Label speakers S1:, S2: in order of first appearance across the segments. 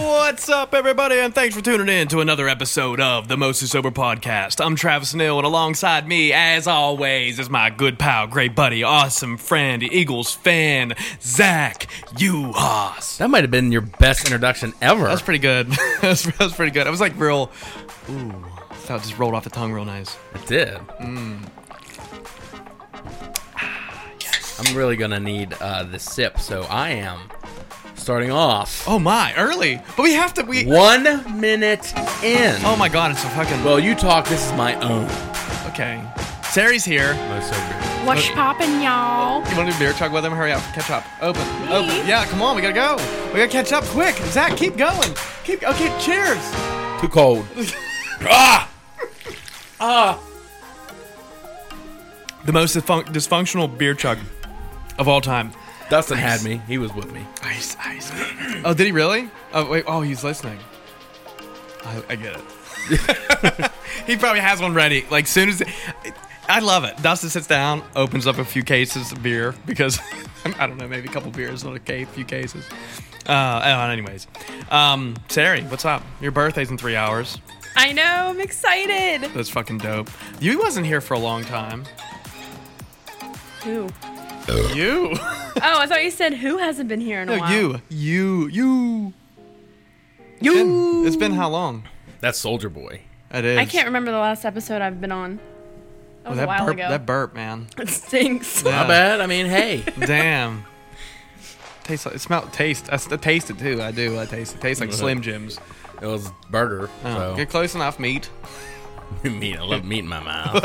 S1: What's up, everybody, and thanks for tuning in to another episode of the Mostly Sober Podcast. I'm Travis Neal, and alongside me, as always, is my good pal, great buddy, awesome friend, Eagles fan, Zach Uhas.
S2: That might have been your best introduction ever.
S1: That's pretty good. That's was pretty good. I was like real, ooh, that just rolled off the tongue real nice. Mm.
S2: it did. I'm really gonna need uh, the sip, so I am starting off
S1: Oh my, early, but we have to. We.
S2: one minute in.
S1: Oh my god, it's a fucking.
S2: Well, you talk. This is my own.
S1: okay, Sari's here.
S2: Most sober.
S3: What's poppin', y'all?
S1: You want to do beer talk with him? Hurry up, catch up. Open, open. Yeah, come on, we gotta go. We gotta catch up quick. Zach, keep going. Keep. Okay, cheers.
S2: Too cold.
S1: The most dysfun- dysfunctional beer chug of all time.
S2: Dustin had me. He was with me.
S1: Ice, ice. Oh, did he really? Oh wait. Oh, he's listening. I, I get it. he probably has one ready. Like soon as I love it. Dustin sits down, opens up a few cases of beer because I don't know, maybe a couple beers, not a ca- few cases. Uh, oh, anyways, um, Sari, what's up? Your birthday's in three hours.
S3: I know, I'm excited.
S1: That's fucking dope. You wasn't here for a long time.
S3: Who?
S1: You.
S3: Oh, I thought you said who hasn't been here in a
S1: No,
S3: while.
S1: you, you, you, you. It's been how long?
S2: That's Soldier Boy.
S1: It is.
S3: I can't remember the last episode I've been on. That
S1: Oh,
S3: was
S1: that
S3: a while
S1: burp,
S3: ago.
S1: That burp, man.
S3: it stinks.
S1: Yeah.
S2: Not bad. I mean, hey,
S1: Damn. Tastes like it smell taste. I, s- I taste it too. I do. I taste it. Tastes like Slim Jims.
S2: it was burger.
S1: Oh,
S2: So
S1: Get close enough, meat.
S2: meat. I love meat in my mouth.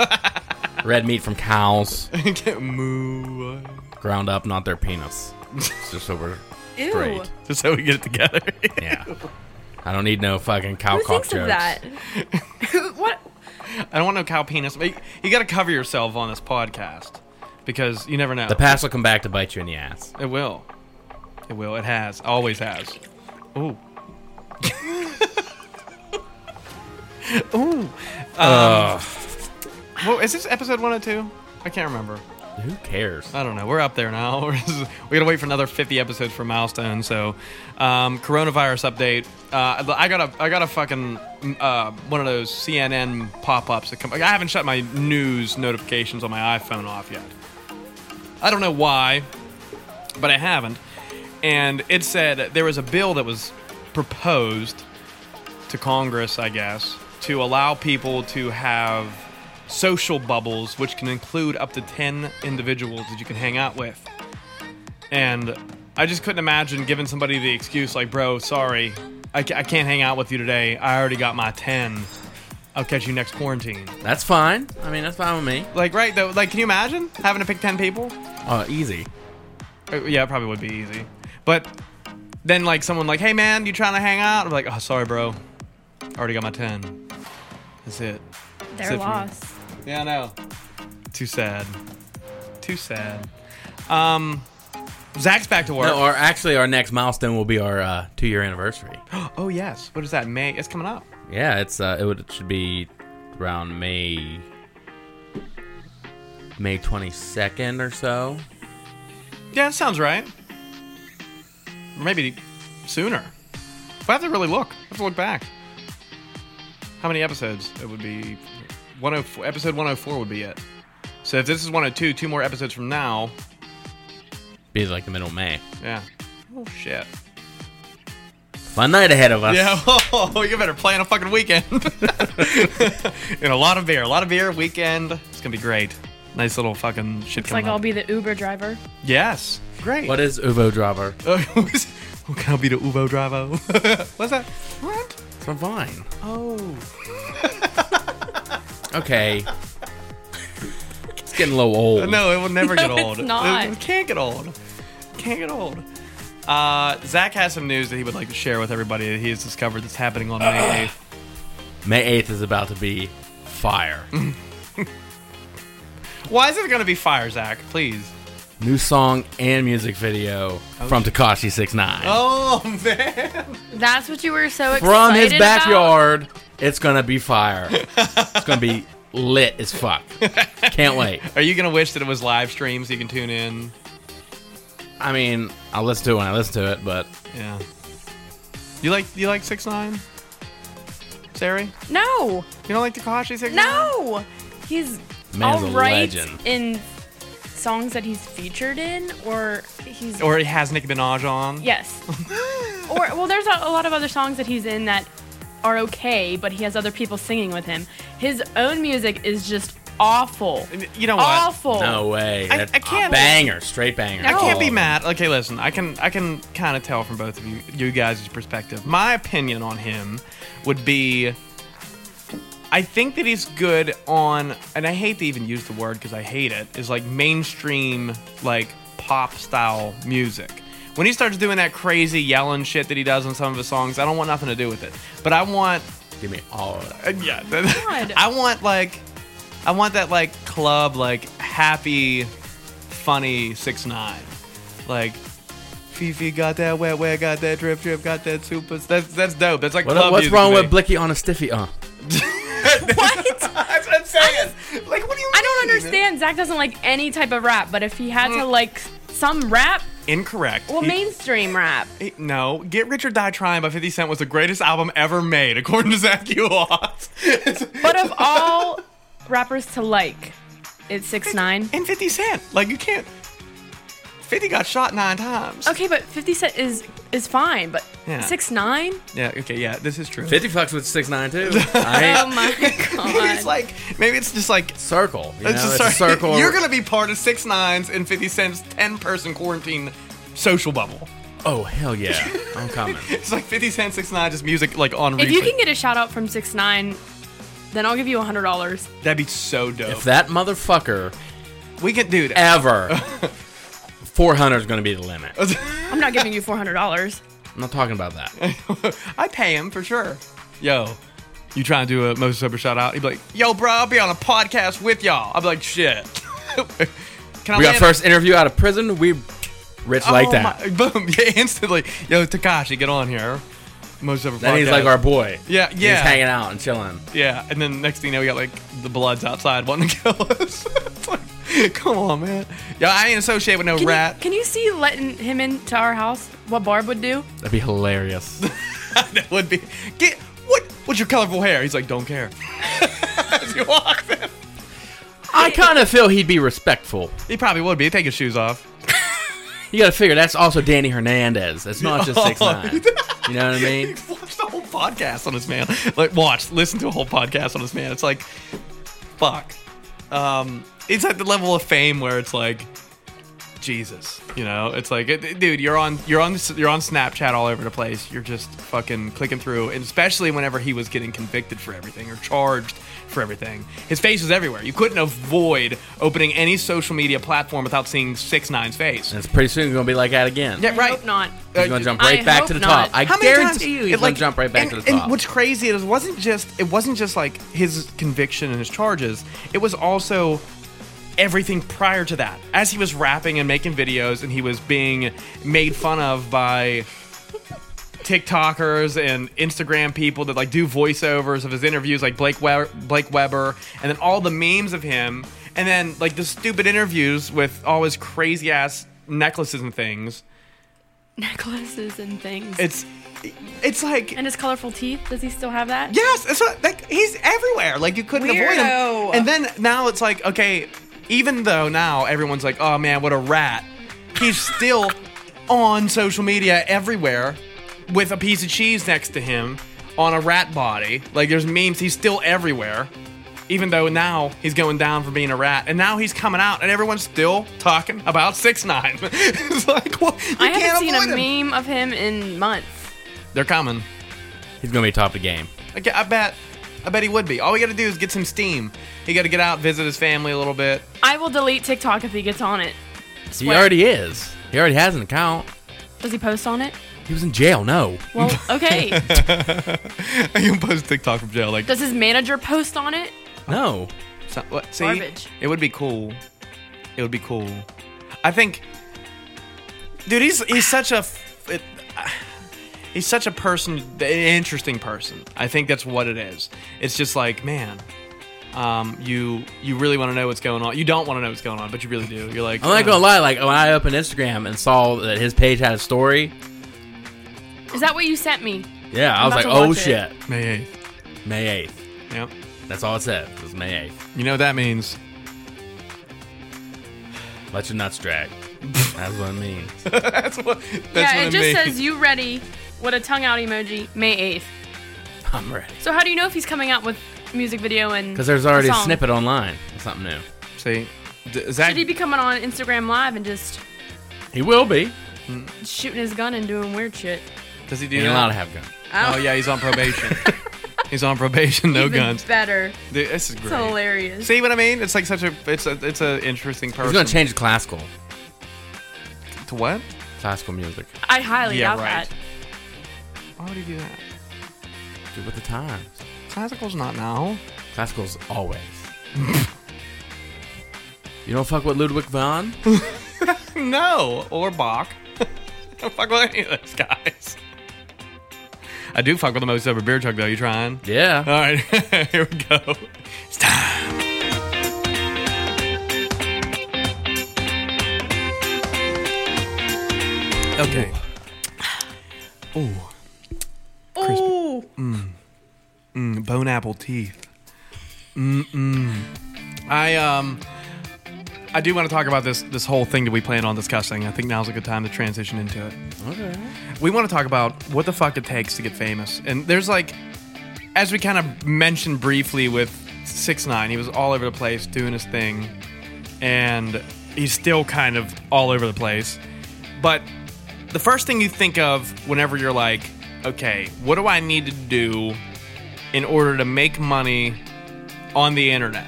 S2: Red meat from cows,
S1: Get moo.
S2: ground up, not their penis. It's just sober.
S3: Ew.
S2: Great.
S1: Just so we get it together.
S2: Yeah. I don't need no fucking cow
S3: Who
S2: cock
S3: thinks
S2: jokes.
S3: of that? Who- what?
S1: I don't want no cow penis. But you, got to cover yourself on this podcast because you never know.
S2: The past will come back to bite you in the ass.
S1: it will. It will. It has. Always has. Ooh. Ooh. Um,
S2: Uh,
S1: Well, is this episode 102? I can't remember.
S2: who cares?
S1: I don't know. We're up there now. we gotta wait for another 50 episodes for milestone. So, um, coronavirus update. Uh, I got a I got a fucking uh, one of those CNN pop ups that come. I haven't shut my news notifications on my iPhone off yet. I don't know why, but I haven't. And it said there was a bill that was proposed to Congress, I guess, to allow people to have social bubbles, which can include up to 10 individuals that you can hang out with. And I just couldn't imagine giving somebody the excuse, like, bro, sorry, I, ca- I can't hang out with you today. I already got my 10. I'll catch you next quarantine.
S2: That's fine. I mean, that's fine with me.
S1: Like, right, though, like, can you imagine having to pick 10 people?
S2: Uh, easy.
S1: Uh, Yeah, it probably would be easy. But then, like, someone like, hey, man, you trying to hang out? I'm like, oh, sorry, bro. I already got my 10. That's it.
S3: They're
S1: it for me.
S3: lost.
S1: Yeah, I know. Too sad. Too sad. Um, Zach's back to work.
S2: No, or actually, our next milestone will be our uh, two-year anniversary.
S1: oh yes. What is that? May? It's coming up.
S2: yeah, it's uh, it, would, it should be around May May twenty second or so.
S1: Yeah, that sounds right. Or maybe sooner. But I have to really look. I have to look back. How many episodes? It would be 104. Episode 104 would be it. So if this is 102, two more episodes from now.
S2: Be like the middle of May.
S1: Yeah. Oh shit.
S2: Fun night ahead of us.
S1: Yeah, oh, you better plan a fucking weekend. and a lot of beer, a lot of beer weekend. It's gonna be great. Nice little fucking shit.
S3: It's like I'll be the Uber driver.
S1: yes, great.
S2: What is Uvo Driver?
S1: Who can I be the Uvo Drivo? What's that? What?
S2: It's on Vine.
S1: Oh,
S2: Okay. it's getting a little old.
S1: no, it will never get old.
S3: it's not.
S1: It, it can't get old. Can't get old. Uh, Zach has some news that he would like to share with everybody that he has discovered that's happening on May 8th.
S2: May 8th is about to be fire.
S1: Why is it going to be fire, Zach? Please.
S2: New song and music video from Takashi 69
S1: Oh man.
S3: That's what you were so excited
S2: From his
S3: about?
S2: backyard, it's going to be fire. it's going to be lit as fuck. Can't wait.
S1: Are you going to wish that it was live stream so you can tune in?
S2: I mean, I'll listen to it when I listen to it, but
S1: Yeah. You like you like six nine? Sari?
S3: No,
S1: You don't like Takashi six
S3: no. He's
S2: Man's a
S3: all right
S2: legend.
S3: in songs that he's featured in, or he's
S1: Or it has Nicki Minaj on?
S3: yes, or well, there's a, a lot of other songs that he's in that are okay, but he has other people singing with him. His own music is just awful,
S1: You know what?
S3: awful.
S2: no way.
S1: I-
S2: That's
S1: I can't-
S2: a banger, straight banger. Oh,
S1: I can't
S2: All
S1: be
S2: of it.
S1: mad. Okay, listen, I can I can kind of tell from both of you you guys' perspective. My opinion on him would be I think that he's good on and I hate to even use the word cuz I hate it is like mainstream like pop style music. When he starts doing that crazy yelling shit that he does in some of his songs, I don't want nothing to do with it. But I want
S2: Give me all of it.
S1: uh, yeah. that- I want like, I want that like club like happy, funny six nine, like. Fifi got that wet, wet, got that drip, drip, got that super. That's that's dope. That's like
S2: What-
S1: club
S2: what's
S1: music
S2: wrong
S1: to
S2: with
S1: me.
S2: Blicky on a stiffy? Uh.
S3: What?
S1: That's what I'm saying. Like, what do you?
S3: I don't
S1: mean?
S3: understand. Zach doesn't like any type of rap, but if he had to like some rap,
S1: Incorrect.
S3: well,
S1: Mm. He-
S3: mainstream rap.
S1: he- no, Get Rich or Die Trying by 50 Cent was the greatest album ever made, according to Zach Ewalt.
S3: But of all rappers to like, it's six nine.
S1: and 50 Cent, like you can't. 50 got shot nine times.
S3: Okay, but Fifty Cent is is fine, but
S1: Yeah.
S3: six nine.
S1: Yeah. Okay. Yeah. This is true.
S2: 50 fucks with 6'9 too. I
S3: Oh
S2: ain't
S1: Maybe
S3: my
S1: it's
S3: god.
S1: like maybe it's just like
S2: circle. You know?
S1: it's
S2: It's
S1: just-
S2: a circle.
S1: You're gonna be part of six nines and fifty cents ten person quarantine social bubble.
S2: Oh hell yeah! I'm coming.
S1: It's like fifty cent six nine just music like on
S3: If
S1: replay.
S3: you can get a shout out from six nine, then I'll give you hundred dollars.
S1: That'd be so dope.
S2: If that motherfucker
S1: we can, dude.
S2: ever, 400 is gonna be the limit.
S3: I'm not giving you four hundred dollars.
S2: I'm not talking about that.
S1: I pay him for sure. Yo, you trying to do a most sober shout out? He'd be like, Yo, bro, I'll be on a podcast with y'all. I'd be like, Shit. can I
S2: We got
S1: land-
S2: first interview out of prison. We rich like
S1: Oh
S2: that.
S1: my- boom! Yeah, instantly. Yo, Takashi, get on here. Most sober.
S2: Then he's
S1: podcast.
S2: like our boy.
S1: Yeah, yeah.
S2: He's hanging out and chilling.
S1: Yeah, and then next thing you know, we got like the Bloods outside wanting to kill us. It's like, Come on, man. Yo, I ain't associate with no
S3: Can you,
S1: rat.
S3: can you see letting him into our house? What Barb would do?
S2: That'd be hilarious.
S1: that would be get what? What's your colorful hair? He's like, don't care. As he walks in,
S2: I kind of feel he'd be respectful.
S1: he probably would be. He'd Take his shoes off.
S2: You got to figure that's also Danny Hernandez. That's not just
S1: Oh.
S2: six nine. You know what I mean?
S1: Watch the whole podcast on this man. Like, watch, listen to a whole podcast on this man. It's like, fuck. Um, it's at the level of fame where it's like, Jesus, you know, it's like, it- it- dude, you're on, you're on, you're on Snapchat all over the place. You're just fucking clicking through, and especially whenever he was getting convicted for everything or charged for everything, his face was everywhere. You couldn't avoid opening any social media platform without seeing Six Nine's face.
S2: And it's pretty soon gonna be like that again.
S1: Yeah,
S3: I
S1: right. Uh,
S3: Hope not.
S2: He's gonna jump
S3: I
S2: right back to the
S3: hope
S2: top.
S3: not.
S2: I
S1: How many times
S2: guarantee you, he's gonna jump right back
S1: and,
S2: to the top.
S1: And what's crazy is it wasn't just it wasn't just like his conviction and his charges. It was also everything prior to that. As he was rapping and making videos, and he was being made fun of by TikTokers and Instagram people that like do voiceovers of his interviews, like Blake Weber, Blake Weber, and then all the memes of him, and then like the stupid interviews with all his crazy ass necklaces and things.
S3: Necklaces and things.
S1: It's it's like
S3: and his colorful teeth. Does he still have that?
S1: Yes, that's what, like he's everywhere. Like you couldn't avoid him.
S3: Weirdo.
S1: And then now it's like okay, even though now everyone's like, oh man, what a rat, he's still on social media everywhere with a piece of cheese next to him on a rat body. Like there's memes, he's still everywhere. Even though now he's going down for being a rat, and now he's coming out, and everyone's still talking about six nine. it's like, well, you
S3: I
S1: can't
S3: haven't seen
S1: avoid
S3: a
S1: him.
S3: meme of him in months.
S1: They're coming.
S2: He's gonna be top of the game.
S1: Like, I bet, I bet he would be. All we got to do is get some steam. He got to get out, visit his family a little bit.
S3: I will delete TikTok if he gets on it.
S2: He already is. He already has an account.
S3: Does he post on it?
S2: He was in jail. No.
S3: Well, okay.
S1: I can post TikTok from jail. Like,
S3: Does his manager post on it?
S2: No.
S1: so- what, see,
S3: Garbage.
S1: it would be cool. It would be cool. I think, dude, he's he's such a f- it- he's such a person, an interesting person. I think that's what it is. It's just like, man, um, you you really want to know what's going on. You don't want to know what's going on, but you really do. You're like,
S2: I'm not
S1: uh,
S2: gonna lie. Like when I opened Instagram and saw that his page had a story,
S3: Is that what you sent me?
S2: yeah, I
S3: I'm
S2: was like,
S3: about to
S2: oh
S3: watch
S2: shit,
S3: it.
S1: May eighth.
S2: May eighth.
S1: Yep.
S2: That's all it said. It was May eighth.
S1: You know what that means.
S2: Let your nuts drag. That's what it means.
S1: That's what. That's
S3: yeah,
S1: what
S3: it just
S1: means.
S3: says you ready with a tongue out emoji May 8th.
S2: I'm ready.
S3: So how do you know if he's coming out with music video and
S2: Because there's already a
S3: song?
S2: snippet online. It's something new.
S1: See, D- Zach.
S3: Should he be coming on Instagram live and just
S2: He will be.
S3: shooting his gun and doing weird shit?
S1: does he do
S2: He ain't
S1: that?
S2: allowed to have guns.
S1: Oh yeah, he's on probation. he's on probation. No
S3: Even
S1: guns.
S3: Better.
S1: Dude, this is
S3: It's
S1: great.
S3: hilarious.
S1: See what I mean? It's like such a. It's a. It's an interesting person.
S2: He's gonna change to classical.
S1: to what?
S2: Classical music.
S3: I highly
S1: Yeah,
S3: doubt
S1: right.
S3: that.
S1: Why would he do that?
S2: Dude, with the times.
S1: Classical's not now.
S2: Classical's always. you don't fuck with Ludwig von?
S1: No, or Bach. I don't fuck with any of those guys. I do fuck with the most sober beer truck though. You trying?
S2: Yeah.
S1: All right, here we go. It's time. Okay.
S3: Ooh.
S1: Mm, bone apple teeth. Mm-mm. I um, I do want to talk about this this whole thing that we plan on discussing. I think now's a good time to transition into it.
S2: Okay.
S1: We want to talk about what the fuck it takes to get famous, and there's like, as we kind of mentioned briefly with Six Nine, he was all over the place doing his thing, and he's still kind of all over the place. But the first thing you think of whenever you're like, okay, what do I need to do in order to make money on the internet?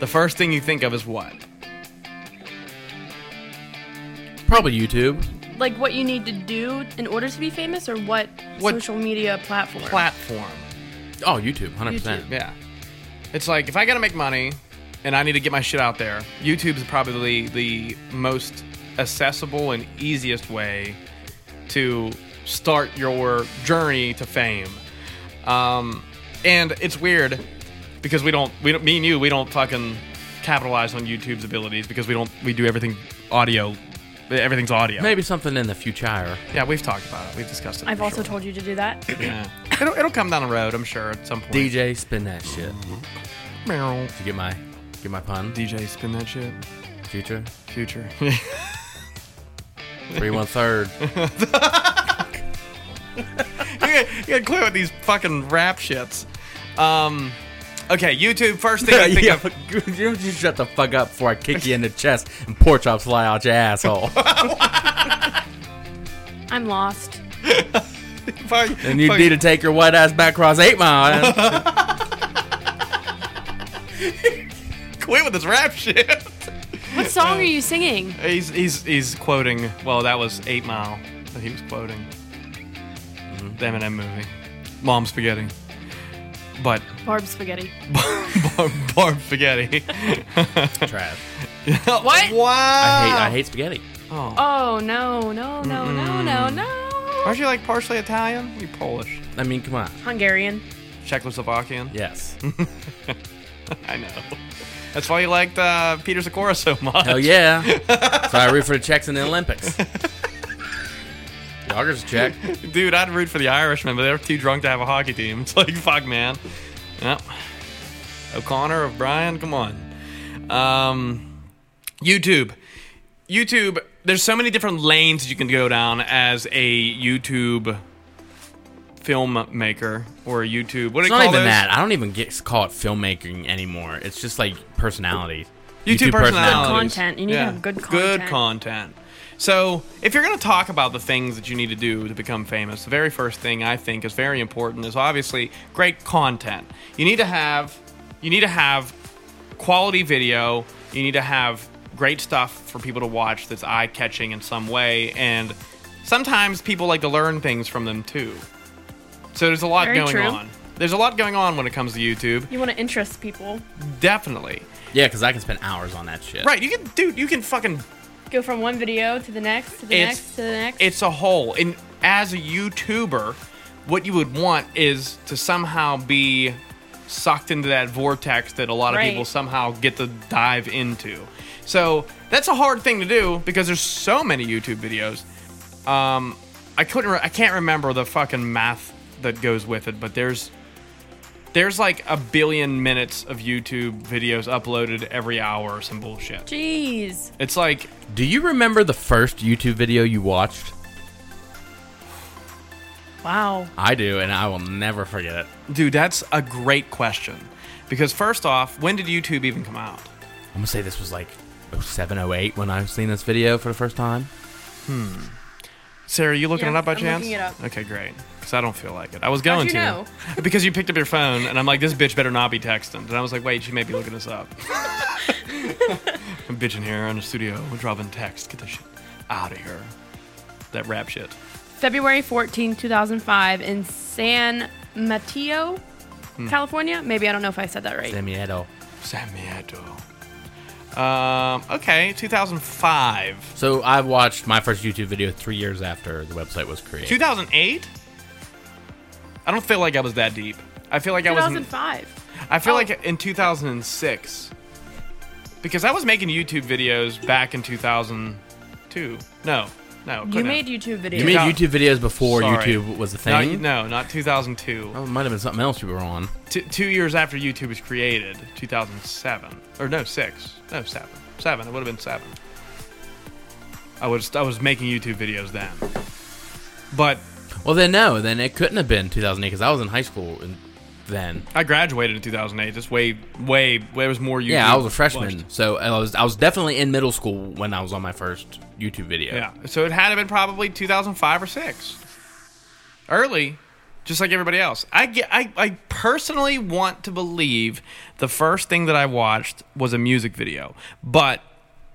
S1: The first thing you think of is what?
S2: Probably YouTube.
S3: Like what you need to do in order to be famous, or what,
S1: What-
S3: social media platform?
S1: Platform.
S2: Oh, YouTube, 100%.
S1: Yeah. It's like if I gotta make money and I need to get my shit out there, YouTube's probably the most accessible and easiest way to start your journey to fame. Um, and it's weird because we don't, we don't, me and you, we don't fucking capitalize on YouTube's abilities because we don't, we do everything audio, everything's audio.
S2: Maybe something in the future.
S1: Yeah, we've talked about it. We've discussed it.
S3: I've
S1: for
S3: also
S1: sure.
S3: told you to do that.
S1: Yeah. it'll, it'll come down the road, I'm sure, at some point.
S2: DJ, spin that shit. Did
S1: Meow.
S2: you get my get my pun?
S1: DJ, spin that shit.
S2: Future?
S1: Future.
S2: Three one third.
S1: you gotta clear with these fucking rap shits. Um, okay, YouTube. First thing I think
S2: yeah,
S1: of.
S2: but you you shut the fuck up before I kick you in the chest and pork chops fly out your asshole.
S3: I'm lost.
S1: Fuck-
S2: And you
S1: fuck-
S2: need to take your white ass back across eight mile.
S1: quit with this rap shit.
S3: What song are you singing?
S1: he's he's he's quoting. Well, that was Eight Mile that he was quoting. The Eminem movie, Mom Spaghetti. But
S3: Barb Spaghetti.
S1: Barb, Barb Spaghetti.
S2: Trash.
S1: what? Wow.
S2: I hate
S1: Uh.
S2: I hate spaghetti.
S3: Oh no no no no no no.
S1: Aren't you like partially Italian? You Polish,
S2: I mean, come on.
S3: Hungarian.
S1: Czechoslovakian.
S2: Yes.
S1: I know. That's why you liked uh, Peter Sakura so much.
S2: Hell yeah. so I root for the Czechs in the Olympics. Dogger's a Czech.
S1: Dude, I'd root for the Irishmen, but they're too drunk to have a hockey team. It's like, fuck, man. Yep. O'Connor, O'Brien, come on. Um, YouTube. YouTube, there's so many different lanes you can go down as a YouTube filmmaker or a YouTube. What do
S2: It's
S1: you
S2: not
S1: call
S2: even
S1: those?
S2: that. I don't even get call it filmmaking anymore. It's just like personality.
S1: YouTube, personalities.
S3: content. You need to have good
S1: Good
S3: content.
S1: content. So, if you're going to talk about the things that you need to do to become famous, the very first thing I think is very important is obviously great content. You need to have you need to have quality video. You need to have great stuff for people to watch that's eye-catching in some way and sometimes people like to learn things from them too. So there's a lot
S3: Very
S1: going
S3: true.
S1: on. There's a lot going on when it comes to YouTube.
S3: You want to interest people.
S1: Definitely.
S2: Yeah, because I can spend hours on that shit.
S1: Right, you can dude, you can fucking
S3: Go from one video to the next, to the next, to the next.
S1: It's a whole. And as a YouTuber, what you would want is to somehow be sucked into that vortex that a lot of
S3: Right.
S1: people somehow get to dive into. So that's a hard thing to do because there's so many YouTube videos. Um, I couldn't. Re- I can't remember the fucking math that goes with it, but there's there's like a billion minutes of YouTube videos uploaded every hour or some bullshit.
S3: Jeez.
S1: It's like
S2: Do you remember the first YouTube video you watched?
S3: Wow.
S2: I do, and I will never forget it.
S1: Dude, that's a great question. Because first off, when did YouTube even come out?
S2: I'm gonna say this was like 0708 when I seen this video for the first time.
S1: Sarah, you looking
S3: Yeah,
S1: it up by
S3: I'm
S1: chance?
S3: looking it up.
S1: Okay, great. Because I don't feel like it. I was going
S3: you
S1: to.
S3: know?
S1: Because you picked up your phone, and I'm like, this bitch better not be texting. And I was like, wait, she may be looking us up. I'm bitching here in the studio. We're dropping text. Get that shit out of here. That rap shit.
S3: February 14, 2005, in San Mateo,
S1: Hmm.
S3: California. Maybe I don't know if I said that right.
S2: Demiedo.
S1: San Miedo. Um, okay, 2005.
S2: So I watched my first YouTube video three years after the website was created.
S1: 2008? I don't feel like I was that deep. I feel like I was. in-
S3: 2005.
S1: I feel
S3: Oh.
S1: like in 2006, because I was making YouTube videos back in 2002. No, no,
S3: You
S1: couldn't
S3: made
S1: have.
S3: YouTube videos.
S2: You made
S1: Yeah.
S2: YouTube videos before
S1: Sorry.
S2: YouTube was a
S1: Not-
S2: thing.
S1: no, not 2002.
S2: Oh, it might have been something else you were on.
S1: T- two years after YouTube was created, 2007 or no six, no seven, seven. It would have been seven. I was I was making YouTube videos then, but
S2: Well, then no, then it couldn't have been 2008 because I was in high school in, then.
S1: I graduated in 2008. Just way way there was more YouTube.
S2: Yeah, I was a freshman,
S1: watched.
S2: so I was I was definitely in middle school when I was on my first YouTube video.
S1: Yeah. So it had to have been probably 2005 or 6. Early, just like everybody else. I, ge- I, I personally want to believe the first thing that I watched was a music video, but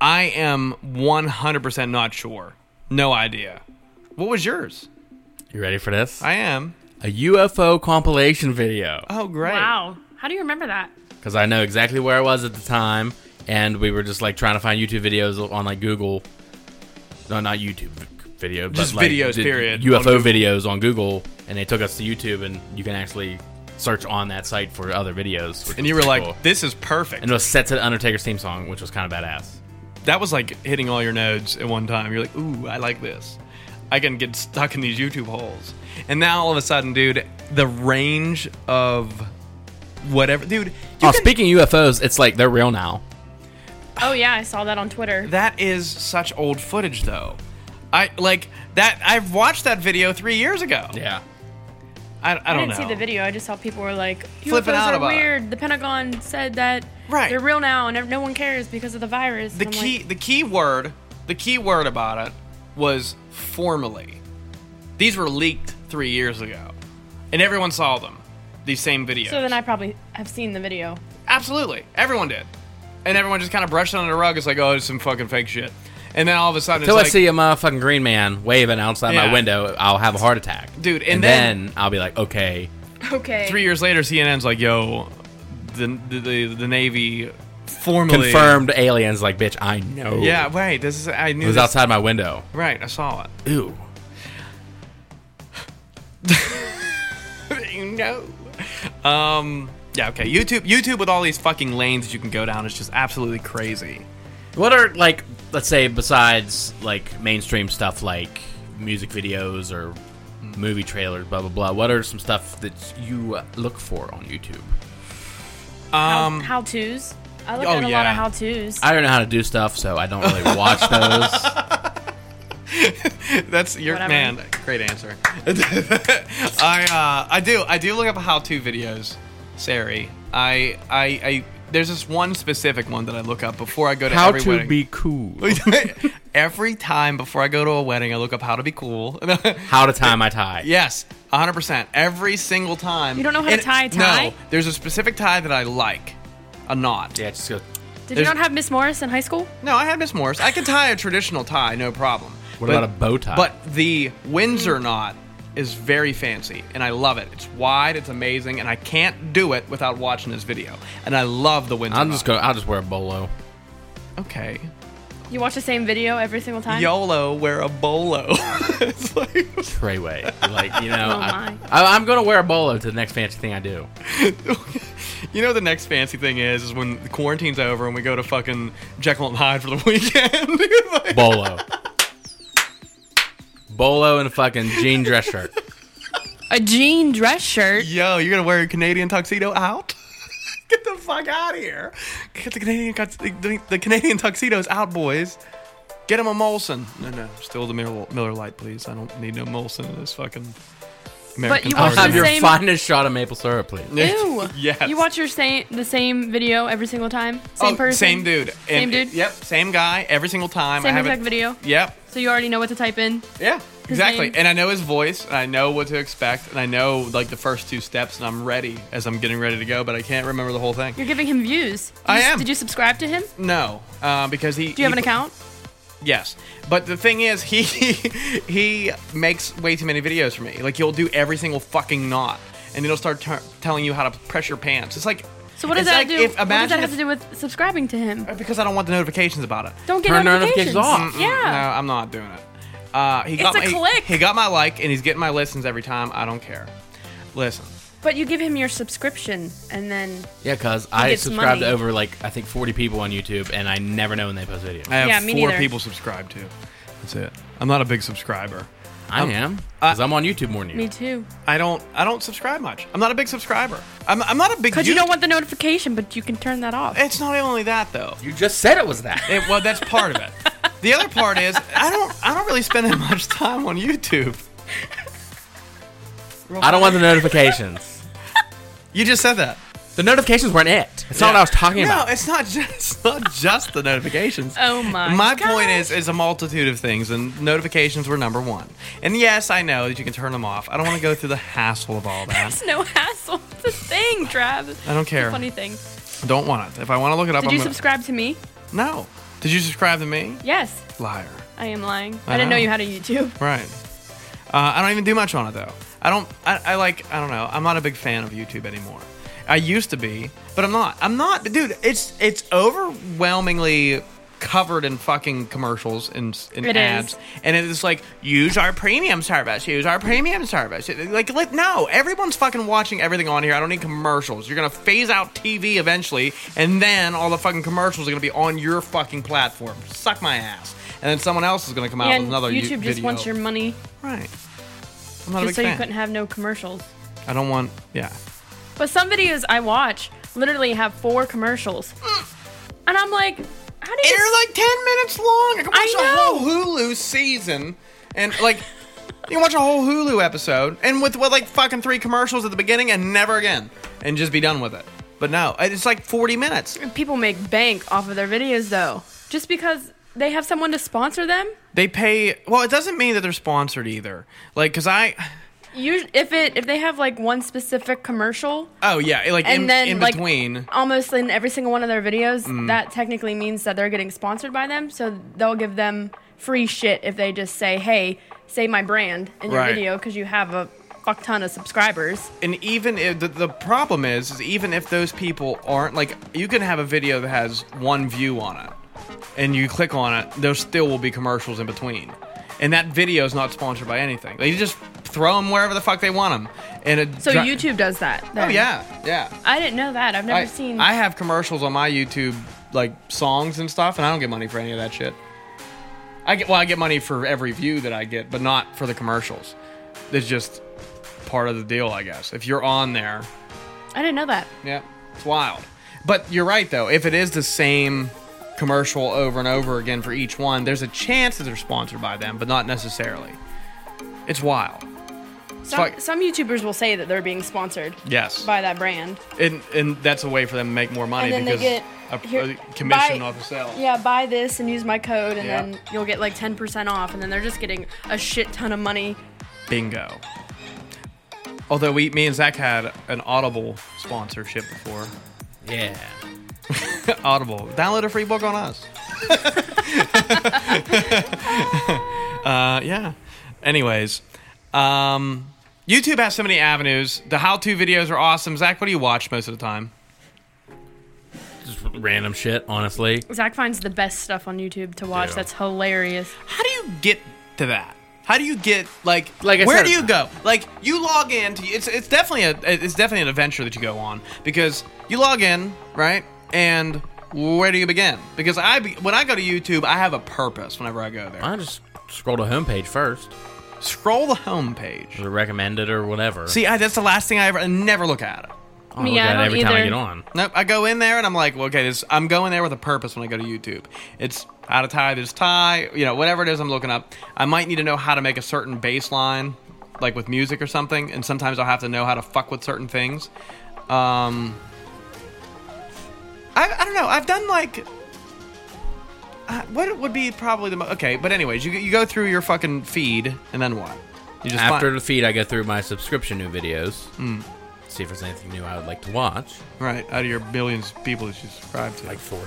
S1: I am 100% not sure. No idea. What was yours?
S2: You ready for this?
S1: I am.
S2: A UFO compilation video
S1: Oh, great.
S3: Wow. How do you remember that?
S2: because I know exactly where I was at the time, and we were just like trying to find YouTube videos on like Google. No, not YouTube video, but
S1: Just
S2: like,
S1: videos,
S2: the
S1: period,
S2: UFO
S1: on
S2: videos on Google, and they took us to YouTube, and you can actually search on that site for other videos. which
S1: And
S2: was
S1: you were
S2: pretty
S1: like,
S2: cool.
S1: this is perfect.
S2: and it was set to the Undertaker's theme song, which was kind of badass.
S1: that was like hitting all your nodes at one time. You're like, ooh, I like this. I can get stuck in these YouTube holes. And now all of a sudden, dude, the range of whatever, dude. you
S2: Oh,
S1: can-
S2: speaking UFOs, it's like they're real now.
S3: Oh, yeah, I saw that on Twitter.
S1: that is such old footage, though. I like that. I've watched that video three years ago.
S2: Yeah.
S1: I, I don't
S3: I didn't
S1: know.
S3: see the video. I just saw people were like,
S1: Flipping
S3: UFOs
S1: out
S3: are
S1: about it."
S3: weird. The Pentagon said that
S1: Right.
S3: they're real now and no one cares because of the virus.
S1: The
S3: And I'm
S1: key,
S3: like,
S1: the key word, the key word about it was formally. These were leaked three years ago, and everyone saw them. These same videos.
S3: so then I probably have seen the video.
S1: Absolutely. Everyone did. And everyone just kind of brushed it under the rug. It's like, oh, it's some fucking fake shit. And then all of a sudden, it's
S2: Till
S1: like,
S2: I see a motherfucking green man waving outside
S1: Yeah.
S2: my window, I'll have a heart attack,
S1: Dude, and
S2: then, I'll be like, okay,
S3: Okay.
S1: three years later, CNN's like, yo, the, the, the, the Navy formally.
S2: confirmed aliens. Like, bitch, I know.
S1: Yeah, right. This is, I
S2: it
S1: knew
S2: was
S1: this.
S2: outside my window.
S1: Right, I saw it.
S2: Ew.
S1: you know. Um, yeah, okay. YouTube, YouTube with all these fucking lanes that you can go down is just absolutely crazy.
S2: What are like, let's say, besides like mainstream stuff like music videos or movie trailers, blah blah blah. What are some stuff that you look for on YouTube?
S1: Um,
S3: how tos. I look
S1: Oh,
S3: at a lot
S1: yeah.
S3: of how tos.
S2: I don't know how to do stuff, so I don't really watch those.
S1: That's your
S3: Whatever.
S1: man. Great answer. I uh, I do I do look up how-to videos, Sari. I I I there's this one specific one that I look up before I go to every wedding.
S2: cool.
S1: every time before I go to a wedding, I look up how to be cool.
S2: How to tie my tie.
S1: yes, 100 percent every single time.
S3: You don't know how to
S1: And-
S3: tie a tie?
S1: No, there's a specific tie that I like, a knot.
S2: Yeah, just go.
S3: Did you
S1: there's-
S3: not have Miss Morris in high school?
S1: No, I had Miss Morris. I can tie a traditional tie, no problem.
S2: What about a bow tie?
S1: But the Windsor knot is very fancy, and I love it. It's wide, it's amazing, and I can't do it without watching this video. And I love the Windsor.
S2: I'll just
S1: knot.
S2: go. I'll just wear a bolo.
S1: Okay.
S3: You watch the same video every single time.
S1: YOLO, wear a bolo. it's like,
S2: Treyway, like you know,
S3: Oh
S2: I,
S3: my.
S2: I, I'm gonna wear a bolo to the next fancy thing I do.
S1: you know, the next fancy thing is is when the quarantine's over and we go to fucking Jekyll and Hyde for the weekend. Like,
S2: Bolo. bolo and a fucking jean dress shirt.
S3: A jean dress shirt.
S1: Yo, you're gonna wear your Canadian tuxedo out? Get the fuck out of here! Get the Canadian tux- the, the Canadian tuxedos out, boys. Get him a Molson. No, no, still the Miller, Miller Light, please. I don't need no Molson in this fucking American.
S3: you
S2: I'll
S3: want
S1: party.
S2: have your
S3: same-
S2: finest shot of maple syrup, please.
S3: Ew.
S1: Yes.
S3: You watch your same the same video every single time. Same
S1: Oh,
S3: person.
S1: Same dude.
S3: Same
S1: And-
S3: dude.
S1: Yep. Same guy. Every single time. I
S3: Same
S1: have
S3: exact
S1: it-
S3: video.
S1: Yep.
S3: So you already know what to type in.
S1: Yeah, exactly.
S3: name-
S1: And I know his voice, and I know what to expect, and I know like the first two steps, and I'm ready as I'm getting ready to go, but I can't remember the whole thing.
S3: You're giving him views. Did
S1: I
S3: you-
S1: am.
S3: Did you subscribe to him?
S1: No, uh, because he.
S3: Do you have an account?
S1: Yes, but the thing is, he he makes way too many videos for me. Like he'll do every single fucking knot, and then he'll start tur telling you how to press your pants. It's like.
S3: So what does
S1: it's
S3: that
S1: like
S3: do?
S1: If,
S3: what does that
S1: imagine
S3: have to
S1: if-
S3: do with subscribing to him?
S1: Because I don't want the notifications about it.
S3: Don't get
S2: Turn
S3: notifications.
S2: notifications off.
S1: Mm-mm,
S3: Yeah.
S1: No, I'm not doing it. Uh, he got
S3: a
S1: my,
S3: click.
S1: He got my like, and he's getting my listens every time. I don't care. Listen.
S3: But you give him your subscription and then
S2: Yeah, because I
S3: gets
S2: subscribed
S3: money.
S2: to over like I think 40 people on YouTube, and I never know when they post videos.
S1: I have
S3: Yeah, me
S1: four
S3: neither.
S1: people subscribed to. That's it. I'm not a big subscriber.
S2: I am because I'm uh, on YouTube more than you.
S3: me too.
S1: I don't. I don't subscribe much. I'm not a big subscriber. I'm, I'm not a big.
S3: Because you
S1: YouTube-
S3: don't want the notification, but you can turn that off.
S1: It's not only that though.
S2: You just said it was that.
S1: It- well, that's part of it. The other part is I don't. I don't really spend that much time on YouTube.
S2: I don't want the notifications.
S1: You just said that.
S2: The notifications weren't it. That's not what I was talking
S1: No,
S2: about.
S1: it's not just it's not just the notifications.
S3: Oh my
S1: My
S3: gosh.
S1: point is is a multitude of things, and notifications were number one. And yes, I know that you can turn them off. I don't want to go through the hassle of all that.
S3: It's no hassle. It's a thing, Trav.
S1: I don't care.
S3: Funny thing.
S1: Don't want it. If I want to look it up,
S3: Did
S1: I'm
S3: you
S1: gonna-
S3: subscribe to me?
S1: No. Did you subscribe to me?
S3: Yes.
S1: Liar.
S3: I am lying.
S1: I
S3: I, didn't know
S1: know.
S3: you had a YouTube.
S1: Right. Uh, I don't even do much on it though. I don't. I, I like. I don't know. I'm not a big fan of YouTube anymore. I used to be, but I'm not. I'm not. But dude, it's it's overwhelmingly covered in fucking commercials and, and
S3: It
S1: ads,
S3: is.
S1: and it's like use our premium service. Use our premium service. Like, like no, everyone's fucking watching everything on here. I don't need commercials. You're gonna phase out TV eventually, and then all the fucking commercials are gonna be on your fucking platform. Suck my ass. And then someone else is gonna come out
S3: and
S1: with another you-
S3: YouTube just
S1: video.
S3: wants your money
S1: Right. I'm not a big
S3: just so you
S1: fan.
S3: couldn't have no commercials.
S1: I don't want. Yeah.
S3: But some videos I watch literally have four commercials. And I'm like, how do you
S1: They're like ten minutes long. I can watch
S3: I
S1: a whole Hulu season, and like, you can watch a whole Hulu episode, and with with like fucking three commercials at the beginning, and never again, and just be done with it. But no, it's like 40 minutes.
S3: people make bank off of their videos though? Just because they have someone to sponsor them?
S1: They pay. Well, it doesn't mean that they're sponsored either. Like, cause I.
S3: You if it if they have like one specific commercial
S1: Oh yeah, like
S3: and
S1: in,
S3: then
S1: in
S3: like
S1: between. Mm.
S3: almost in every single one of their videos, that technically means that they're getting sponsored by them, so they'll give them free shit if they just say, "Hey, say my brand in your
S1: Right.
S3: video because you have a fuck ton of subscribers."
S1: and even if the, the problem is, is even if those people aren't like you can have a video that has one view on it and you click on it there still will be commercials in between and that video is not sponsored by anything they just throw them wherever the fuck they want them and it
S3: So
S1: dri-
S3: YouTube does that.
S1: oh
S3: then.
S1: yeah yeah
S3: I didn't know that. I've never
S1: I,
S3: seen.
S1: I have commercials on my youtube like songs and stuff and i don't get money for any of that shit i get well i get money for every view that i get but not for the commercials it's just part of the deal i guess if you're on there
S3: I didn't know that.
S1: yeah, it's wild. But you're right though. If it is the same commercial over and over again for each one, there's a chance that they're sponsored by them, but not necessarily. It's wild.
S3: Some,
S1: like-
S3: some YouTubers will say that they're being sponsored
S1: Yes.
S3: by that brand,
S1: and and that's a way for them to make more money
S3: and then they
S1: because
S3: get
S1: a,
S3: here-
S1: a commission
S3: buy-
S1: off the sale.
S3: Yeah, buy this and use my code, and
S1: Yeah.
S3: then you'll get like ten percent off, and then they're just getting a shit ton of money.
S1: Bingo. Although we, me and Zach had an Audible sponsorship before.
S2: Yeah.
S1: Audible. Download a free book on us. Uh, yeah. Anyways, um, YouTube has so many avenues. The how-to videos are awesome. Zach, what do you watch most of the time?
S2: Just random shit, honestly.
S3: Zach finds the best stuff on YouTube to watch.
S2: Yeah.
S3: That's hilarious.
S1: How do you get to that? How do you get like
S2: Like I
S1: where
S2: said-
S1: do you go? Like you log in to it's it's definitely a it's definitely an adventure that you go on because you log in right and where do you begin? Because I be- when I go to YouTube I have a purpose whenever I go there.
S2: I just scroll to homepage first,
S1: Scroll the homepage.
S2: or recommended or whatever.
S1: See, I, that's the last thing I ever I never look at it.
S2: I look
S3: Yeah, I
S2: at it
S3: don't
S2: every time I
S3: either.
S2: get on.
S1: Nope, I go in there and I'm like, well, okay, this, I'm going there with a purpose when I go to YouTube. It's how to tie this tie, you know, whatever it is I'm looking up. I might need to know how to make a certain bass line, like with music or something, and sometimes I'll have to know how to fuck with certain things. Um, I, I don't know. I've done like. Uh, what would be probably the most. Okay, but anyways, you, you go through your fucking feed, and then what? You just
S2: After
S1: Find,
S2: the feed, I go through my subscription new videos. See if there's anything new I would like to watch.
S1: right, out of your billions of people that you subscribe to.
S2: Like 40.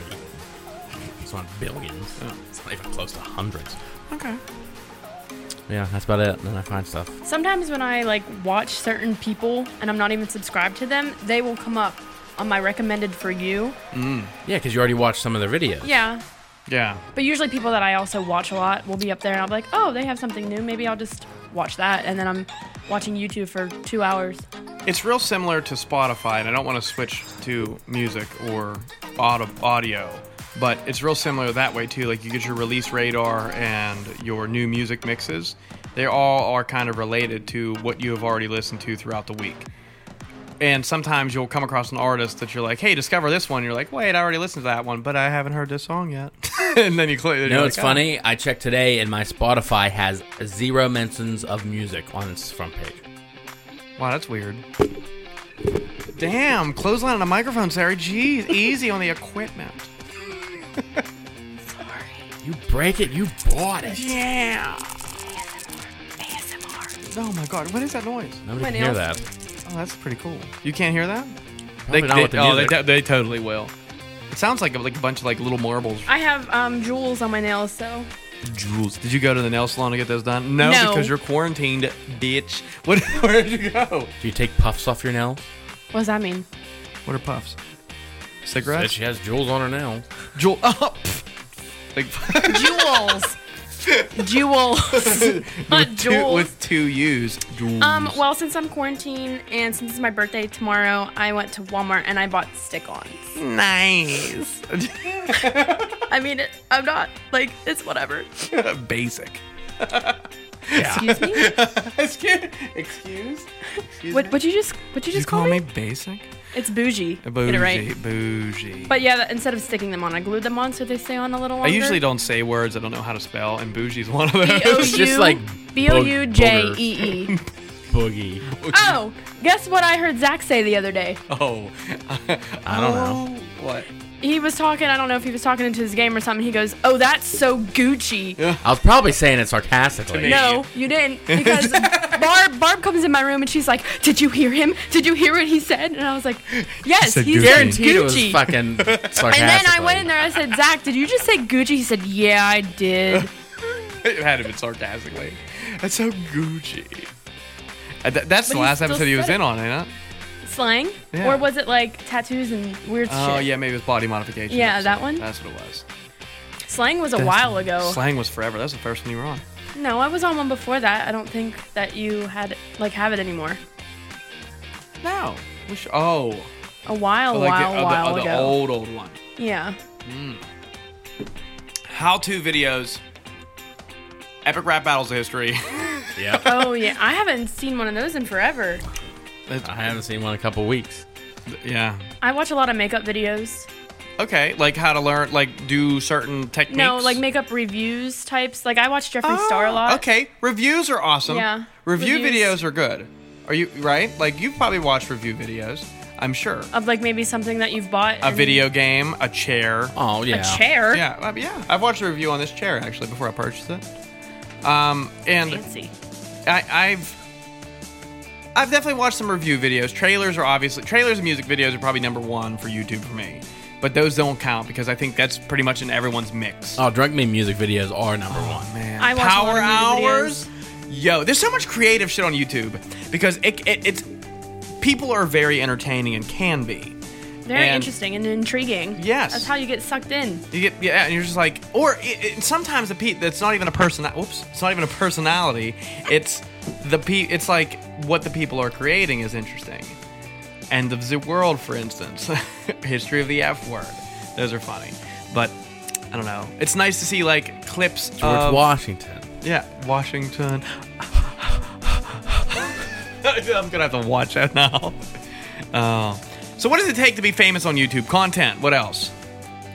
S2: It's not billions. It's not even close to hundreds.
S1: okay.
S2: Yeah, that's about it. And then I find stuff.
S3: Sometimes when I like watch certain people and I'm not even subscribed to them, they will come up on my recommended for you.
S2: Yeah, because you already watched some of their videos.
S3: Yeah.
S1: Yeah.
S3: But usually people that I also watch a lot will be up there and I'll be like, "Oh, they have something new. Maybe I'll just watch that." And then I'm watching YouTube for 2 hours.
S1: It's real similar to Spotify, and I don't want to switch to music or audio, audio, but it's real similar that way too. Like you get your release radar and your new music mixes; they all are kind of related to what you have already listened to throughout the week. And sometimes you'll come across an artist that you're like, "Hey, discover this one." You're like, "Wait, I already listened to that one, but I haven't heard this song yet." and then you click.
S2: You know, it's funny. I checked today, and my Spotify has zero mentions of music on its front page.
S1: "Ah, Wow, that's weird. Damn, clothesline on a microphone, Sarah. Jeez, easy on the equipment.
S2: You break it, you bought it.
S1: Yeah. Oh my god, what is that noise?
S2: Nobody
S3: When
S2: can hear
S3: else-
S2: that.
S1: Oh, that's pretty cool. You can't hear that?
S2: Probably not with the
S1: oh, they,
S2: music.
S1: de- they totally will. It sounds like a, like a bunch of like little marbles.
S3: I have um, jewels on my nails, so
S1: Jewels. Did you go to the nail salon to get those done? No,
S3: No.
S1: because you're quarantined, bitch. What, where did you go?
S2: Do you take puffs off your nails?
S3: what does that mean?
S1: What are puffs?
S2: Said
S1: Cigarettes?
S2: she has jewels on her nails.
S1: Jewel. Oh, pff. like,
S3: Jewels. jewels. Not
S1: two,
S3: jewels.
S1: with two U's. Jewels.
S3: Um, well, since I'm quarantined and since it's my birthday tomorrow, I went to Walmart and I bought stick-ons.
S1: nice.
S3: I mean, it, I'm not like it's whatever.
S1: Basic.
S3: Excuse me.
S1: Excuse? Excuse?
S3: what? What you just? What you
S1: you
S3: just
S1: call me basic?
S3: It's bougie.
S1: Bougie.
S3: Get it right.
S1: Bougie.
S3: But yeah, that- instead of sticking them on, I glued them on so they stay on a little
S1: I
S3: longer.
S1: usually don't say words I don't know how to spell, and bougie's one of
S3: B
S1: those.
S3: O
S2: It's just like
S3: U B O U J E E.
S2: Boogie.
S3: Oh, guess what I heard Zach say the other day?
S1: Oh.
S2: I don't know.
S1: What?
S3: He was talking. I don't know if he was talking into his game or something. He goes, "Oh, that's so Gucci."
S2: I was probably saying it sarcastically.
S1: To me.
S3: No, you didn't. Because Barb Barb comes in my room and she's like, "Did you hear him? Did you hear what he said?" And I was like, "Yes,
S1: said
S3: he
S1: Gucci.
S3: said
S2: Guaranteed it was
S3: Gucci."
S2: fucking sarcastically.
S3: and then I went in there. I said, "Zach, did you just say Gucci?" He said, "Yeah, I did."
S1: It had him in sarcastically. That's so Gucci. Uh, th- that's the
S3: But he
S1: last
S3: still
S1: episode he was
S3: said
S1: in on, ain't it?
S3: Slang,
S1: Yeah.
S3: or was it like tattoos and weird
S1: Oh,
S3: shit?
S1: yeah, maybe it was body modification.
S3: Yeah,
S1: episode.
S3: that one?
S1: That's what it was.
S3: Slang was a while ago.
S1: Slang was forever. That's the first one you were on.
S3: No, I was on one before that. I don't think that you had like have it anymore.
S1: No. We should, oh.
S3: A while,
S1: Like
S3: while,
S1: the, uh,
S3: while
S1: the, uh,
S3: ago.
S1: the old, old one.
S3: yeah.
S1: How to videos. Epic rap battles of history.
S2: Yeah.
S3: Oh yeah. I haven't seen one of those in forever.
S2: I haven't seen one in a couple weeks.
S1: yeah.
S3: I watch a lot of makeup videos.
S1: Okay, like how to learn, like do certain techniques.
S3: No, like makeup reviews types. Like I watch Jeffree
S1: Oh,
S3: Star a lot.
S1: Okay, reviews are awesome.
S3: Yeah,
S1: review
S3: reviews.
S1: videos are good. Are you right? Like you've probably watched review videos. I'm sure.
S3: Of like maybe something that you've bought.
S1: A
S3: and-
S1: video game, a chair.
S2: Oh
S3: A
S2: yeah.
S3: chair.
S1: Yeah, uh, yeah. I've watched a review on this chair actually before I purchased it. Um, and
S3: Fancy.
S1: I, I've I've definitely watched some review videos. Trailers are obviously trailers and music videos are probably number one for YouTube for me. but those don't count because I think that's pretty much in everyone's mix.
S2: Oh, drunk me music videos are number one.
S1: man.
S3: I watch a lot
S1: Power
S3: of music
S1: hours. Yo, there's so much creative shit on YouTube because it, it, it's people are very entertaining and can be.
S3: Very
S1: And-
S3: interesting and intriguing.
S1: Yes.
S3: That's how you get sucked in.
S1: You get yeah, and you're just like, or it, it, sometimes the pe that's not even a person. Whoops, it's not even a personality. It's the pe. It's like what the people are creating is interesting. End of the world, for instance, history of the F word. Those are funny, but I don't know. It's nice to see like clips
S2: George
S3: Um,
S1: of
S2: Washington.
S1: yeah Washington. I'm gonna have to watch that now. Oh, so what does it take to be famous on YouTube? Content. What else?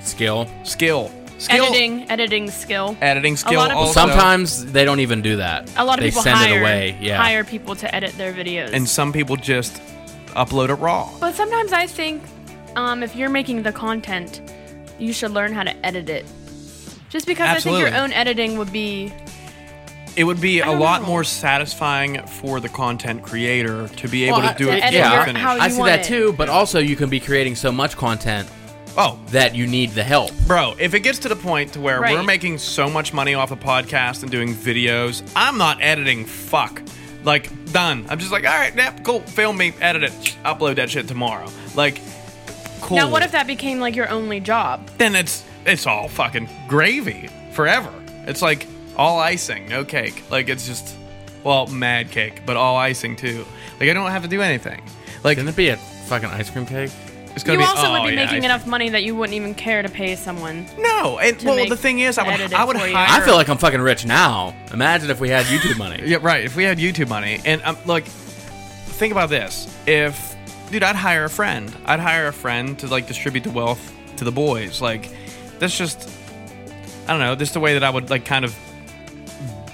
S2: Skill.
S1: Skill. Skill
S3: Editing, editing skill.
S1: editing skill.
S3: lot of
S1: also,
S2: Sometimes they don't even do that.
S3: a lot of
S2: they
S3: people
S2: send
S3: hire,
S2: it away. Yeah.
S3: hire people to edit their videos.
S1: and some people just upload it raw.
S3: but sometimes I think um, if you're making the content, you should learn how to edit it. Just because I think
S1: Absolutely.
S3: your own editing would be
S1: It would be a
S3: don't
S1: lot
S3: know.
S1: more satisfying for the content creator to be able
S2: Well,
S1: to do it.
S3: I- uh, to edit
S1: start to
S3: your-
S1: finish.
S3: how
S2: I
S3: you
S2: see
S3: want
S2: that
S3: it.
S2: too, but also you can be creating so much content
S1: oh,
S2: that you need the help.
S1: bro! If it gets to the point to where
S3: Right.
S1: we're making so much money off a podcast and doing videos, I'm not editing. Fuck. Like done. I'm just like, all right, yep, cool. Film me, edit it, upload that shit tomorrow. Like, cool.
S3: now. What if that became like your only job?
S1: then it's it's all fucking gravy forever. It's like all icing, no cake. Like it's just well, mad cake, but all icing too. Like I don't have to do anything. Like
S2: Can it be a fucking ice cream cake?
S1: it's
S3: You
S1: gonna be
S3: also
S1: oh,
S3: would be
S1: yeah,
S3: making
S1: ice-
S3: enough money that you wouldn't even care to pay someone.
S1: No, and well,
S3: make-
S1: the thing is, I would
S3: edit it
S1: I would
S3: for you.
S1: hire.
S2: I feel like I'm fucking rich now. Imagine if we had YouTube money.
S1: yeah, right. If we had YouTube money, and um, like, think about this: if dude, I'd hire a friend. I'd hire a friend to like distribute the wealth to the boys. Like, that's just I don't know. This is the way that I would like kind of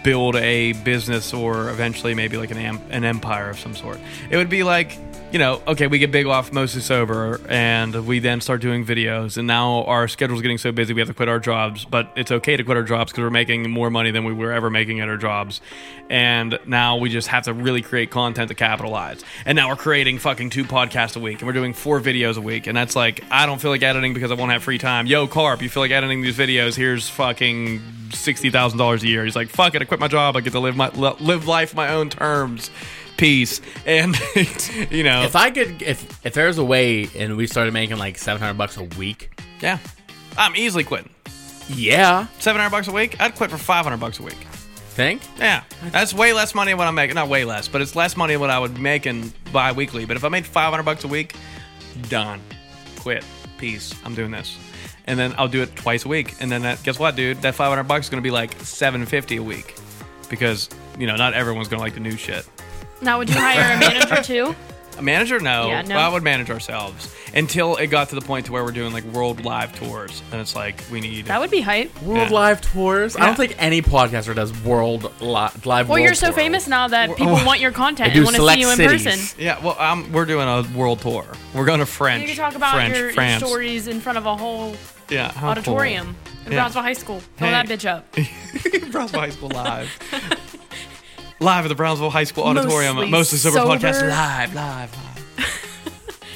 S1: build a business or eventually maybe like an am- an empire of some sort. It would be like you know, okay, we get big off mostly sober, and we then start doing videos, and now our schedule's getting so busy we have to quit our jobs. But it's okay to quit our jobs because we're making more money than we were ever making at our jobs, and now we just have to really create content to capitalize. And now we're creating fucking two podcasts a week, and we're doing four videos a week, and that's like I don't feel like editing because I won't have free time. Yo, Carp, you feel like editing these videos? Here's fucking sixty thousand dollars a year. He's like, "Fuck it, I quit my job. I get to live my li- live life my own terms." Peace. And you know,
S2: If I could, if if there was a way, and we started making like 700 bucks a week,
S1: yeah, I'm easily quitting.
S2: yeah,
S1: Seven hundred bucks a week, I'd quit for five hundred bucks a week.
S2: think
S1: Yeah, that's way less money than what I'm making. Not way less, but it's less money than what I would make in bi-weekly. But if I made five hundred bucks a week, done, quit, peace. I'm doing this, and then I'll do it twice a week. And then that, guess what, dude? That five hundred bucks is gonna be like seven fifty a week, because you know not everyone's gonna like the new shit.
S3: Now would you hire a manager too?
S1: A manager? No.
S3: Yeah, no.
S1: Well, I would manage ourselves until it got to the point to where we're doing like world live tours, and it's like we need.
S3: That would be hype.
S2: world
S1: Yeah.
S2: live tours. I
S1: Yeah.
S2: don't think any podcaster does world li- live.
S3: Well,
S2: world
S3: you're so
S2: tour.
S3: famous now that people want your content
S2: oh, I do
S3: and want to see
S2: select
S3: you in
S2: cities.
S3: person.
S1: yeah, well, um, we're doing a world tour. We're going to French.
S3: You can talk about
S1: French,
S3: your, your
S1: France.
S3: stories in front of a
S2: Oh,
S3: whole
S1: Yeah, how cool.
S3: auditorium in
S1: Yeah.
S3: Brownsville High School. Throw
S1: Hey.
S3: that bitch up.
S1: Brownsville High School live. live at the Brownsville High School auditorium.
S3: Mostly
S1: Mostly sober,
S3: sober.
S1: podcast. Live, live, live.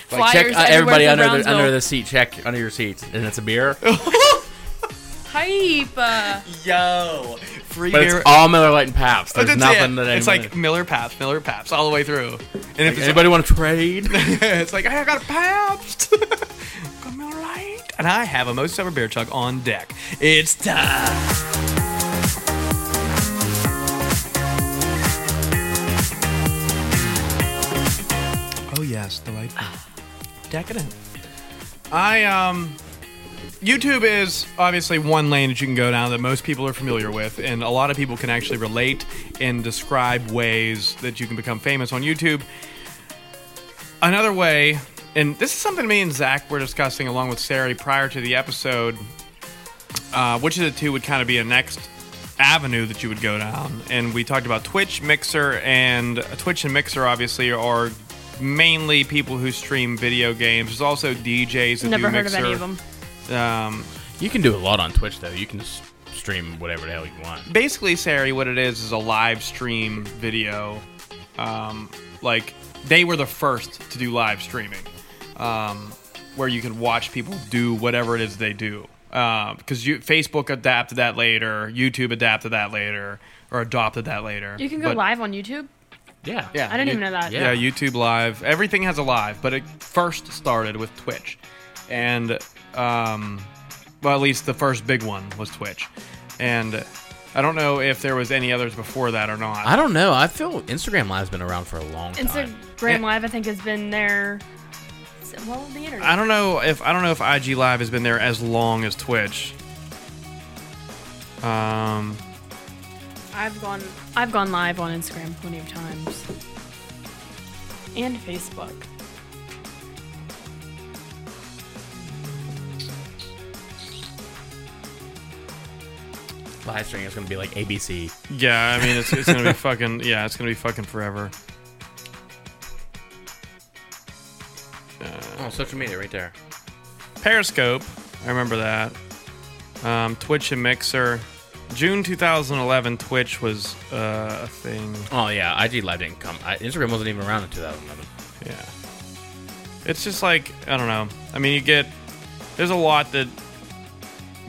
S3: Flyers
S2: Check uh,
S3: everywhere
S2: everybody
S3: for
S2: under the
S3: Brownsville.
S2: under the seat. Check under your seats, and it's a beer,
S3: hype. Uh,
S1: Yo, free
S2: but
S1: beer.
S2: it's all Miller Lite and Pabst. There's
S1: That's
S2: nothing
S1: it.
S2: that
S1: it's
S2: anyone-
S1: like Miller Paps, Miller Paps, all the way through. And if it's
S2: anybody want to trade?
S1: it's like, hey, I got a Pabst. Got Miller Lite. And I have a most sober beer chug on deck. It's time. Oh, yes, delightful. Decadent. I, um, YouTube is obviously one lane that you can go down that most people are familiar with, and a lot of people can actually relate and describe ways that you can become famous on YouTube another way, and this is something me and Zach were discussing along with Sari prior to the episode. Uh, which of the two would kind of be a next avenue that you would go down? And we talked about Twitch, Mixer, and Twitch and Mixer obviously are mainly people who stream video games. There's also DJs that
S3: never
S1: do
S3: heard
S1: Mixer.
S3: of any of them.
S1: Um,
S2: you can do a lot on Twitch though. You can s- stream whatever the hell you want.
S1: basically, Sari, what it is is a live stream video. Um, like they were the first to do live streaming. Um, where you can watch people do whatever it is they do. Because you, Facebook adapted that later, YouTube adapted that later, or adopted that later.
S3: You can go
S1: But-
S3: live on YouTube.
S2: Yeah.
S1: Yeah,
S3: I didn't
S1: you-
S3: even know that.
S1: Yeah. YouTube Live. Everything has a live, but it first started with Twitch, and um, well, at least the first big one was Twitch, and I don't know if there was any others before that or not.
S2: I don't know. I feel Instagram Live's been around for a long time.
S3: Instagram Live, I think, has been there. s- Well, the internet.
S1: I don't know if I don't know if IG Live has been there as long as Twitch. Um,
S3: I've gone. I've gone live on Instagram plenty of times, and Facebook.
S2: Live streaming is going to be like ABC.
S1: yeah, I mean it's, it's gonna be fucking yeah, it's gonna be fucking forever.
S2: Oh, social media right there.
S1: Periscope, I remember that. Um, Twitch and Mixer. June 2011, Twitch was uh, a thing.
S2: Oh yeah, IG Live didn't come. I, Instagram wasn't even around in 2011.
S1: Yeah. It's just like, I don't know. I mean, you get, there's a lot that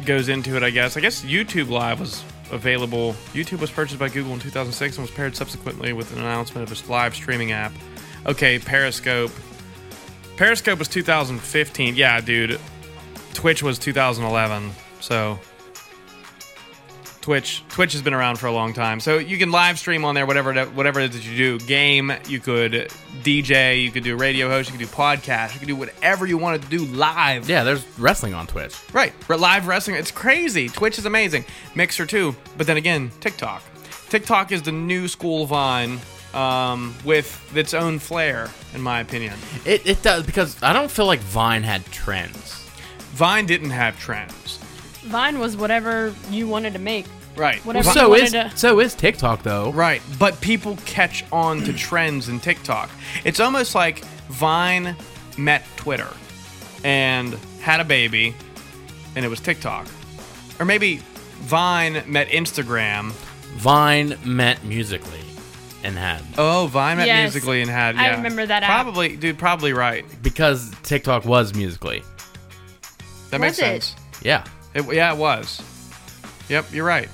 S1: goes into it, I guess. I guess YouTube Live was available. YouTube was purchased by Google in 2006 and was paired subsequently with an announcement of its live streaming app. Okay, Periscope. Periscope was 2015. Yeah, dude. Twitch was 2011. So. Twitch. Twitch has been around for a long time, so you can live stream on there whatever it- whatever it is that you do. Game, you could DJ, you could do radio host, you could do podcast, you could do whatever you want to do live.
S2: Yeah, there's wrestling on Twitch.
S1: Right. Re- Live wrestling. It's crazy. Twitch is amazing. Mixer too. But then again, TikTok. TikTok is the new school Vine um, with its own flair, in my opinion.
S2: It, it does because I don't feel like Vine had trends.
S1: Vine didn't have trends.
S3: Vine was whatever you wanted to make.
S1: Right.
S3: Whatever.
S2: so
S3: you
S2: is
S3: wanted to-
S2: so is TikTok though.
S1: Right, but people catch on to trends in TikTok. It's almost like Vine met Twitter and had a baby, and it was TikTok. Or maybe Vine met Instagram.
S2: Vine met Musically and had
S1: Oh, Vine met
S3: Yes,
S1: Musically and had.
S3: I
S1: yeah.
S3: remember that app.
S1: Probably, dude, probably right.
S2: because TikTok was Musically.
S1: That
S3: Was
S1: makes sense.
S2: Yeah.
S1: It, yeah, it was. Yep, you're right.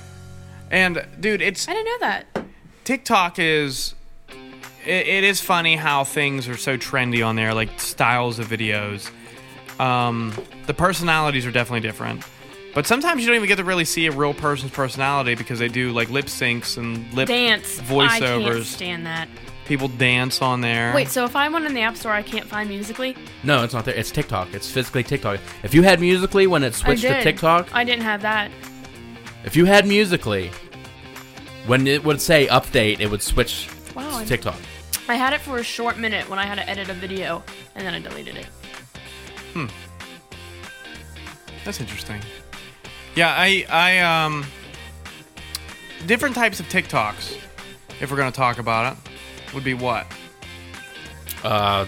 S1: And dude, it's
S3: I didn't know that.
S1: TikTok is it, it is funny how things are so trendy on there, like styles of videos. Um, the personalities are definitely different, but sometimes you don't even get to really see a real person's personality because they do like lip syncs and lip
S3: Dance I can't
S1: voiceovers.
S3: stand that.
S1: People dance on there.
S3: Wait, so if I went in the App Store, I can't find Musically.
S2: No, it's not there. It's TikTok. It's physically TikTok. If you had Musically when it switched
S3: I did.
S2: to TikTok,
S3: I didn't have that.
S2: if you had Musically when it would say update, it would switch
S3: Wow, I-
S2: to TikTok.
S3: I had it for a short minute when I had to edit a video, and then I deleted it.
S1: That's interesting. Yeah, I I um different types of TikToks. If we're gonna talk about it, would be what?
S2: Uh,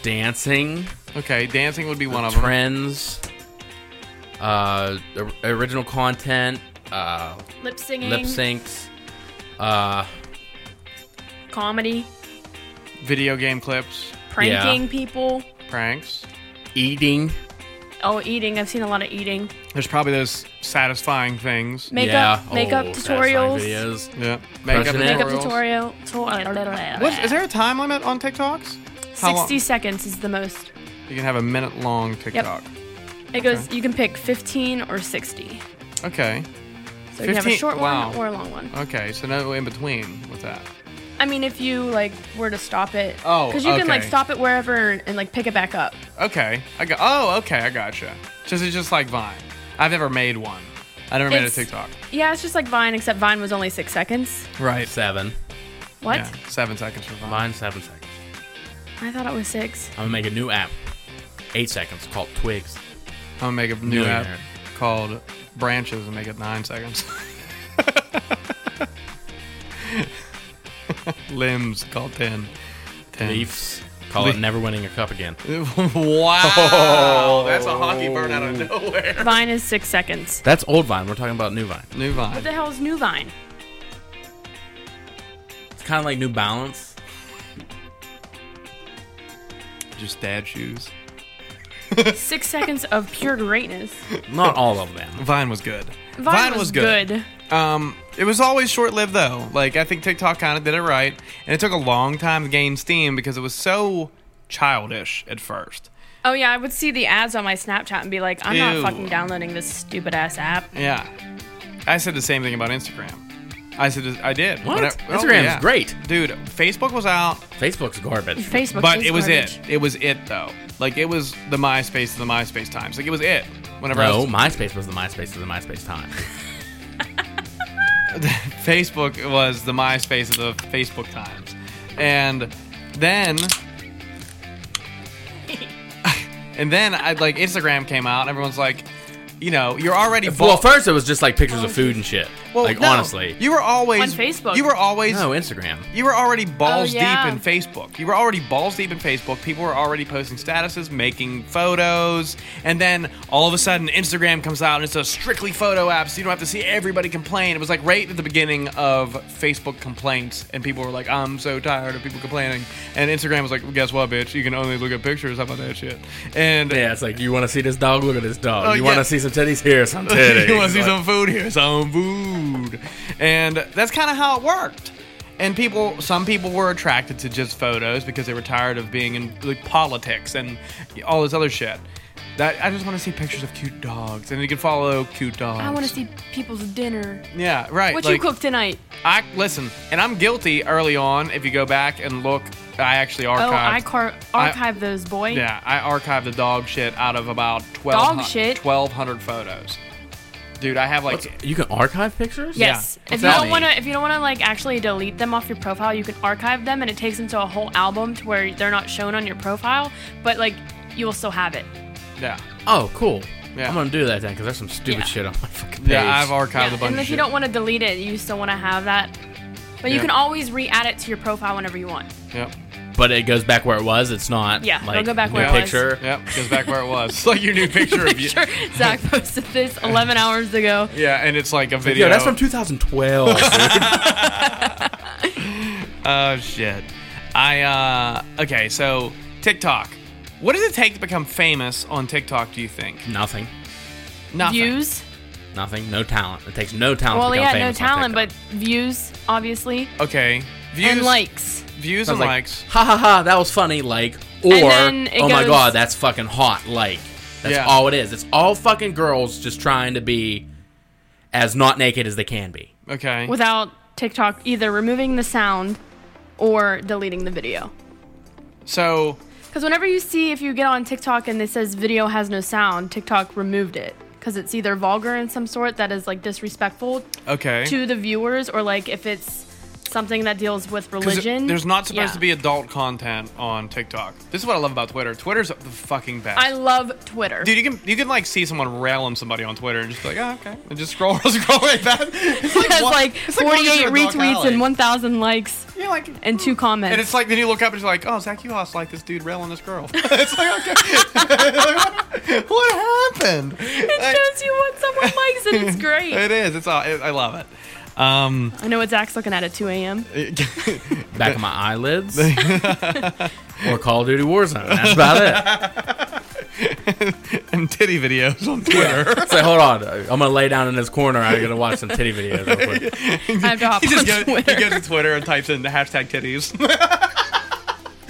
S2: dancing.
S1: Okay, dancing would be one of them.
S2: trends, uh, or- original content, uh,
S3: Lip singing,
S2: lip syncs, uh,
S3: comedy,
S1: Video game clips,
S3: pranking people.
S1: pranks.
S2: eating.
S3: Oh, eating. I've seen a lot of eating.
S1: There's probably those satisfying things.
S3: Makeup,
S2: yeah.
S3: makeup
S2: oh, satisfying
S3: tutorials.
S2: videos.
S1: Yeah.
S2: Makeup
S3: Makeup
S2: tutorials.
S3: tutorial. To-
S1: What, is there a time limit on TikToks? How long-
S3: 60 seconds is the most.
S1: You can have a minute long TikTok.
S3: It goes. You can pick 15 or 60.
S1: Okay.
S3: So you can have a
S1: 15
S3: short
S1: wow.
S3: one or a long one.
S1: Okay. So no in between with that.
S3: I mean, if you like were to stop it.
S1: Oh,
S3: Because you can like
S1: okay.
S3: stop it wherever and, and like pick it back up.
S1: Okay. I got. Oh, okay. I gotcha. Just it's just like Vine. I've never made one. I never made a
S3: It's-
S1: TikTok.
S3: Yeah, it's just like Vine, except Vine was only six seconds.
S1: Right.
S2: Seven.
S3: What?
S1: Yeah. Seven seconds for Vine.
S2: Mine seven seconds.
S3: I thought it was six.
S2: I'm gonna make a new app. Eight seconds called Twigs.
S1: I'm gonna make a new
S2: Millionaire.
S1: app called Branches and make it nine seconds. Limbs called ten.
S2: Hmm.
S1: ten.
S2: Leafs. Call
S1: Leaf-
S2: it never winning a cup again.
S1: wow, that's a hockey burn out of nowhere.
S3: Vine is six seconds.
S2: That's old Vine. We're talking about new Vine.
S1: New
S3: What
S1: Vine.
S3: the hell is New Vine?
S2: It's kind of like New Balance.
S1: Just dad shoes.
S3: Six seconds of pure greatness.
S2: Not all of them.
S1: Vine was good.
S3: Vine, was, good.
S1: Um, it was always short lived though. Like I think TikTok kind of did it right, and it took a long time to gain steam because it was so childish at first.
S3: Oh yeah, I would see the ads on my Snapchat and be like, I'm
S1: Ew.
S3: not fucking downloading this stupid ass app.
S1: Yeah, I said the same thing about Instagram. I said I did.
S2: What?
S1: When I-
S2: Instagram's
S1: oh, yeah.
S2: great.
S1: dude. Facebook was out,
S2: Facebook's garbage.
S3: Facebook.
S1: but
S3: is
S1: it was
S3: garbage.
S1: it. It was it though. Like it was the MySpace of the MySpace times. Like it was it. Whenever I
S2: No,
S1: was,
S2: MySpace was the MySpace of the MySpace time.
S1: Facebook was the MySpace of the Facebook times, and then and then I like Instagram came out. and Everyone's like, you know, you're already
S2: Well,
S1: bought-
S2: first it was just like pictures of food and shit.
S1: Well,
S2: like
S1: no,
S2: honestly,
S1: you were always
S3: On Facebook.
S1: You were always
S2: no Instagram.
S1: You were already balls
S3: Oh, yeah.
S1: deep in Facebook. You were already balls deep in Facebook. People were already posting statuses, making photos, and then all of a sudden Instagram comes out and it's a strictly photo app, so you don't have to see everybody complain. It was like right at the beginning of Facebook complaints, and people were like, "I'm so tired of people complaining," and Instagram was like, well, "Guess what, bitch? You can only look at pictures. How about that shit?" And
S2: Yeah, it's like you want to see this dog? Look at this dog.
S1: Oh,
S2: you
S1: yeah.
S2: want to see some titties? Here, some titties.
S1: you want to see
S2: Like,
S1: some food here? Some food. And that's kind of how it worked. And people, some people were attracted to just photos because they were tired of being in like politics and all this other shit. That I just want to see pictures of cute dogs, and you can follow cute dogs.
S3: I want to see people's dinner.
S1: Yeah, right.
S3: What you
S1: like-
S3: cook tonight?
S1: I listen, and I'm guilty early on. If you go back and look, I actually
S3: Oh,
S1: archived.
S3: I car-
S1: I-
S3: archive those boy.
S1: Yeah, I archived the dog shit out of about twelve
S3: Dog shit?
S1: twelve hundred photos. Dude, I have like
S2: what's- You can archive pictures.
S3: Yes.
S2: Yeah. What's
S3: If you
S2: that
S3: don't
S2: mean?
S3: want to, if you don't want to like actually delete them off your profile, you can archive them, and it takes them to a whole album to where they're not shown on your profile, but like you will still have it.
S1: yeah.
S2: Oh, cool.
S1: Yeah.
S2: I'm gonna do that then because there's some stupid
S3: Yeah.
S2: shit on my fucking page.
S1: Yeah, I've archived a
S3: Yeah,
S1: bunch. of
S3: and if you
S1: shit.
S3: don't want to delete it, you still want to have that. But
S1: Yeah.
S3: you can always re-add it to your profile whenever you want.
S1: Yep.
S2: but it goes back where it was. It's not.
S3: Yeah, it'll
S2: like,
S3: go back
S2: new
S3: where it was.
S2: picture.
S1: Yep. Goes back where it was. It's like your new picture of you.
S3: Sure, Zach posted this 11 hours ago.
S1: Yeah, and it's like a video.
S2: Yo, that's from 2012. dude.
S1: Oh shit. I uh okay, so TikTok. What does it take to become famous on TikTok, do you think?
S2: nothing,
S1: Nothing.
S3: Views.
S2: nothing, no talent. It takes no talent.
S3: Well,
S2: to become
S3: yeah, no
S2: famous on
S3: talent,
S2: TikTok.
S3: but views, obviously,
S1: Okay. Views
S3: and likes.
S1: views
S2: I
S1: and
S2: was like,
S1: likes.
S2: Ha ha ha! That was funny. Like, or
S3: And then
S2: oh
S3: it
S2: my
S3: goes-
S2: god, that's fucking hot. Like, that's
S1: Yeah.
S2: all it is. It's all fucking girls just trying to be as not naked as they can be.
S1: Okay.
S3: without TikTok either removing the sound or deleting the video.
S1: so
S3: Because whenever you see, if you get on TikTok and it says video has no sound, TikTok removed it because it's either vulgar in some sort that is like disrespectful
S1: okay.
S3: to the viewers, or like if it's something that deals with
S1: 'Cause it-
S3: religion.
S1: There's not supposed
S3: yeah.
S1: to be adult content on TikTok. This is what I love about Twitter. Twitter's the fucking best.
S3: I love Twitter.
S1: Dude, you can you can like see someone railing somebody on Twitter and just be like, oh, okay, and just scroll scroll right back. It's
S3: it has
S1: one-
S3: like
S1: it's walking
S3: 48
S1: through a dark
S3: retweets
S1: alley.
S3: and 1,000 likes
S1: You're like,
S3: and two comments.
S1: And it's like then you look up and you're like, oh, Zach Ulas like this dude railing this girl. it's like, okay, what, what happened?
S3: it
S1: uh,
S3: shows you what someone likes, and it's
S1: It
S3: great.
S1: is. It's all. It, I love it. Um,
S3: I know what Zach's looking at at 2 a.m.
S2: Back of my eyelids, or Call of Duty Warzone. That's about it.
S1: and titty videos on Twitter.
S2: It's like, hold on, I'm gonna lay down in this corner. I'm gonna watch some titty videos. Real quick.
S3: I have to hop
S1: He
S3: on
S1: just goes, he
S3: Twitter.
S1: goes to Twitter and types in the hashtag titties.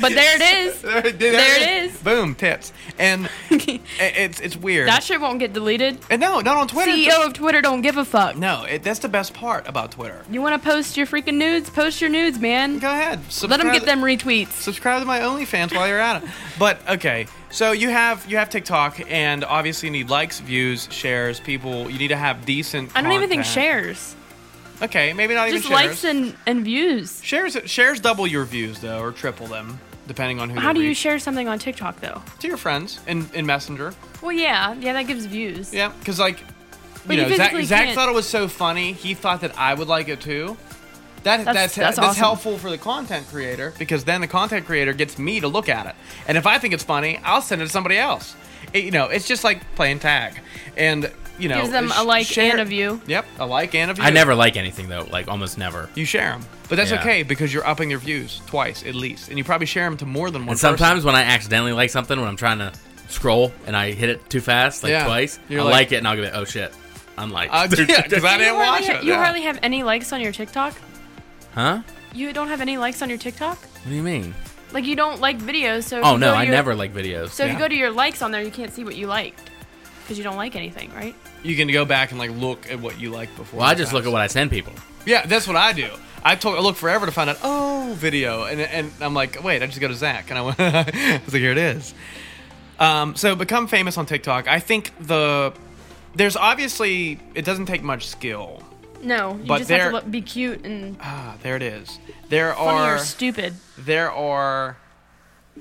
S3: But there it is.
S1: there it
S3: There it is.
S1: Boom, tits. And it- it's it's weird.
S3: That shit won't get deleted.
S1: and no, not on Twitter.
S3: CEO of Twitter don't give a fuck.
S1: No, it, that's the best part about Twitter.
S3: You want to post your freaking nudes? Post your nudes, man.
S1: Go ahead.
S3: Let them
S1: subscribe-
S3: get them retweets.
S1: subscribe to my OnlyFans while you're at it. But okay, so you have you have TikTok, and obviously you need likes, views, shares, people. You need to have decent.
S3: I don't even think
S1: content.
S3: shares.
S1: Okay, maybe not
S3: Just
S1: even shares.
S3: likes and, and views.
S1: shares shares double your views though, or triple them, depending on who.
S3: How do you
S1: reach.
S3: share something on TikTok though?
S1: to your friends in in Messenger?
S3: Well, yeah, yeah, that gives views.
S1: Yeah, because like.
S3: But
S1: You
S3: you
S1: know, Zach,
S3: physically
S1: Zach
S3: can't-
S1: thought it was so funny. He thought that I would like it too. That, that's that's,
S3: that's awesome.
S1: helpful for the content creator because then the content creator gets me to look at it, and if I think it's funny, I'll send it to somebody else. It- you know, it's just like playing tag, and you know,
S3: Gives them a
S1: sh-
S3: like and a view.
S1: Yep, a like and a view.
S2: I never like anything though. Like almost never.
S1: You share them, but that's
S2: Yeah.
S1: okay because you're upping your views twice at least, and you probably share them to more than one.
S2: And sometimes when I accidentally like something, when I'm trying to scroll and I hit it too fast, like
S1: Yeah.
S2: twice,
S1: You're
S2: I
S1: like-
S2: like, it and I'll go, oh shit, unlike.
S1: Uh, yeah, because I
S3: You
S1: didn't watch
S3: hardly-
S1: it.
S3: You
S1: yeah.
S3: hardly have any likes on your TikTok.
S2: huh?
S3: You don't have any likes on your TikTok.
S2: What do you mean?
S3: Like you don't like videos. So if
S2: Oh
S3: you
S2: no,
S3: go to
S2: I
S3: your-
S2: never like videos.
S3: So if
S1: Yeah.
S3: you go to your likes on there, you can't see what you liked because you don't like anything, right?
S1: You can go back and like look at what you liked before.
S2: well, I just look at what I send people.
S1: Yeah, that's what I do. I took I look forever to find out. Oh, video, and and I'm like, wait, I just go to Zach, and I went, I was like, here it is. Um, so become famous on TikTok. I think the there's obviously it doesn't take much skill.
S3: No, you
S1: But
S3: just have
S1: there-
S3: to look, be cute and
S1: Ah, there it is. There
S3: funny
S1: are
S3: or stupid.
S1: there are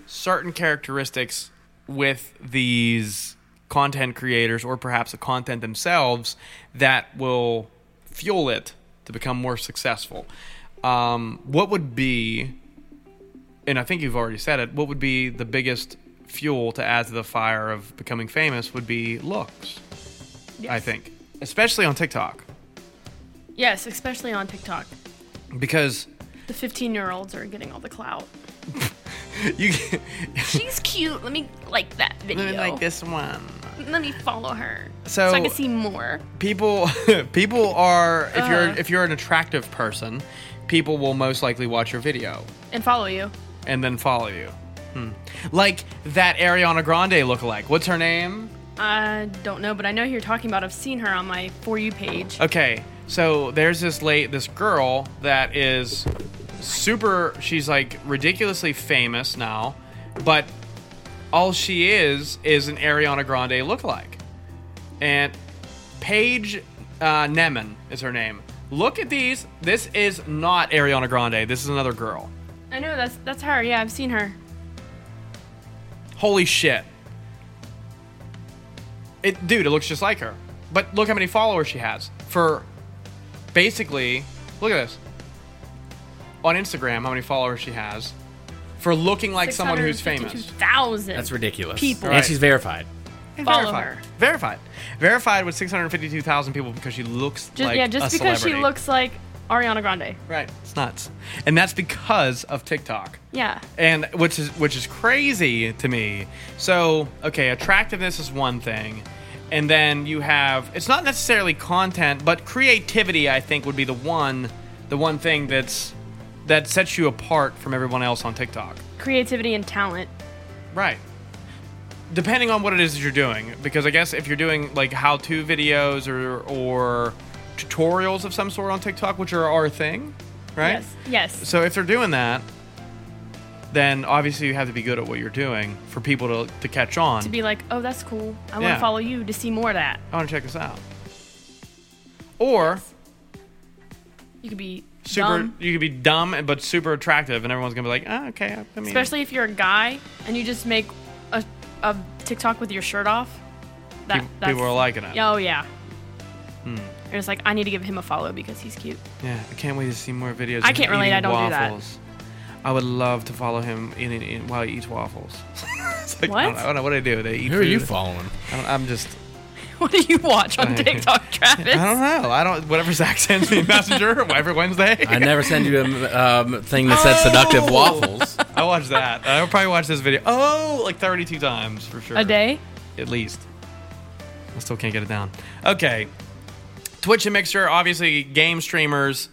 S1: certain characteristics with these content creators or perhaps the content themselves that will fuel it to become more successful. Um, what would be, and I think you've already said it, what would be the biggest fuel to add to the fire of becoming famous would be looks, I
S3: Yes.
S1: think, especially on TikTok.
S3: Yes, especially on TikTok.
S1: Because
S3: The 15 year olds are getting all the clout.
S1: you
S3: She's cute. Let me like that video.
S1: let me like this one.
S3: Let me follow her.
S1: So-
S3: so I can see more.
S1: people people are if you're if you're an attractive person people will most likely watch your video
S3: and follow you.
S1: and then follow you Hmm. like that ariana grande lookalike what's her name
S3: I don't know, but I know who you're talking about. I've seen her on my For You page.
S1: okay so there's this late this girl that is super she's like ridiculously famous now but all she is is an ariana grande lookalike and Paige uh, Neman is her name. Look at these. This is not Ariana Grande. This is another girl.
S3: I know that's that's her. Yeah, I've seen her.
S1: Holy shit. It, dude, it looks just like her. But look how many followers she has. For basically, look at this. On Instagram, how many followers she has for looking like someone who's famous.
S3: Thousand.
S2: That's ridiculous.
S3: People.
S2: And
S1: Right.
S2: she's verified.
S1: And
S3: Follow
S1: verified.
S3: her.
S1: Verified. Verified with 652,000 people because she looks
S3: Just,
S1: like
S3: yeah, just
S1: a
S3: because she
S1: celebrity.
S3: looks like Ariana Grande.
S1: Right. It's nuts. And that's because of TikTok.
S3: Yeah.
S1: and which is which is crazy to me. So okay, attractiveness is one thing, and then you have it's not necessarily content, but creativity. I think would be the one the one thing that's that sets you apart from everyone else on TikTok.
S3: Creativity and talent.
S1: Right. Depending on what it is that you're doing, because I guess if you're doing like how-to videos or or tutorials of some sort on TikTok, which are our thing, right?
S3: Yes. Yes.
S1: So if they're doing that, then obviously you have to be good at what you're doing for people to, to catch on.
S3: to be like, oh, that's cool. I want
S1: Yeah.
S3: to follow you to see more of that.
S1: I want to check this out. Or
S3: You could be
S1: super,
S3: dumb,
S1: you could be dumb and- but super attractive, and everyone's gonna be like, oh, okay. I mean,
S3: especially if you're a guy and you just make a, a TikTok with your shirt off. That
S1: Peop- people are Hmm. liking it.
S3: Yeah, Oh yeah. And it's like I need to give him a follow because he's cute.
S1: yeah, I can't wait to see more videos.
S3: I can't relate, I don't do that.
S1: do that. I would love to follow him in, in, in- while he eats waffles. It's like, I don't
S3: What?
S1: know- I don't know what do I do. They eat
S2: Who are you
S1: food?
S2: following?
S1: I don't- I'm just.
S3: What do you watch on
S1: Right.
S3: TikTok, Travis?
S1: I don't know. I don't. Whatever Zach sends me, messenger every Wednesday.
S2: I never send you a um, thing that
S3: Oh.
S2: says seductive waffles.
S1: I watched that. I would probably watch this video. Oh, like 32 times for sure.
S3: A day?
S1: At least. I still can't get it down. Okay. Twitch and Mixer, obviously, game streamers,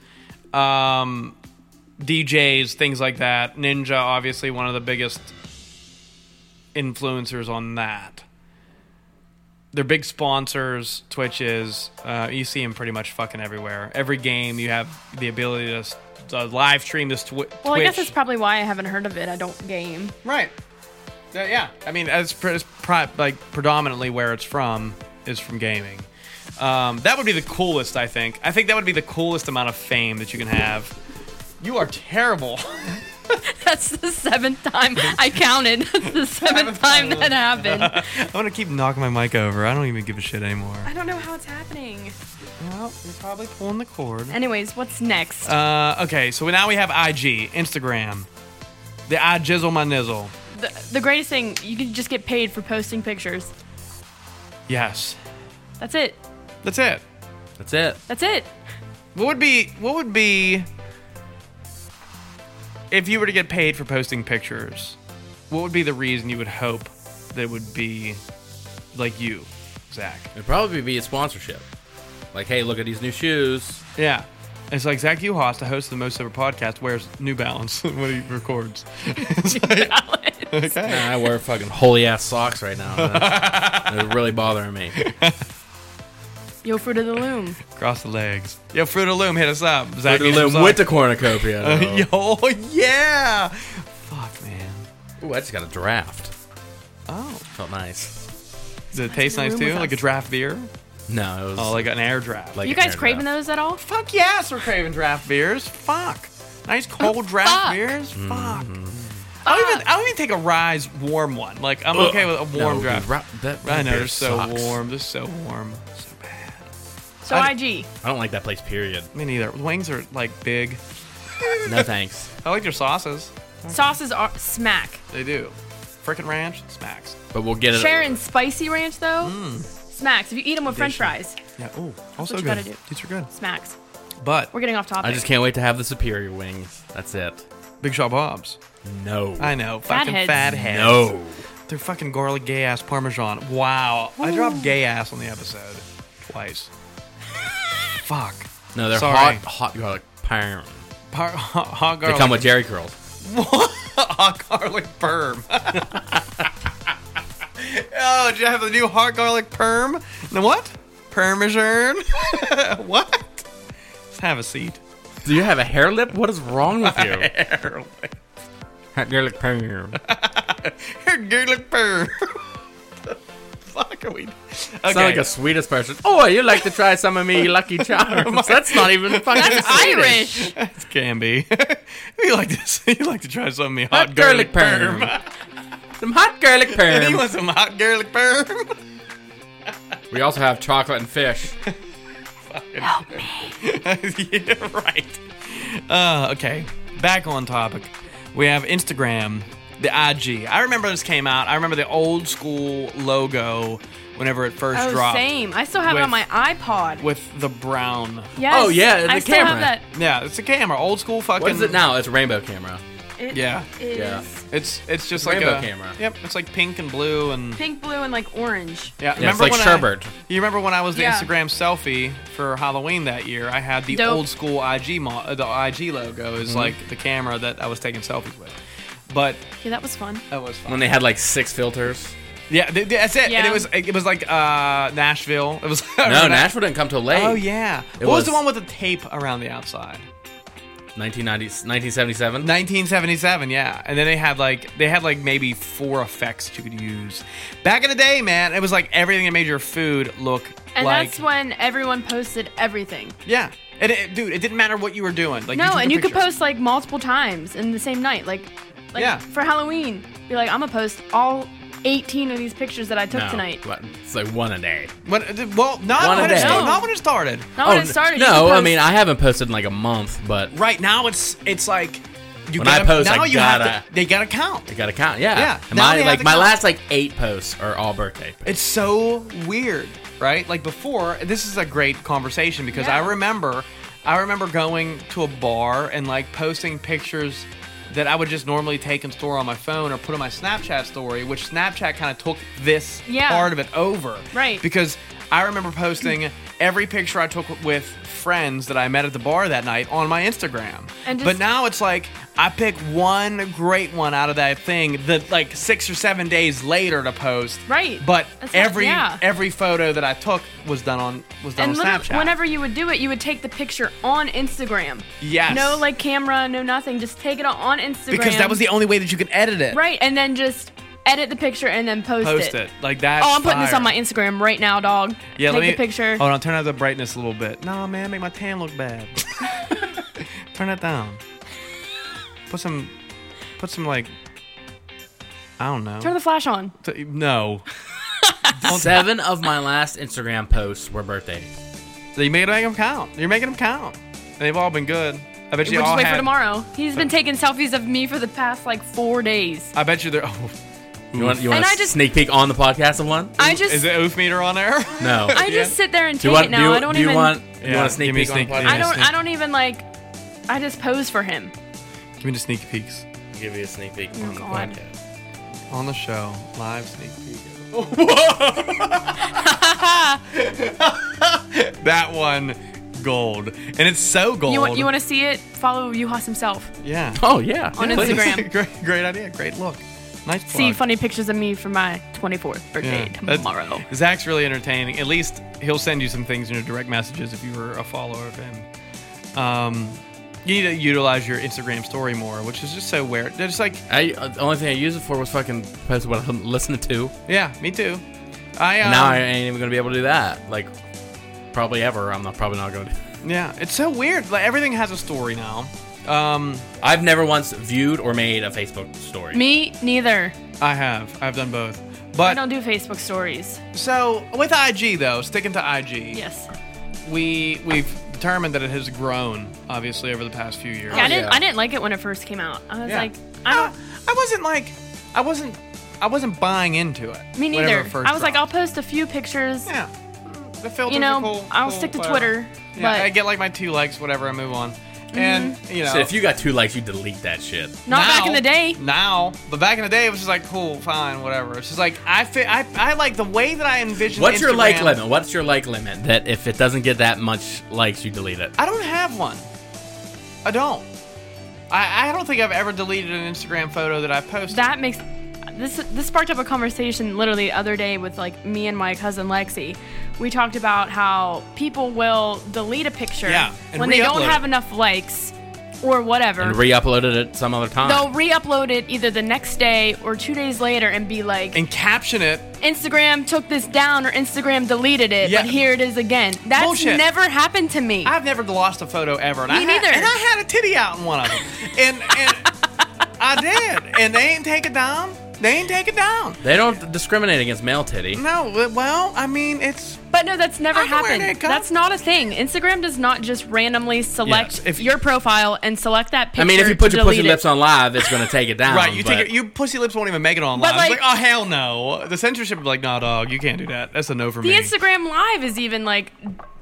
S1: um, DJs, things like that. Ninja, obviously, one of the biggest influencers on that. They're big sponsors. Twitch is. Uh, you see them pretty much fucking everywhere. Every game, you have the ability to, s- to live stream this twi- Twitch.
S3: Well, I guess that's probably why I haven't heard of it. I don't game.
S1: Right. Uh, yeah. I mean, that's pre- it's pri- like predominantly where it's from is from gaming. Um, that would be the coolest, I think. I think that would be the coolest amount of fame that you can have. You are terrible.
S3: That's the seventh time I counted. That's the seventh time that happened.
S1: I'm gonna keep knocking my mic over. I don't even give a shit anymore.
S3: I don't know how it's happening.
S1: Well, you're probably pulling the cord.
S3: Anyways, what's next?
S1: Uh, okay, so now we have IG, Instagram, the I jizzle my nizzle.
S3: the, the greatest thing you can just get paid for posting pictures.
S1: Yes,
S3: That's it.
S1: that's it.
S2: That's it.
S3: That's it.
S1: What would be what would be if you were to get paid for posting pictures? What would be the reason you would hope that would be like you, Zach.
S2: It'd probably be a sponsorship. Like, hey, look at these new shoes.
S1: Yeah. It's like Zach Uhas, the host of the Most Sober podcast, wears New Balance when he records. It's like, okay.
S2: Man, I wear fucking holy ass socks right now. man. That's- They're really bothering me.
S3: Yo, fruit of the loom.
S1: Cross the legs. Yo, Fruit of the Loom, hit us up.
S2: Fruit
S1: Zach
S2: of
S1: needs
S2: the
S1: some
S2: Loom with the
S1: socks.
S2: cornucopia. though.
S1: Yo, oh, yeah. Fuck, man.
S2: Ooh, I just got a draft.
S1: Oh.
S2: Felt nice.
S1: Does it taste
S3: in the
S1: nice
S3: room
S1: too?
S3: with
S1: Like a
S3: us.
S1: draft beer?
S2: No, it was
S1: Oh, like an air draft.
S2: like
S3: You
S2: an
S3: guys
S2: air
S3: craving
S2: draft.
S3: those at all?
S1: Fuck yes, we're craving draft beers. Fuck. Nice cold draft
S3: Oh, Fuck.
S1: beers. Fuck. I don't even. I don't even take a rise warm one. Like I'm okay with a warm
S2: No,
S1: draft.
S2: dude, ra- that
S1: I know
S2: beer
S1: they're so
S2: sucks.
S1: warm. They're so warm. So bad.
S3: So
S1: I-
S3: IG.
S2: I don't like that place. Period.
S1: Me neither. Wings are like big.
S2: No thanks.
S1: I like their sauces.
S3: Sauces are smack.
S1: They do. Frickin' ranch smacks.
S2: But we'll get it.
S3: Sharon's spicy ranch though.
S2: Mm.
S3: Smacks. If you eat them with French fries,
S1: Yeah. Oh, also
S3: what you
S1: good.
S3: gotta do.
S1: These are good.
S3: smacks.
S1: But
S3: We're getting off topic.
S2: I just can't wait to have the superior wings. That's it.
S1: Big Shot Bob's.
S2: No.
S1: I know. Fucking
S3: Fatheads.
S1: fat heads.
S2: No.
S1: They're fucking garlic gay ass parmesan. Wow. I dropped gay ass on the episode twice. Fuck.
S2: No, they're
S1: Sorry. Oh,
S2: hot, hot garlic parm.
S1: Par- hot, hot
S2: They
S1: garlic.
S2: come with Jerry curls.
S1: hot garlic perm. oh, did you have the new hot garlic perm? The what? Parmesan. what? Let's have a seat.
S2: Do you have a hair lip? What is wrong with you? Hot garlic parm.
S1: garlic perm. Fuck are we?
S2: It's not like a Swedish person. Oh, you like to try some of me Lucky Charms? That's not even fucking
S3: That's
S2: Swedish.
S3: Irish.
S1: It can be. you like to you like to try some of me hot,
S2: Hot garlic perm. Some hot garlic
S1: If you
S2: perm.
S1: want some hot garlic perm,
S2: We also have chocolate and fish.
S1: yeah, right. Uh, okay, back on topic. We have Instagram, the IG. I remember this came out. I remember the old school logo whenever it first
S3: Oh,
S1: dropped
S3: same. I still have it on my
S1: With-
S3: iPod.
S1: with the brown.
S3: yes.
S2: Oh, yeah,
S3: I
S2: the
S3: still
S2: camera.
S3: have that.
S1: Yeah, it's a camera. Old school fucking.
S2: What is it now? It's a rainbow camera.
S3: It
S1: Yeah.
S3: is
S2: Yeah.
S1: It's it's just like
S2: Rainbow
S1: a
S2: camera.
S1: Yep, it's like pink and blue and
S3: pink, blue, and like orange.
S1: yeah.
S2: Yeah, it's like
S1: when I-
S2: sherbet.
S1: you remember when I was the
S3: Yeah.
S1: Instagram selfie for Halloween that year? I had the
S3: Dope.
S1: old school IG mo- uh, the IG logo
S2: Mm-hmm.
S1: is like the camera that I was taking selfies with. But
S3: Yeah, that was fun.
S1: that was fun.
S2: When they had like six filters.
S1: yeah, th- th- that's it. And
S3: Yeah.
S1: it was it was like uh, Nashville. It was
S3: Oh,
S2: No, Nashville didn't come till late.
S1: Oh yeah.
S2: It
S1: what was,
S2: was-
S1: the one with the tape around the outside?
S2: 1990, 1977.
S1: 1977, yeah. And then they had like they had like maybe four effects you could use. Back in the day, man, it was like everything that made your food look
S3: And
S1: like
S3: that's when everyone posted everything.
S1: yeah. And it, dude, it didn't matter what you were doing. Like
S3: no,
S1: took
S3: and
S1: a
S3: you could
S1: picture.
S3: post like multiple times in the same night. Like, like
S1: Yeah.
S3: for Halloween, be like, I'm gonna post all 18 of these pictures that I took
S2: No,
S3: tonight.
S2: what- It's like one a day.
S1: When, uh, well, not
S2: One a
S1: when it
S2: day.
S1: started.
S3: No.
S1: Not when it started.
S3: Not when Oh, it started. you
S2: No,
S3: could
S2: I
S3: post-
S2: mean I haven't posted in like a month, but
S1: Right now, it's it's like you
S2: When I
S1: gotta,
S2: post,
S1: now
S2: I
S1: you have
S2: gotta-
S1: to, they gotta count.
S2: I gotta count. Yeah,
S1: Yeah,
S2: And
S1: now
S2: my
S1: they have
S2: like
S1: to
S2: my
S1: count.
S2: last like eight posts are all birthday. Posts.
S1: It's so weird, right? Like before, this is a great conversation because
S3: Yeah.
S1: I remember, I remember going to a bar and like posting pictures that I would just normally take and store on my phone or put on my Snapchat story, which Snapchat kind of took this
S3: Yeah.
S1: part of it over,
S3: Right.
S1: Because I remember posting every picture I took with friends that I met at the bar that night on my Instagram,
S3: And just-
S1: but now it's like. I pick one great one out of that thing that like six or seven days later to post.
S3: Right.
S1: But
S3: That's what-
S1: every
S3: yeah.
S1: every photo that I took was done on was done
S3: and
S1: on
S3: literally,
S1: Snapchat.
S3: whenever you would do it, you would take the picture on Instagram.
S1: Yes.
S3: No, like camera, no nothing. Just take it on Instagram.
S1: because that was the only way that you could edit it.
S3: right, and then just edit the picture and then post,
S1: Post it like that.
S3: Oh, I'm putting this on my Instagram right now, dog.
S1: yeah.
S3: take
S1: let me
S3: the picture.
S1: Hold on, turn up the brightness a little bit. Nah, man, make my tan look bad. turn it down. Put some, put some like, I don't know.
S3: Turn the flash on.
S1: T- no,
S2: Seven of my last Instagram posts were birthdays.
S1: you made make them count. You're making them count. And they've all been good. I bet you
S3: We'll
S1: all
S3: just wait
S1: had, Oh.
S3: for tomorrow. He's been taking selfies of me for the past like four days.
S1: I bet you they're. Oh,
S2: You want you want
S3: And I
S2: a
S3: just-
S2: sneak peek on the podcast of one?
S3: I just,
S1: is the oof meter on there?
S2: No.
S3: I just sit there and
S2: do
S3: take
S2: you want
S3: it now.
S2: do, you-
S3: I don't
S2: do you
S3: even.
S2: want you
S1: Yeah,
S2: want a sneak
S1: give me a
S2: peek on the
S1: sneak
S2: podcast?
S1: peek.
S3: I don't.
S1: sneak-
S3: I don't even like. I just pose for him.
S1: Give me the sneaky peeks.
S2: give you a sneak peek
S3: Oh,
S2: on the
S3: God.
S2: podcast.
S1: Oh on the show, live sneak peek. that one, gold, and it's so gold.
S3: You want you want to see it? Follow Yuhas himself
S1: Yeah.
S2: Oh yeah.
S3: on
S1: Please.
S3: Instagram.
S1: great, great idea. Great look. Nice. Plug.
S3: see funny pictures of me for my 24th birthday
S1: that's-
S3: tomorrow.
S1: Zach's really entertaining. At least he'll send you some things in your direct messages if you were a follower of him. Um, you need to utilize your Instagram story more, which is just so weird. They're just like,
S2: I uh, the only thing I used it for was fucking post what I'm listening to.
S1: yeah, me too. I um,
S2: And
S3: Oh.
S2: now I ain't even gonna be able to do that. Like probably ever. I'm not probably not gonna. do
S1: yeah, it's so weird. Like everything has a story now. Um,
S2: I've never once viewed or made a Facebook story.
S3: Me neither.
S1: I have, I've done both.
S3: I
S1: But
S3: don't do Facebook stories.
S1: so with IG though, sticking to IG,
S3: Yes.
S1: we we've determined that it has grown obviously over the past few years.
S3: Yeah, I didn't I didn't like it when it first came out. I was
S1: Oh, Yeah.
S3: like, I don't.
S1: I wasn't like, I wasn't, I wasn't buying into it.
S3: Me
S1: whenever
S3: neither.
S1: it first
S3: I was like, I'll
S1: dropped.
S3: post a few pictures.
S1: yeah, the filters
S3: You
S1: are
S3: know,
S1: cool,
S3: I'll
S1: cool,
S3: stick to
S1: whatever.
S3: Twitter.
S1: Yeah,
S3: but Mm-hmm.
S1: I get like my two likes, whatever. I move on, and you know,
S2: So if you got two likes, you delete that shit.
S3: not back
S1: now-
S3: in the day.
S1: Now, but back in the day, it was just like cool, fine, whatever. It's just like I fit. I, I like the way that I envision.
S2: What's your like
S1: Instagram-
S2: limit? What's your like limit? That if it doesn't get that much likes, you delete
S3: Uh,
S2: it.
S1: I don't have one. I don't. I, I don't think I've ever deleted an Instagram photo that I posted.
S3: That makes this this sparked up a conversation literally the other day with like me and my cousin Lexi. We talked about how people will delete a picture
S1: Yeah, and
S3: when they don't
S1: re-upload
S3: have
S1: it.
S3: enough likes or whatever.
S2: And re-uploaded it some other time.
S3: They'll re-upload it either the next day or two days later and be like,
S1: and caption it.
S3: Instagram took this down or Instagram deleted it,
S1: Yeah.
S3: but here it is again. That's
S1: Bullshit.
S3: never happened to me.
S1: I've never lost a photo ever. And
S3: Me
S1: I had-
S3: neither.
S1: and I had a titty out in one of them. And, and I did. And they ain't take it down. They ain't take it down.
S2: They don't discriminate against male titty.
S1: No, well, I mean, it's
S3: But no, that's never
S1: I know where
S3: happened.
S1: they come-
S3: That's not a thing. Instagram does not just randomly select
S2: Yeah, if-
S3: your profile and select that picture.
S2: I mean, if you put
S3: to
S2: your pussy
S3: delete it.
S2: lips on live, it's gonna take it down.
S1: right. You
S2: Um, but-
S1: take it, you pussy lips won't even make it online.
S3: But,
S1: It's
S3: like-
S1: oh hell no. The censorship would be like, nah, dog, you can't do that. That's a no for
S3: The
S1: me.
S3: Instagram Live is even like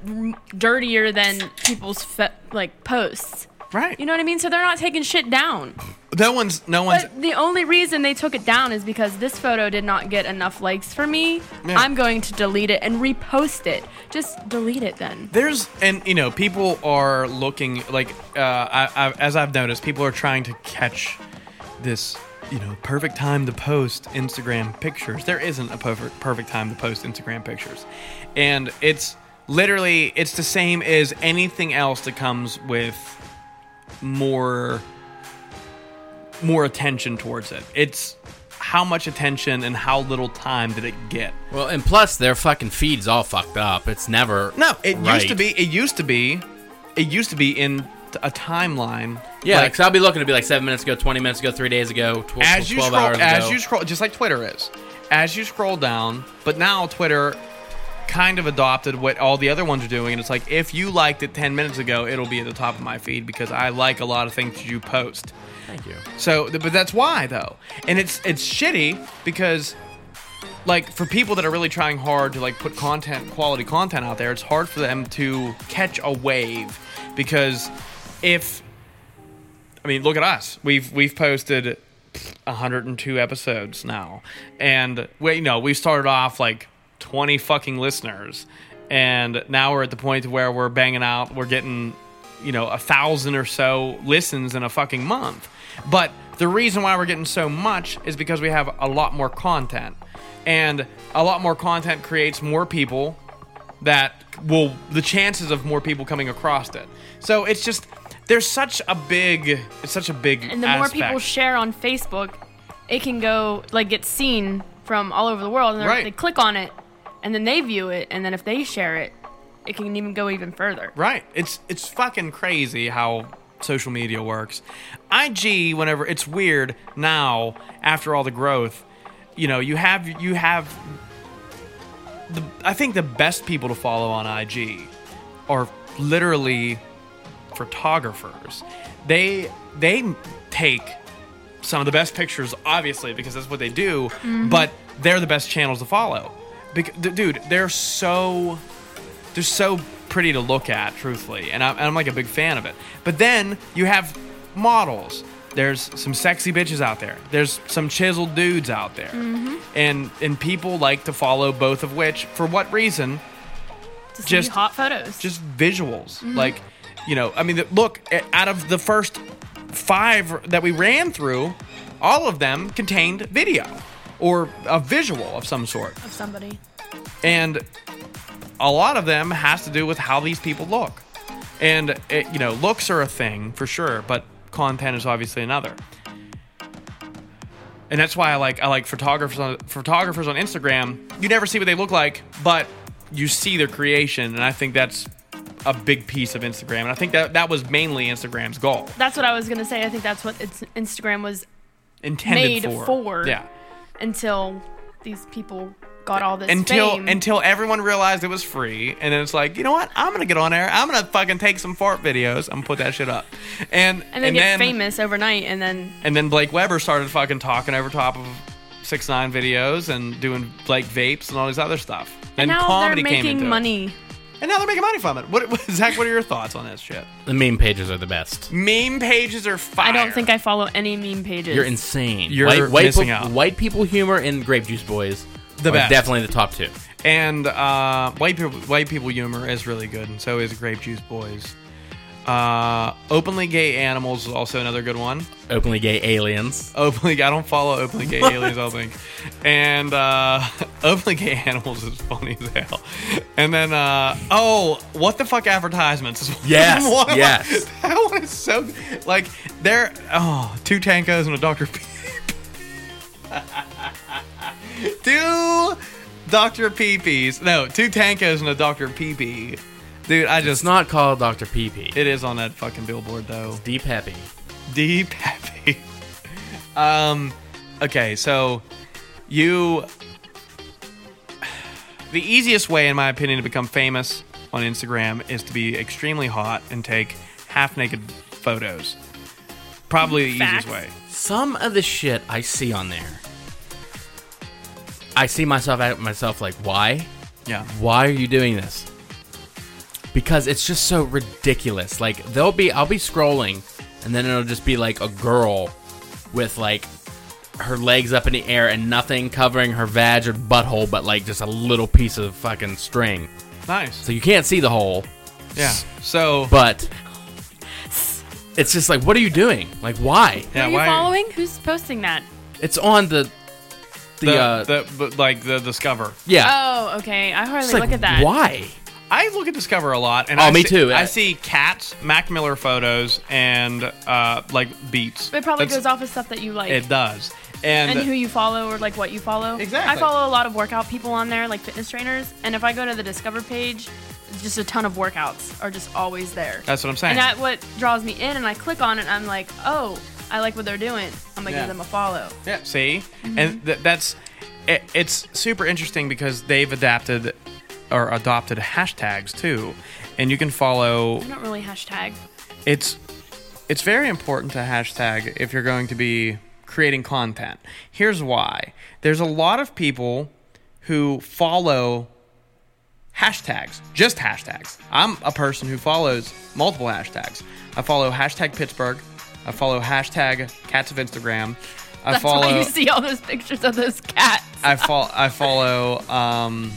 S3: m- dirtier than people's fe- like posts.
S1: right.
S3: You know what I mean? So they're not taking shit down.
S1: no one's no one's.
S3: But the only reason they took it down is because this photo did not get enough likes for me.
S1: Yeah.
S3: I'm going to delete it and repost it. Just delete it then.
S1: there's and you know people are looking like uh, I, I, as I've noticed people are trying to catch this you know perfect time to post Instagram pictures. There isn't a perfect perfect time to post Instagram pictures, and it's literally it's the same as anything else that comes with more more attention towards it. It's how much attention and how little time did it get.
S2: Well, and plus their fucking feed's all fucked up. It's never
S1: No, it used to
S2: right.
S1: be. It used to be. It used to be in t- a timeline.
S2: Yeah,
S1: like,
S2: because I'll be looking to be like seven minutes ago, twenty minutes ago, three days ago, tw- twelve
S1: as you scroll,
S2: hours
S1: as
S2: ago.
S1: you scroll, just like Twitter is, as you scroll down. But now Twitter kind of adopted what all the other ones are doing, and it's like if you liked it ten minutes ago, it'll be at the top of my feed because I like a lot of things that you post.
S2: Thank you.
S1: So, th- but that's why though, and it's it's shitty because, like, for people that are really trying hard to like put content, quality content out there, it's hard for them to catch a wave, because if, I mean, look at us, we've we've posted 102 episodes now, and we you know we started off like 20 fucking listeners, and now we're at the point where we're banging out, we're getting you know, a thousand or so listens in a fucking month. But the reason why we're getting so much is because we have a lot more content. And a lot more content creates more people that will, the chances of more people coming across it. So it's just, there's such a big, it's such a big.
S3: And the more people
S1: aspect.
S3: share on Facebook, it can go like get seen from all over the world, and they're-
S1: Right.
S3: they click on it, and then they view it, and then if they share it, it can even go even further.
S1: Right. It's it's fucking crazy how social media works. IG whenever it's weird now after all the growth, you know, you have you have the I think the best people to follow on IG are literally photographers. They they take some of the best pictures, obviously, because that's what they do. But they're the best channels to follow. Because, dude, they're so they're so pretty to look at, truthfully, and I'm, and I'm like a big fan of it. But then you have models There's some sexy bitches out there. There's some chiseled dudes out there, and and people like to follow both of which for what reason?
S3: To see
S1: Just-
S3: hot photos.
S1: Just visuals. Like, you know, I mean, the- look a- out of the first five that we ran through, all of them contained video or a visual of some sort.
S3: of somebody.
S1: and a lot of them has to do with how these people look and it, you know looks are a thing for sure but content is obviously another and that's why i like i like photographers on photographers on instagram you never see what they look like but you see their creation and i think that's a big piece of instagram and i think that that was mainly instagram's goal
S3: That's what I was gonna say. I think that's what it's, Instagram was
S1: intended
S3: Made
S1: for
S3: for
S1: yeah
S3: until these people got all this
S1: until
S3: fame.
S1: until everyone realized it was free, and then it's like, you know what? I'm gonna get on there. I'm gonna fucking take some fart videos. I'm gonna put that shit up, and
S3: and they get famous overnight, and then
S1: And then Blake Weber started fucking talking over top of six nine videos and doing like vapes and all these other stuff. And,
S3: now
S1: comedy
S3: they're
S1: came into
S3: making
S1: it.
S3: money.
S1: And now they're making money from it. What, what Zach? What are your thoughts on this shit?
S2: The meme pages are the best.
S1: Meme pages are fire.
S3: I don't think I follow any meme pages.
S2: You're insane.
S1: You're
S2: white, white
S1: missing
S2: peop-
S1: out.
S2: White people humor and Grape Juice Boys.
S1: The
S2: are
S1: best.
S2: Definitely the top two.
S1: And uh, white people, white people humor is really good, and so is Grape Juice Boys. Uh, openly gay animals is also another good one.
S2: Openly gay aliens.
S1: openly I don't follow openly gay aliens, I don't think. And uh openly gay animals is funny as hell. And then uh oh, what the fuck advertisements is
S2: Yes,
S1: one of my-
S2: yes.
S1: That one is so like there oh, two tankos and a Dr. P. two Dr. Peepees. No, two tankos and a Dr. Peepee. Dude, I
S2: It's
S1: just
S2: not called Dr. PP.
S1: it is on that fucking billboard though.
S2: Deep Happy.
S1: Deep happy. um, okay, so you. The easiest way, in my opinion, to become famous on Instagram is to be extremely hot and take half naked photos. Probably the
S3: Facts.
S1: easiest way.
S2: Some of the shit I see on there, I see myself at myself like, why?
S1: Yeah.
S2: why are you doing this? Because it's just so ridiculous. Like they'll be I'll be scrolling and then it'll just be like a girl with like her legs up in the air and nothing covering her vag or butthole but like just a little piece of fucking string.
S1: Nice.
S2: So you can't see the hole,
S1: Yeah. So.
S2: but it's just like what are you doing? Like why?
S3: Who
S1: yeah,
S3: are you
S1: why-
S3: following? Who's posting that?
S2: It's on the the,
S1: The,
S2: uh
S1: the, but like the Discover.
S2: yeah.
S3: Oh, okay. I hardly
S2: It's like,
S3: look at that.
S2: Why?
S1: I look at Discover a lot, and
S2: Oh,
S1: I
S2: me
S1: see-
S2: too.
S1: I see cats, Mac Miller photos, and uh, like beats.
S3: It probably
S1: That's-
S3: goes off of stuff that you like.
S1: It does, and,
S3: and who you follow or like what you follow.
S1: Exactly.
S3: I follow a lot of workout people on there, like fitness trainers. And if I go to the Discover page, it's just a ton of workouts are just always there.
S1: that's what I'm saying.
S3: and that what draws me in, and I click on it. And I'm like, oh, I like what they're doing. I'm gonna
S1: Yeah.
S3: give them a follow.
S1: Yeah. See,
S3: Mm-hmm.
S1: and th- that's it, it's super interesting because they've adapted or adopted hashtags too, and you can follow.
S3: I don't really hashtag.
S1: It's it's very important to hashtag if you're going to be creating content. Here's why: there's a lot of people who follow hashtags, just hashtags. I'm a person who follows multiple hashtags. I follow hashtag Pittsburgh. I follow hashtag Cats of Instagram. I
S3: That's
S1: follow.
S3: why you see all those pictures of those cats.
S1: I follow I follow um,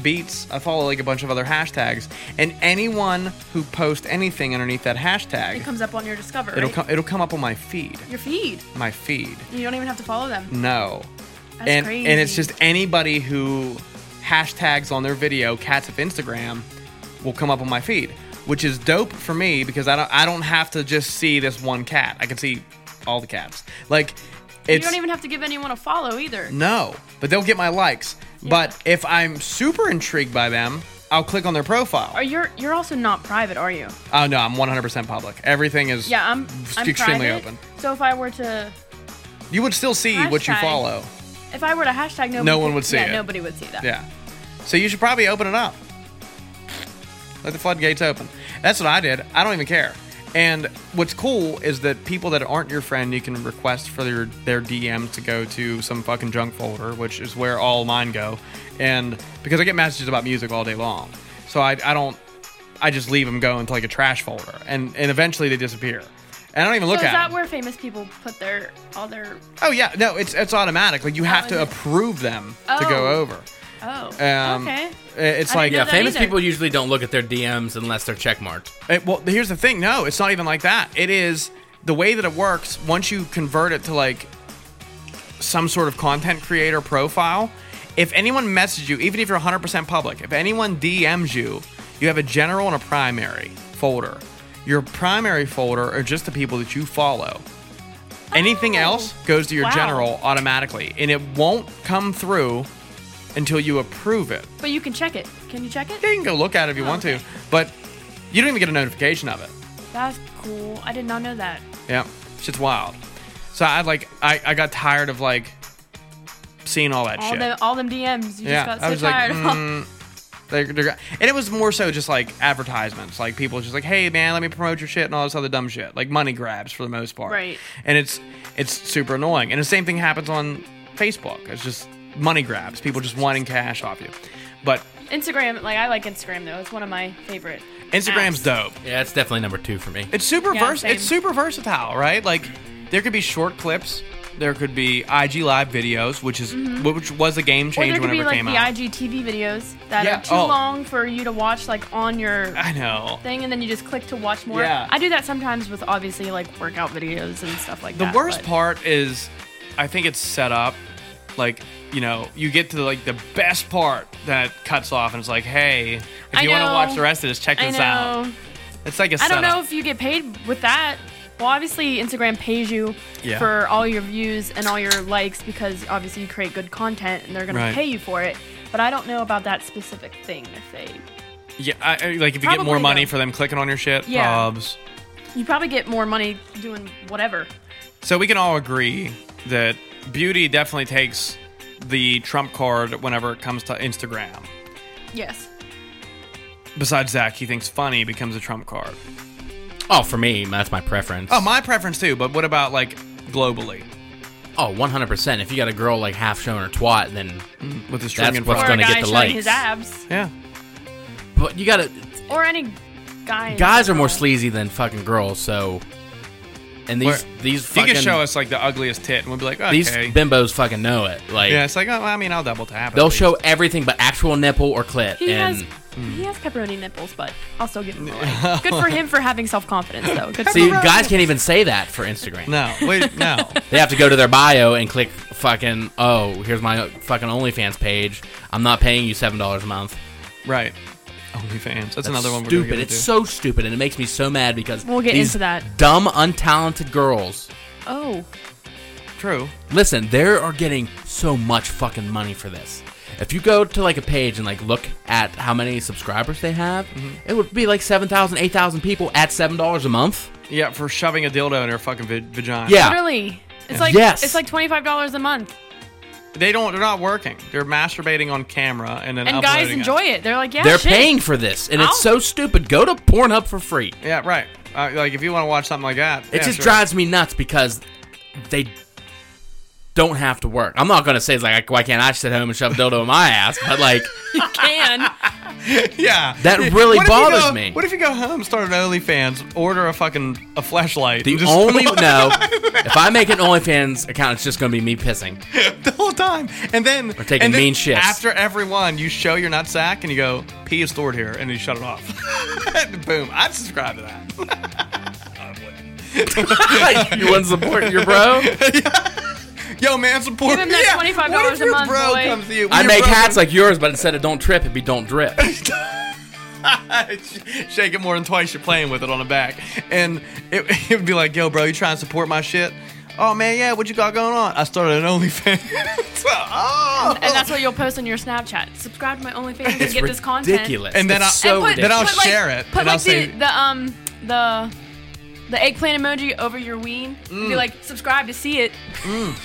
S1: beats. I follow like a bunch of other hashtags, and anyone who posts anything underneath that
S3: It
S1: hashtag,
S3: comes up on your Discover.
S1: it'll
S3: right?
S1: come it'll come up on my feed.
S3: Your feed.
S1: My feed.
S3: You don't even have to follow them.
S1: No.
S3: That's
S1: and
S3: crazy.
S1: and it's just anybody who hashtags on their video cats of Instagram will come up on my feed, which is dope for me because I don't I don't have to just see this one cat. I can see all the cats. Like
S3: You
S1: it's
S3: don't even have to give anyone a follow either.
S1: No, but they'll get my likes. But if I'm super intrigued by them, I'll click on their
S3: Are
S1: profile.
S3: you're you're also not private, are you?
S1: Oh no, I'm 100% public. Everything is
S3: Yeah, I'm. I'm
S1: extremely
S3: private,
S1: open.
S3: So if I were to,
S1: You would still see what you
S3: Hashtag.
S1: follow.
S3: if I were to hashtag, nobody
S1: No one
S3: could-
S1: would see
S3: Yeah,
S1: it.
S3: nobody would see that.
S1: Yeah. So you should probably open it up. Let the floodgates open. That's what I did. I don't even care. And what's cool is that people that aren't your friend, you can request for their, their DM to go to some fucking junk folder, which is where all mine go. And because I get messages about music all day long. So I, I don't, I just leave them go into like a trash folder. And, and eventually they disappear. And I don't even
S3: So
S1: look
S3: is
S1: at.
S3: that
S1: them.
S3: where famous people put their all their
S1: oh yeah, no, it's it's automatic. Like you have
S3: Oh, is
S1: to
S3: it?
S1: approve them to
S3: Oh.
S1: go over.
S3: oh
S1: Um,
S3: okay
S1: i- It's
S3: I
S1: like
S3: didn't know
S2: Yeah,
S3: that
S2: famous
S3: either.
S2: people usually don't look at their DMs unless they're checkmarked.
S1: It- well, here's the thing. No, it's not even like that. It is the way that it works. Once you convert it to like some sort of content creator profile, if anyone messages you, even if you're 100% public, if anyone DMs you, you have a general and a primary folder. Your primary folder are just the people that you follow. Anything
S3: Oh.
S1: else goes to your
S3: Wow.
S1: general automatically, and it won't come through until you approve it.
S3: but you can check it can you check
S1: Yeah,
S3: it
S1: you can go look at it if you want to, but you don't even get a notification of it.
S3: that's cool I did not know that
S1: Yeah, shit's wild. So I like I, I got tired of like seeing all that
S3: all
S1: shit.
S3: them all them DMs you
S1: Yeah,
S3: just got
S1: I
S3: so
S1: was like, mm.
S3: tired of.
S1: They're- they're- and it was more so just like advertisements, like people just like, hey man, let me promote your shit and all this other dumb shit, like money grabs for the most part.
S3: Right.
S1: And it's it's super annoying. And the same thing happens on Facebook. It's just money grabs, people just wanting cash off you. But
S3: Instagram like I like Instagram though it's one of my favorite
S1: Instagram's
S3: apps.
S1: dope.
S2: Yeah, it's definitely number two for me.
S1: It's super
S3: Yeah,
S1: vers-
S3: same.
S1: It's super versatile, right? Like there could be short clips. There could be IG live videos, which is which was a game
S3: Mm-hmm. Or
S1: changer
S3: there could
S1: whenever
S3: be
S1: it
S3: like
S1: came
S3: the
S1: out.
S3: IGTV videos that
S1: Yeah,
S3: are too
S1: oh.
S3: long for you to watch like on your
S1: I know.
S3: thing and then you just click to watch more.
S1: Yeah.
S3: I do that sometimes with obviously like workout videos and stuff like
S1: The
S3: that.
S1: worst
S3: but-
S1: part is, I think it's set up, like you know, you get to like the best part that cuts off, and it's like, hey, if
S3: I
S1: you want to
S3: know.
S1: watch the rest of this, check
S3: I
S1: this
S3: know.
S1: out. It's like a
S3: I don't
S1: setup.
S3: know if you get paid with that. Well, obviously Instagram pays you
S1: Yeah.
S3: for all your views and all your likes because obviously you create good content and they're gonna
S1: Right.
S3: pay you for it. But I don't know about that specific thing if they.
S1: yeah, I, I- like if you get more
S3: Probably
S1: money
S3: don't.
S1: for them clicking on your shit,
S3: Yeah.
S1: probs.
S3: You probably get more money doing whatever.
S1: So we can all agree that beauty definitely takes the trump card whenever it comes to Instagram.
S3: Yes.
S1: Besides Zach, he thinks funny becomes a trump card.
S2: Oh, for me, that's my preference.
S1: Oh, my preference too. But what about like globally
S2: Oh, 100%. If you got a girl like half showing her twat, then
S1: with the string
S2: That's
S1: in
S2: what's
S3: or
S1: front?
S2: gonna get
S3: a guy
S2: the
S3: showing
S2: likes.
S3: his abs,
S1: Yeah.
S2: but you got to
S3: or any guy. in
S2: guys are more
S3: general.
S2: sleazy than fucking girls, so and these
S1: Where-
S2: these
S1: He
S2: fucking
S1: could show us like the ugliest tit, and we'd be like, okay.
S2: these bimbos fucking know it. Like
S1: yeah, it's like, oh, I mean, I'll double tap. at
S2: they'll
S1: least.
S2: show everything but actual nipple or clit
S3: He
S2: and hmm.
S3: has he has pepperoni nipples, but I'll still give him a like. Good for him for having self confidence, though. Good
S2: See,
S3: for him.
S2: guys can't even say that for Instagram.
S1: No, wait, no.
S2: They have to go to their bio and click fucking, oh, here's my fucking OnlyFans page. I'm not paying you $7 a month.
S1: right. OnlyFans. That's, another one. We're gonna
S2: stupid.
S1: get
S2: It's
S1: into.
S2: so stupid, and it makes me so mad because
S3: We'll get
S2: these
S3: into that.
S2: Dumb, untalented girls.
S3: Oh,
S1: true.
S2: Listen, they are getting so much fucking money for this. If you go to like a page and like look at how many subscribers they have,
S1: Mm-hmm.
S2: it would be like 7,000, 8,000 people at $7 a month.
S1: Yeah, for shoving a dildo in her fucking vi- vagina.
S2: Yeah.
S3: literally, it's like
S2: Yes.
S3: it's like twenty five dollars a month,
S1: They don't. They're not working. They're masturbating on camera, and then
S3: and guys
S1: uploading it.
S3: enjoy it. They're like, yeah,
S2: They're
S3: shit. Oh.
S2: paying for this, and
S3: I'll-
S2: it's so stupid. Go to Pornhub for free.
S1: Yeah, right. Uh, like if you want to watch something like that,
S2: It
S1: yeah,
S2: just
S1: sure.
S2: drives me nuts because they don't have to work. I'm not gonna say it's like why can't I sit home and shove a dildo in my ass, but like
S3: Can
S1: Yeah,
S2: That really
S1: What if you
S2: bothers
S1: go-
S2: me.
S1: What if you go home, start an OnlyFans, order a fucking a flashlight?
S2: the only no. If I make an OnlyFans account, it's just gonna be me pissing.
S1: the whole time, and then
S2: We're taking
S1: and then
S2: mean shifts.
S1: After every one, you show your nut sack and you go, "Pee is stored here," and you shut it off. And Boom! I'd subscribe to that.
S2: you wouldn't support your bro.
S1: Yo, man, support
S3: Give him
S1: me.
S3: that
S1: Yeah.
S3: $25
S1: What if
S3: a
S1: your
S3: month,
S1: bro
S3: boy?
S1: comes to you?
S2: I
S1: Your
S2: make
S1: bro
S2: hats like yours, but instead of don't trip, it'd be don't drip.
S1: shake it more than twice. You're playing with it on the back, and it would be like, "Yo, bro, you trying to support my shit?" Oh man, yeah. What you got going on? I started an OnlyFans. oh.
S3: and that's what you'll post on your Snapchat. Subscribe to my OnlyFans to
S2: It's
S3: get this content.
S2: ridiculous.
S1: And then
S2: It's so
S1: I-
S3: and put,
S2: ridiculous.
S1: Then I'll
S3: put, like,
S1: share it,
S3: Put
S1: and
S3: like
S1: I'll
S3: the,
S1: say-
S3: the um the the eggplant emoji over your ween.
S2: Mm.
S3: and Be like, subscribe to see it.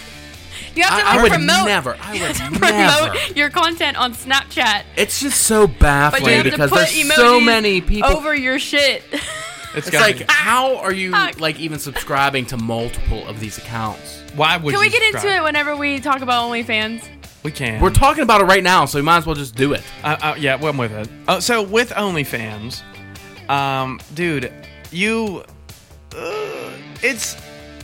S3: You have to
S2: I, I
S3: like,
S2: would
S3: promote.
S2: never. I would never.
S3: promote your content on Snapchat.
S2: It's just so
S3: But you
S2: baffling
S3: have
S2: because
S3: to put
S2: there's so
S3: emojis
S2: many people.
S3: over your shit.
S2: it's
S1: gotta
S2: like,
S1: be-
S2: how are you
S3: Fuck.
S2: like even subscribing to multiple of these accounts?
S1: Why would you
S3: Can we get into
S1: subscribe?
S3: it whenever we talk about OnlyFans?
S1: We can.
S2: We're talking about it right now, so we might as well just do it.
S1: Uh, uh, yeah, well, I'm with it. Uh, so with OnlyFans, um, dude, you It's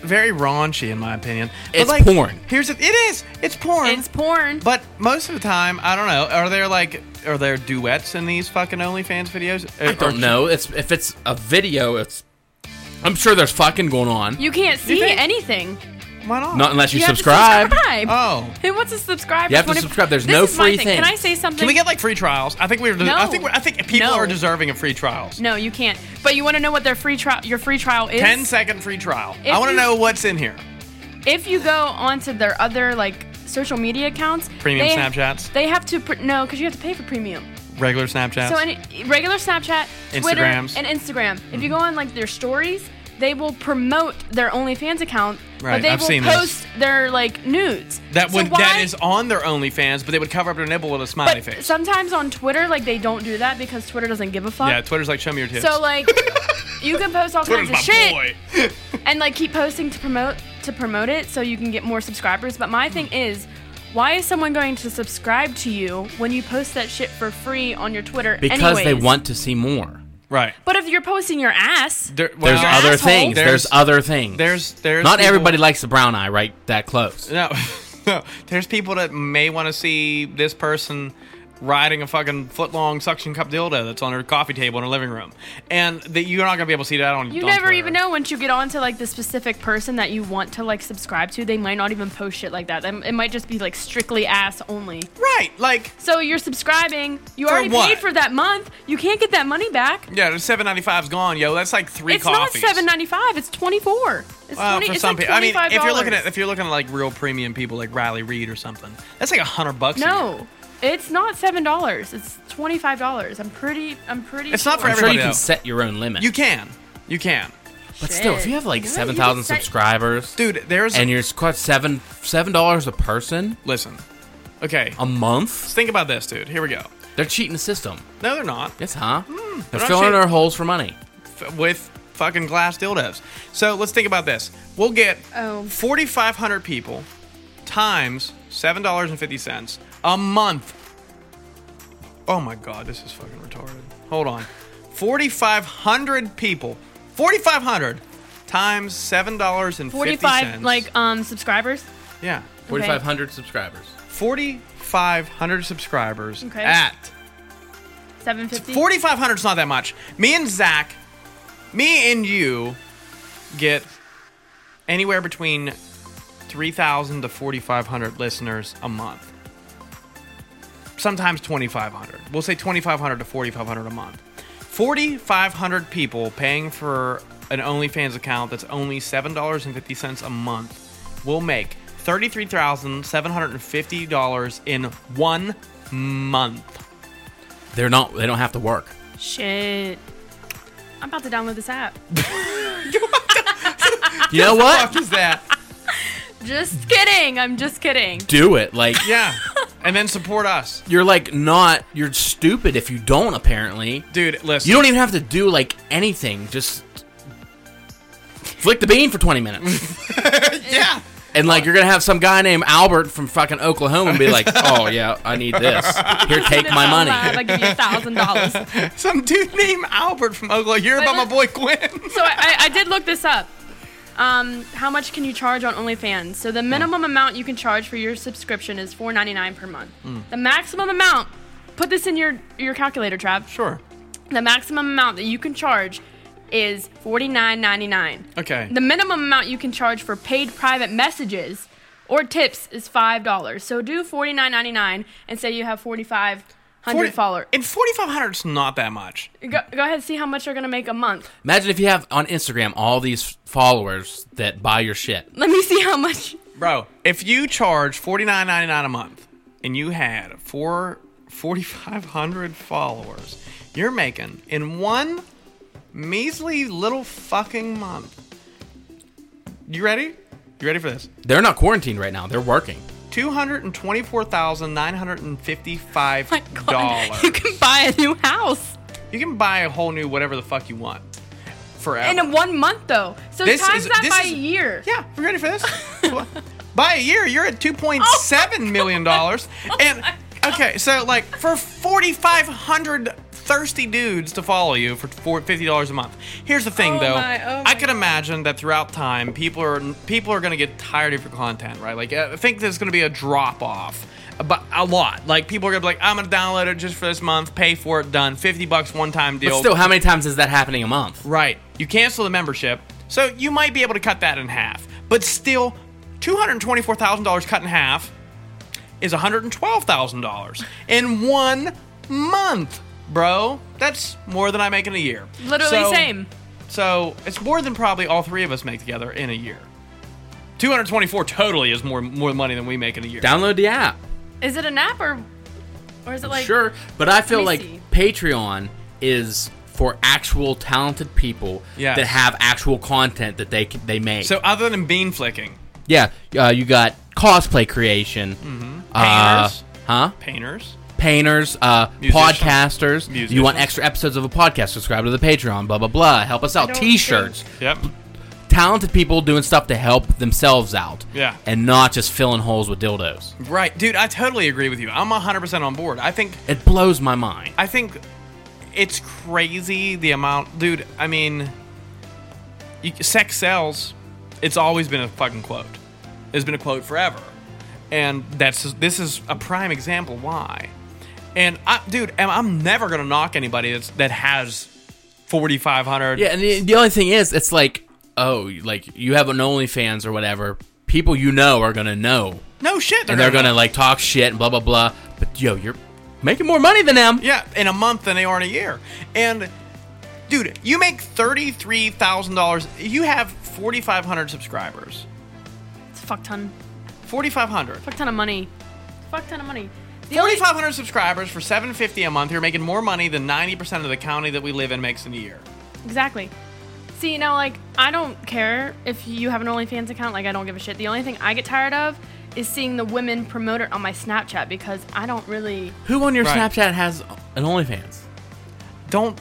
S1: very raunchy, in my opinion. But,
S2: It's
S1: like,
S2: porn.
S1: Here's the, it is. It's porn.
S3: It's porn.
S1: But most of the time, I don't know. Are there like are there duets in these fucking OnlyFans videos?
S2: I don't know. It's if it's a video, it's. I'm sure there's fucking going on.
S3: you can't see
S1: think-
S3: anything.
S1: Why not?
S2: Not unless you,
S3: You have to
S2: subscribe.
S3: subscribe.
S1: Oh.
S3: Who wants to subscribe?
S2: You
S3: for
S2: have to
S3: 20
S2: subscribe. There's
S3: This
S2: no
S3: is my
S2: free
S3: thing.
S2: thing.
S3: Can I say something?
S1: Can we get like free trials? I think we're. I
S3: No.
S1: think we're, I think people
S3: No.
S1: are deserving of free trials.
S3: no, you can't. But you want to know what their free trial, your free trial is?
S1: 10 second free trial.
S3: If
S1: I want to
S3: you-
S1: know what's in here.
S3: if you go onto their other like social media accounts,
S1: Premium
S3: they,
S1: Snapchats?
S3: they have to pr- no, because you have to pay for premium.
S1: Regular Snapchats.
S3: So any regular Snapchat, Twitter,
S1: Instagrams. Mm-hmm.
S3: and Instagram. If you go on like their stories, they will promote their OnlyFans account,
S1: Right,
S3: but they
S1: I've
S3: will
S1: seen this.
S3: post their like nudes.
S1: that
S3: So
S1: would that
S3: why-
S1: is on their OnlyFans, but they would cover up their nipple with a smiley
S3: But
S1: face.
S3: sometimes on Twitter, like they don't do that because Twitter doesn't give a fuck.
S1: yeah, Twitter's like show me your tits.
S3: So like, you can post all
S1: Twitter's
S3: kinds of
S1: my
S3: shit
S1: boy.
S3: and like keep posting to promote to promote it so you can get more subscribers. But my thing is, why is someone going to subscribe to you when you post that shit for free on your Twitter?
S2: Because they
S3: anyways?
S2: want to see more.
S1: Right.
S3: But if you're posting your ass,
S1: There- well,
S2: There's other
S3: asshole.
S2: things. There's,
S1: There's-
S2: other things.
S1: There's there's
S2: Not
S1: people-
S2: everybody likes the brown eye right that close.
S1: No, no. There's people that may want to see this person riding a fucking foot long suction cup dildo that's on her coffee table in her living room, and that you're not gonna be able to see that on.
S3: you
S1: on
S3: never
S1: Twitter.
S3: even know once you get on to like the specific person that you want to like subscribe to. They might not even post shit like that. Them- It might just be like strictly ass only.
S1: Right? Like,
S3: So you're subscribing. You
S1: For
S3: already
S1: what?
S3: paid for that month. You can't get that money back.
S1: yeah, the seven ninety five's gone, yo. That's like three
S3: it's
S1: coffees.
S3: not seven ninety five. It's twenty four. It's
S1: Well,
S3: twenty.
S1: for
S3: it's
S1: some
S3: like
S1: people, I mean,
S3: $25.
S1: if you're looking at if you're looking at like real premium people like Riley Reed or something, that's like a hundred bucks. a year.
S3: no, it's not seven dollars. It's twenty five dollars. I'm pretty. I'm pretty.
S1: It's not for
S3: sure.
S2: I'm sure
S1: everybody
S2: you can
S1: though.
S2: set your own limit.
S1: you can, you can,
S2: but still, if you have like
S3: Shit.
S2: seven thousand
S3: You can set-
S2: subscribers,
S1: dude. There's
S2: and you're quite seven seven dollars a person
S1: listen, okay.
S2: a month,
S1: Think about this, dude. Here we go.
S2: they're cheating the system.
S1: No, they're not.
S2: Yes, huh? they're
S1: not
S2: filling
S1: cheating.
S2: our holes for money.
S1: f- with fucking glass dildos. So let's think about this. We'll get
S3: Oh.
S1: 4,500 people times $7.50 a month. Oh my God, this is fucking retarded. Hold on. 4,500 people. 4,500 times $7.50.
S3: forty five like um subscribers.
S1: yeah.
S2: Forty five hundred subscribers.
S1: 4,500 subscribers
S3: Okay.
S1: at
S3: Seven fifty.
S1: 4,500 is not that much. Me and Zach, me and you get anywhere between 3,000 to 4,500 listeners a month. Sometimes 2,500. We'll say 2,500 to 4,500 a month. 4,500 people paying for an OnlyFans account that's only $7.50 a month will make $33,750 in one month.
S2: They're not. They don't have to work.
S3: Shit. I'm about to download this app.
S2: You know
S1: Fuck
S2: what?
S1: is that?
S3: Just kidding. I'm just kidding.
S2: Do it. Like
S1: Yeah. and then support us.
S2: you're like not. You're stupid if you don't. Apparently,
S1: Dude, listen.
S2: you don't even have to do like anything. Just flick the bean for twenty minutes.
S1: Yeah.
S2: And like you're gonna have some guy named Albert from fucking Oklahoma be like, "Oh yeah, I need this. Here, take my
S3: Live,
S2: money."
S3: I give you a thousand dollars.
S1: Some dude named Albert from Oklahoma. You're about my boy Quinn.
S3: So I, I, I did look this up. Um, how much can you charge on OnlyFans? So the minimum amount you can charge for your subscription is $4.99 per month. The maximum amount. Put this in your your calculator, Trav.
S1: Sure.
S3: The maximum amount that you can charge is $49.99.
S1: Okay.
S3: The minimum amount you can charge for paid private messages or tips is five dollars. So do $49.99 and say you have forty five hundred followers.
S1: And 4,500 is not that much.
S3: Go, go ahead and see how much you're gonna make a month.
S2: Imagine if you have on Instagram all these followers that buy your shit.
S3: Let me see how much
S1: Bro, if you charge $49.99 a month and you had four, 4,500 followers, you're making in one measly little fucking month. You ready? You ready for this?
S2: They're not quarantined right now. They're working.
S3: Oh my
S1: $224,955.
S3: god. You can buy a new house
S1: You can buy a whole new whatever the fuck you want forever.
S3: in one month though. So
S1: Oh. This
S3: times
S1: is-
S3: that
S1: this
S3: by
S1: is-
S3: a year.
S1: yeah, you ready for this? By a year, you're at two point
S3: Oh
S1: seven million dollars, and okay, so like for forty five hundred thirsty dudes to follow you for four- $50 a month. Here's the thing,
S3: Oh
S1: though.
S3: my- oh
S1: I
S3: my
S1: could imagine that throughout time, people are people are going to get tired of your content, right? Like, I think there's going to be a drop off, but a lot. Like, people are going to be like, I'm going to download it just for this month, pay for it, done. 50 bucks one time deal.
S2: But still, how many times is that happening a month?
S1: Right. You cancel the membership, so you might be able to cut that in half. But still, two hundred twenty-four thousand dollars cut in half is one hundred twelve thousand dollars in one month, bro. That's more than I make in a year.
S3: Literally
S1: So-
S3: same.
S1: So it's more than probably all three of us make together in a year. Two hundred twenty-four totally is more more money than we make in a year.
S2: Download the app.
S3: Is it an app or, or is it like?
S2: sure, but I feel
S3: me
S2: like
S3: see.
S2: Patreon is for actual talented people
S1: Yes.
S2: that have actual content that they c- they make.
S1: so other than bean flicking,
S2: yeah, uh, you got cosplay creation, uh,
S1: Mm. painters,
S2: huh?
S1: painters,
S2: Painters, uh,
S1: Musicians.
S2: podcasters. You want
S1: Musicians.
S2: extra episodes of a podcast? Subscribe to the Patreon. Blah blah blah. Help us out.
S3: don't
S2: T-shirts.
S1: yep,
S2: Talented people doing stuff to help themselves out.
S1: Yeah.
S2: and not just filling holes with dildos.
S1: right, dude. I totally agree with you. I'm hundred percent on board. I think
S2: It blows my mind.
S1: I think it's crazy the amount, dude. I mean, you, sex sells. It's always been a fucking quote. It's been a quote forever, and that's this is a prime example why. And I, dude, and I'm never gonna knock anybody that's that has 4,500.
S2: Yeah, and the, the only thing is, it's like, oh, like you have an OnlyFans or whatever. People you know are gonna know,
S1: No shit.
S2: and they're gonna like talk shit and blah blah blah. But yo, you're making more money than them.
S1: Yeah, in a month than they are in a year. And dude, you make thirty three thousand dollars. You have forty five hundred subscribers.
S3: It's a fuck ton,
S1: Forty five hundred.
S3: fuck ton of money, fuck ton of money. The only-
S1: 4,500 subscribers for 750 a month. You're making more money than 90% of the county that we live in makes in a year.
S3: Exactly. See, now, like, I don't care if you have an OnlyFans account. Like, I don't give a shit. The only thing I get tired of is seeing the women promote it on my Snapchat because I don't really.
S2: Who on your
S1: Right.
S2: Snapchat has an OnlyFans?
S1: Don't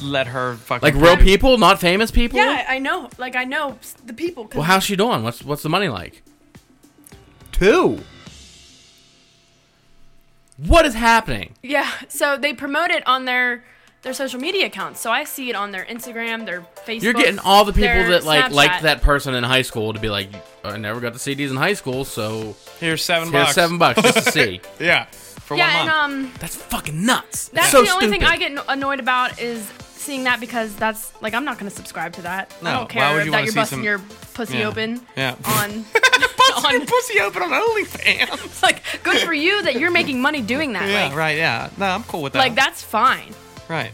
S1: let her
S2: Like
S1: fucking
S2: real people, not famous people.
S3: Yeah, I know. Like, I know the people.
S2: Well, how's she doing? What's what's the money like? Two. What is happening?
S3: Yeah. So they promote it on their their social media accounts. So I see it on their Instagram, their Facebook.
S2: You're getting all the people
S3: their
S2: that like liked
S3: Snapchat.
S2: that person in high school to be like, I never got to see these in high school, so
S1: Here's seven
S2: Here's
S1: bucks.
S2: seven bucks just to see.
S1: Yeah. For
S3: Yeah,
S1: one
S3: and
S1: month.
S3: um,
S2: That's fucking nuts.
S3: That's
S2: so
S3: the only
S2: stupid.
S3: thing I get annoyed about is seeing that because that's like I'm not going to subscribe to that.
S1: No,
S3: I
S1: why
S3: don't care
S1: would you
S3: if
S1: wanna
S3: that you're
S1: see
S3: busting
S1: some-
S3: your pussy
S1: Yeah.
S3: open
S1: Yeah.
S3: on
S1: Busting
S3: uh, on
S1: pussy open on OnlyFans.
S3: like good for you that you're making money doing that.
S1: yeah,
S3: like,
S1: right, yeah. No, I'm cool with that.
S3: like that's fine.
S1: Right.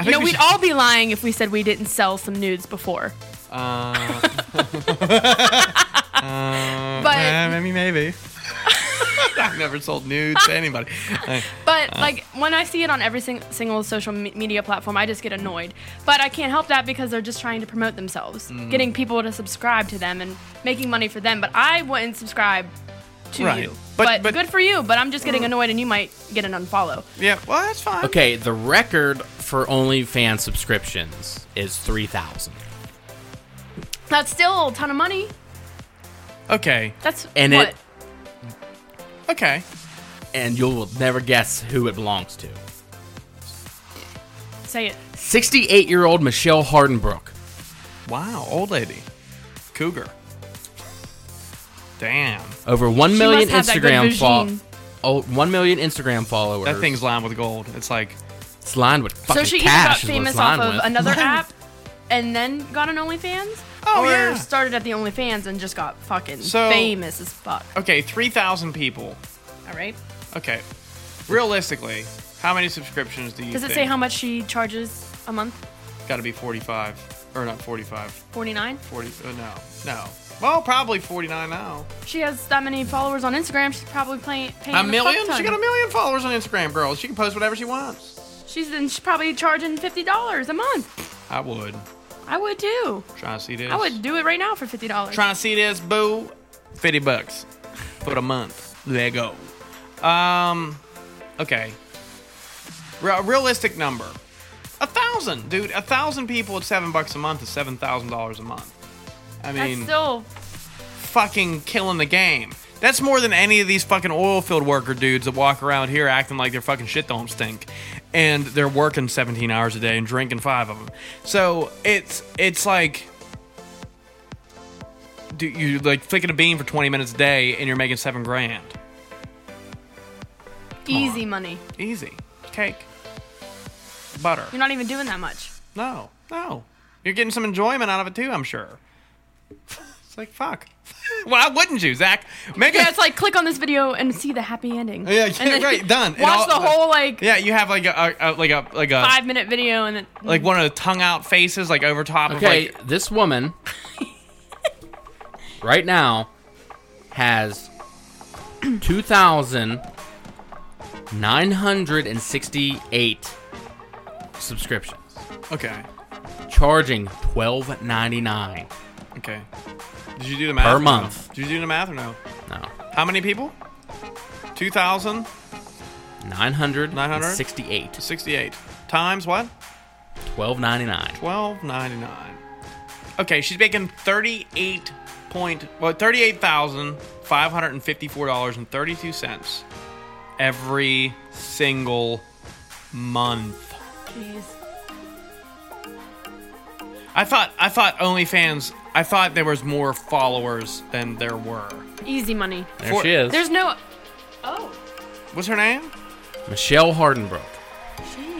S1: I
S3: You know,
S1: we
S3: we'd
S1: should-
S3: all be lying if we said we didn't sell some nudes before. Uh, but
S1: Hmm. Yeah, maybe, maybe. I've never sold nudes to anybody. Uh,
S3: But like when I see it on every sing- single social me- media platform, I just get annoyed. But I can't help that because they're just trying to promote themselves,
S1: Mm-hmm.
S3: getting people to subscribe to them and making money for them. But I wouldn't subscribe to
S1: Right.
S3: you.
S1: But-
S3: But,
S1: but- Mm.
S3: good for you. But I'm just getting annoyed, and you might get an unfollow.
S1: Yeah, well, that's fine.
S2: Okay, the record for OnlyFans subscriptions is three thousand,
S3: That's still a ton of money.
S1: Okay.
S3: That's
S2: And
S3: what?
S2: it-
S1: Okay.
S2: and you will never guess who it belongs to.
S3: Say it.
S2: Sixty-eight-year-old Michelle Hardenbrook.
S1: Wow, old lady. Cougar. Damn.
S2: Over one
S3: She
S2: million
S3: must have that good
S2: Instagram fol-
S3: vagine.
S2: oh, one million Instagram followers.
S1: That thing's lined with gold. It's like,
S2: it's lined with
S3: So
S2: fucking
S3: she either got
S2: cash. is what it's
S3: famous off
S2: lined
S3: of
S2: with.
S3: another app, and then got an OnlyFans,
S1: Oh,
S3: or
S1: yeah.
S3: started at the OnlyFans and just got fucking
S1: So-
S3: famous as fuck.
S1: okay, 3,000 people.
S3: All right.
S1: Okay. Realistically, how many subscriptions do you
S3: Does it
S1: think?
S3: say how much she charges a month?
S1: Got to be 45. Or not 45.
S3: 49.
S1: 40. Uh, no. No. Well, probably 49 now.
S3: She has that many followers on Instagram. She's probably playing paying
S1: A
S3: fuck
S1: million?
S3: ton.
S1: She got a million followers on Instagram, girl. She can post whatever she wants.
S3: She's then she's probably charging fifty dollars a month.
S1: I would.
S3: I would too.
S1: Trying to see this.
S3: I would do it right now for fifty dollars.
S1: Trying to see this, boo. 50 bucks for the month. There go. Um, okay. Re- realistic number. A thousand, dude. A thousand people at seven bucks a month is seven thousand dollars a month. I
S3: That's
S1: mean,
S3: still
S1: fucking killing the game. That's more than any of these fucking oil field worker dudes that walk around here acting like their fucking shit don't stink. and they're working 17 hours a day and drinking five of them. So it's it's like do you like flicking a bean for 20 minutes a day and you're making seven grand?
S3: Easy money.
S1: Easy cake, butter.
S3: You're not even doing that much.
S1: No, no, you're getting some enjoyment out of it too. I'm sure. it's like fuck. Why wouldn't you, Zach? Make
S3: Yeah,
S1: a-
S3: it's like click on this video and see the happy ending.
S1: Yeah,
S3: And
S1: yeah,
S3: then
S1: right, done. And
S3: Watch
S1: all-
S3: the whole like
S1: Yeah, you have like a, a like a like a
S3: five minute video and then
S1: like one of the tongue out faces like over top
S2: Okay,
S1: of like
S2: this woman right now has 2,968 subscriptions,
S1: okay
S2: charging 12.99.
S1: okay. Did you do the math
S2: Per
S1: or no?
S2: month.
S1: Did you do the math or no?
S2: No,
S1: How many people? Two thousand
S2: 968,
S1: sixty-eight times what?
S2: 12.99.
S1: Twelve ninety-nine. Okay, she's making thirty-eight point well thirty-eight thousand five hundred and fifty-four dollars and thirty-two cents every single month.
S3: Jeez.
S1: I thought I thought OnlyFans. I thought there was more followers than there were.
S3: easy money.
S2: There
S1: For-
S2: she is,
S3: There's no Oh.
S1: What's her name?
S2: Michelle Hardenbrook.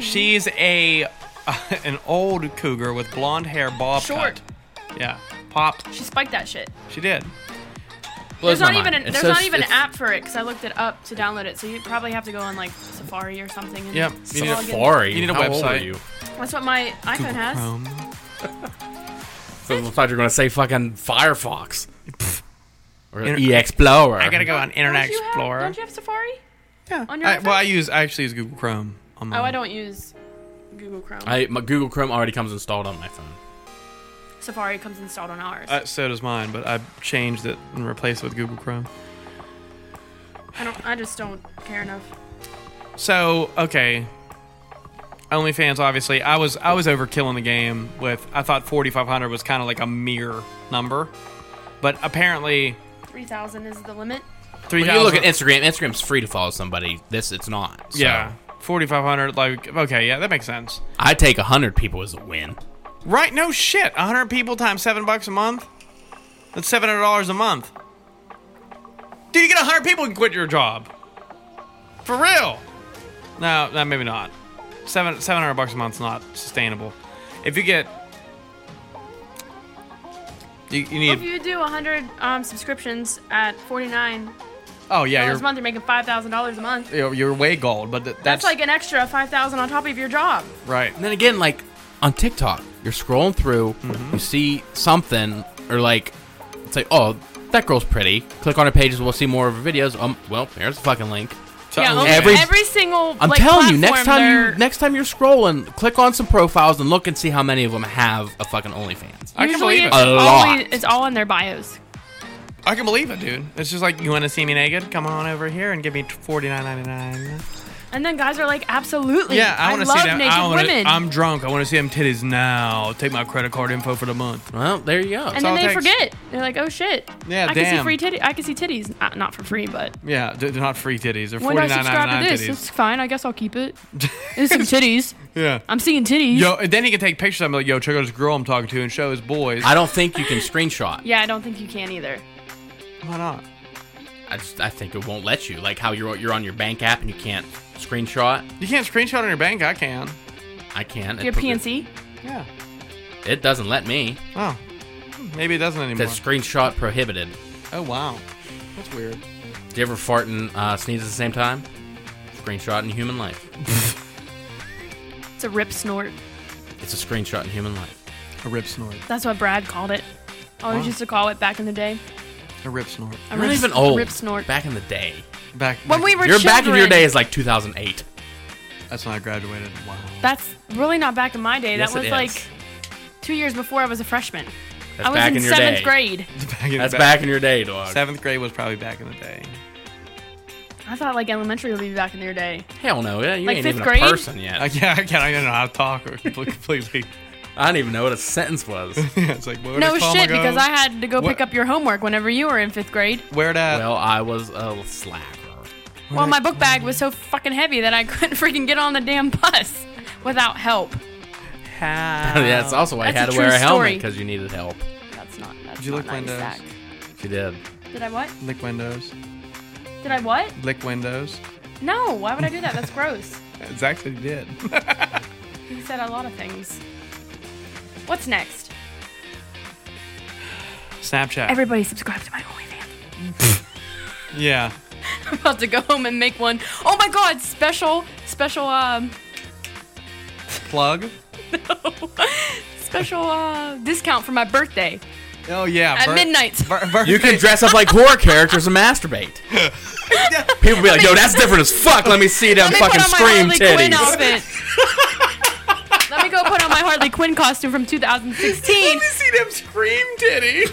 S1: She's a an old cougar with blonde hair, bob
S3: Short.
S1: cut. Yeah, popped.
S3: She spiked that shit.
S1: She did.
S2: Blows
S3: There's
S2: my
S3: not even
S2: mind.
S3: an,
S2: It's
S3: there's
S2: so-
S3: not even an
S2: it's-
S3: app for it because I looked it up to download it. So you probably have to go on like Safari or something. And
S1: Yep, you need a-
S3: log in.
S2: Safari.
S1: You need a
S2: How old are
S1: website.
S2: you?
S3: That's what my iPhone has.
S1: Um,
S2: So I thought you were gonna say fucking Firefox or E
S1: Inter-
S2: eXplorer.
S1: I gotta go on Internet
S3: Don't you have-
S1: Explorer.
S3: don't you have Safari?
S1: yeah.
S3: on your
S1: I- well,
S3: iPhone?
S1: I use I actually use Google Chrome. On my
S3: Oh, I don't use Google Chrome.
S2: Mm. I my Google Chrome already comes installed on my phone.
S3: Safari comes installed on ours.
S1: Uh, so does mine, but I changed it and replaced it with Google Chrome.
S3: I don't. I just don't care enough.
S1: So okay, OnlyFans. Obviously, I was I was overkilling the game with. I thought forty five hundred was kind of like a mere number, but apparently
S3: Three thousand is the limit.
S1: three
S2: When you look
S1: thousand.
S2: at Instagram, Instagram's free to follow somebody. This it's not. So
S1: yeah, forty five hundred. Like okay, yeah, that makes sense.
S2: I take hundred people as a win.
S1: Right? No shit. hundred people times seven bucks a month. That's seven hundred dollars a month. Dude, you get hundred people and quit your job. For real? No, no, maybe not. Seven seven hundred bucks a month's not sustainable. If you get, you, you
S3: If
S1: need.
S3: you do hundred um, subscriptions at forty nine
S1: Oh yeah,
S3: dollars a
S1: you're
S3: month, you're making five thousand dollars a month.
S1: you're, you're way gold, but th-
S3: That's,
S1: that's,
S3: like an extra five thousand on top of your job.
S1: right.
S2: And then again, like on TikTok, you're scrolling through, you see something, or like it's like, oh, that girl's pretty. Click on her pages, we'll see more of her videos. Um, well, there's a fucking link.
S1: So
S3: yeah,
S1: OnlyFans.
S3: almost
S2: every-
S3: every, single.
S2: I'm
S3: like,
S2: telling you, next
S3: platform,
S2: time you
S3: they're-
S2: next time you're scrolling, click on some profiles and look and see how many of them have a fucking OnlyFans.
S1: I can
S3: usually
S1: believe it.
S3: it's,
S2: A lot.
S3: always, it's all in their bios.
S1: I can believe it, dude. It's just like you want to see me naked? Come on over here and give me forty nine ninety nine.
S3: And then guys are like, absolutely.
S1: Yeah, I want to
S3: love
S1: see them.
S3: naked
S1: I wanna,
S3: women.
S1: I'm drunk. I want to see them titties now. Take my credit card info for the month.
S2: Well, there you go.
S3: and
S1: all
S3: then
S1: it takes.
S3: they forget. They're like, "Oh shit!
S1: Yeah,
S3: I can
S1: damn.
S3: see free titty. I can see titties. Uh, not for free, but
S1: Yeah, they're they're not free titties. They're
S3: when
S1: forty
S3: I
S1: nine
S3: subscribe
S1: ninety nine
S3: to this,
S1: titties.
S3: it's fine. I guess I'll keep it. There's some titties.
S1: Yeah.
S3: I'm seeing titties.
S1: Yo, and then he can take pictures of him like, yo, check out this girl I'm talking to and show his boys.
S2: I don't think you can screenshot.
S3: Yeah, I don't think you can either.
S1: Why not?
S2: I just I think it won't let you. Like how you're you're on your bank app and you can't screenshot.
S1: You can't screenshot on your bank. I can.
S2: I can't.
S3: Your
S2: It-
S3: PNC.
S1: Yeah.
S2: It doesn't let me.
S1: Oh. Hmm, Maybe it doesn't
S2: It
S1: anymore.
S2: says screenshot prohibited.
S1: Oh wow. That's weird.
S2: Do you ever fart and uh, sneeze at the same time? Screenshot in human life.
S3: It's a rip snort.
S2: It's a screenshot in human life.
S1: A rip snort.
S3: That's what Brad called it. I always used to call it back in the day.
S1: A rip snort.
S3: A
S2: You're not
S3: rip-
S2: even old.
S3: Rip snort.
S2: Back in the day.
S1: Back
S3: when we were
S2: Your back in your
S3: children.
S2: day is like 2008.
S1: That's when I graduated. Wow.
S3: That's really not back in my day.
S2: Yes, it
S3: that was
S2: is.
S3: like two years before I was a freshman.
S2: That's
S3: I was
S2: back
S3: in,
S2: in your
S3: seventh
S2: day.
S3: grade.
S1: Back in
S2: That's
S1: the-
S2: back in your day, dog.
S1: Seventh grade was probably back in the day.
S3: I thought like elementary would be back in your day.
S2: Hell no, yeah, you
S3: Like
S2: ain't
S3: fifth
S2: even
S3: grade?
S2: a person yet.
S1: I can't. Uh, I can't. I don't know how to talk or completely.
S2: I don't even know what a sentence was.
S1: yeah, it's like what was
S3: No
S1: it called
S3: shit,
S1: ago?
S3: because I had to go
S1: What-
S3: pick up your homework whenever you were in fifth grade.
S1: Where that?
S2: well, I was a slacker.
S3: Well, my book bag was so fucking heavy that I couldn't freaking get on the damn bus without help.
S2: yeah, that's also why I
S3: That's
S2: had
S3: a
S2: to wear
S3: true
S2: a helmet
S3: story.
S2: because you needed help.
S3: That's not. That's
S1: Did you
S3: not
S1: lick
S3: nice,
S1: windows?
S3: Zach.
S2: She did.
S3: Did I what?
S1: Lick windows.
S3: Did I what?
S1: Lick windows.
S3: No. Why would I do that? That's gross.
S1: Zach said he did.
S3: He said a lot of things. What's next?
S1: Snapchat.
S3: Everybody subscribe to my OnlyFans.
S1: yeah.
S3: I'm about to go home and make one. Oh my God! Special, special, um,
S1: Plug.
S3: special uh, discount for my birthday
S1: Oh yeah.
S3: at
S1: bir-
S3: midnight.
S1: bir- birthday.
S2: You can dress up like horror characters and masturbate. People be like, yo, that's different as fuck. Let me see them
S3: Let me
S2: fucking
S3: put on my
S2: scream
S3: Harley Quinn
S2: titties.
S3: outfit. Let me go put on my Harley Quinn costume from 2016.
S1: see them scream titty.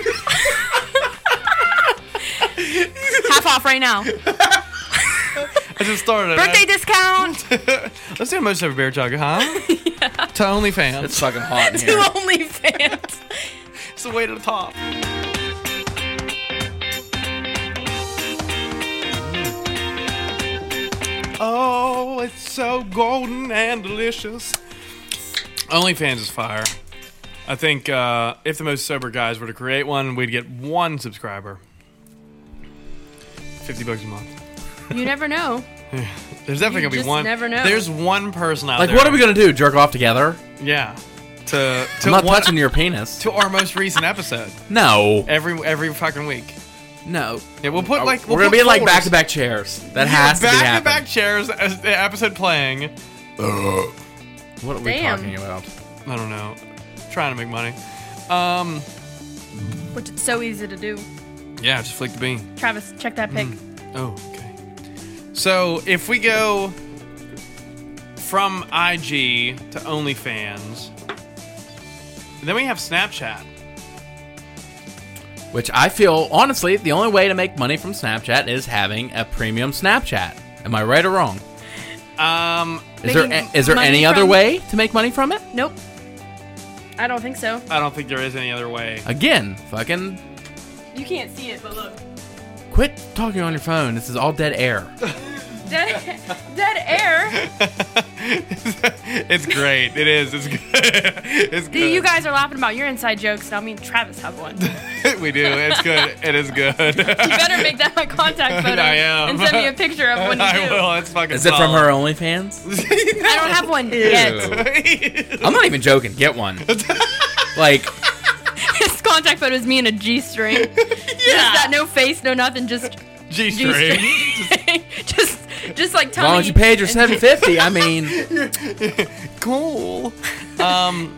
S3: Half off right now.
S1: I just started. it.
S3: Birthday discount
S1: Let's do a most ever beer jug, huh? To OnlyFans.
S2: It's fucking hot in
S3: to
S2: here.
S3: OnlyFans.
S1: It's the way to the top. Oh, it's so golden and delicious. OnlyFans is fire. I think uh, if the most sober guys were to create one, we'd get one subscriber. 50 bucks a month.
S3: You never know.
S1: There's definitely
S3: You
S1: going to be
S3: just
S1: one.
S3: never know.
S1: There's one person out
S2: Like,
S1: there.
S2: what are we gonna do? Jerk off together?
S1: Yeah. To, to,
S2: I'm not
S1: one,
S2: touching your penis.
S1: to our most recent episode.
S2: No.
S1: Every, every fucking week.
S2: No.
S1: Yeah, we'll put like
S2: We're
S1: we'll
S2: gonna be
S1: put
S2: in like
S1: folders.
S2: back to back chairs. That has to be
S1: back to back
S2: happening.
S1: chairs as the episode playing.
S2: What are we
S3: Damn.
S2: talking about?
S1: I don't know, trying to make money. Um,
S3: Which it's so easy to do.
S1: yeah, just flick the bean.
S3: Travis, check that pic.
S2: Mm.
S1: Oh, okay. So if we go from IG to OnlyFans, then we have Snapchat.
S2: Which I feel, honestly, the only way to make money from Snapchat is having a premium Snapchat. Am I right or wrong?
S1: Um,
S2: Is there
S3: Making
S2: is there
S3: money
S2: any
S3: from-
S2: other way to make money from it?
S3: Nope. I don't think so.
S1: I don't think there is any other way.
S2: Again, fucking
S3: You can't see it, but look.
S2: quit talking on your phone. This is all dead air.
S3: Dead, dead air.
S1: it's great. It is. It's good. it's
S3: The-
S1: good.
S3: You guys are laughing about your inside jokes. and I mean, Travis have one. You
S1: we do. It's good. It is good.
S3: better make that my contact photo
S1: I am.
S3: and send me a picture of when you
S1: I
S3: do.
S1: will. It's fucking.
S2: Is it
S3: Oh.
S2: from her OnlyFans?
S3: I don't have one yet.
S1: her?
S2: I'm not even joking. Get one. like
S3: His contact photo is me in a G string. Yeah. Just that no face, no nothing, just
S1: G
S3: G
S1: string.
S3: string. just just like
S2: as
S3: Tommy.
S2: long as you paid your 750, I mean,
S1: Cool. Um,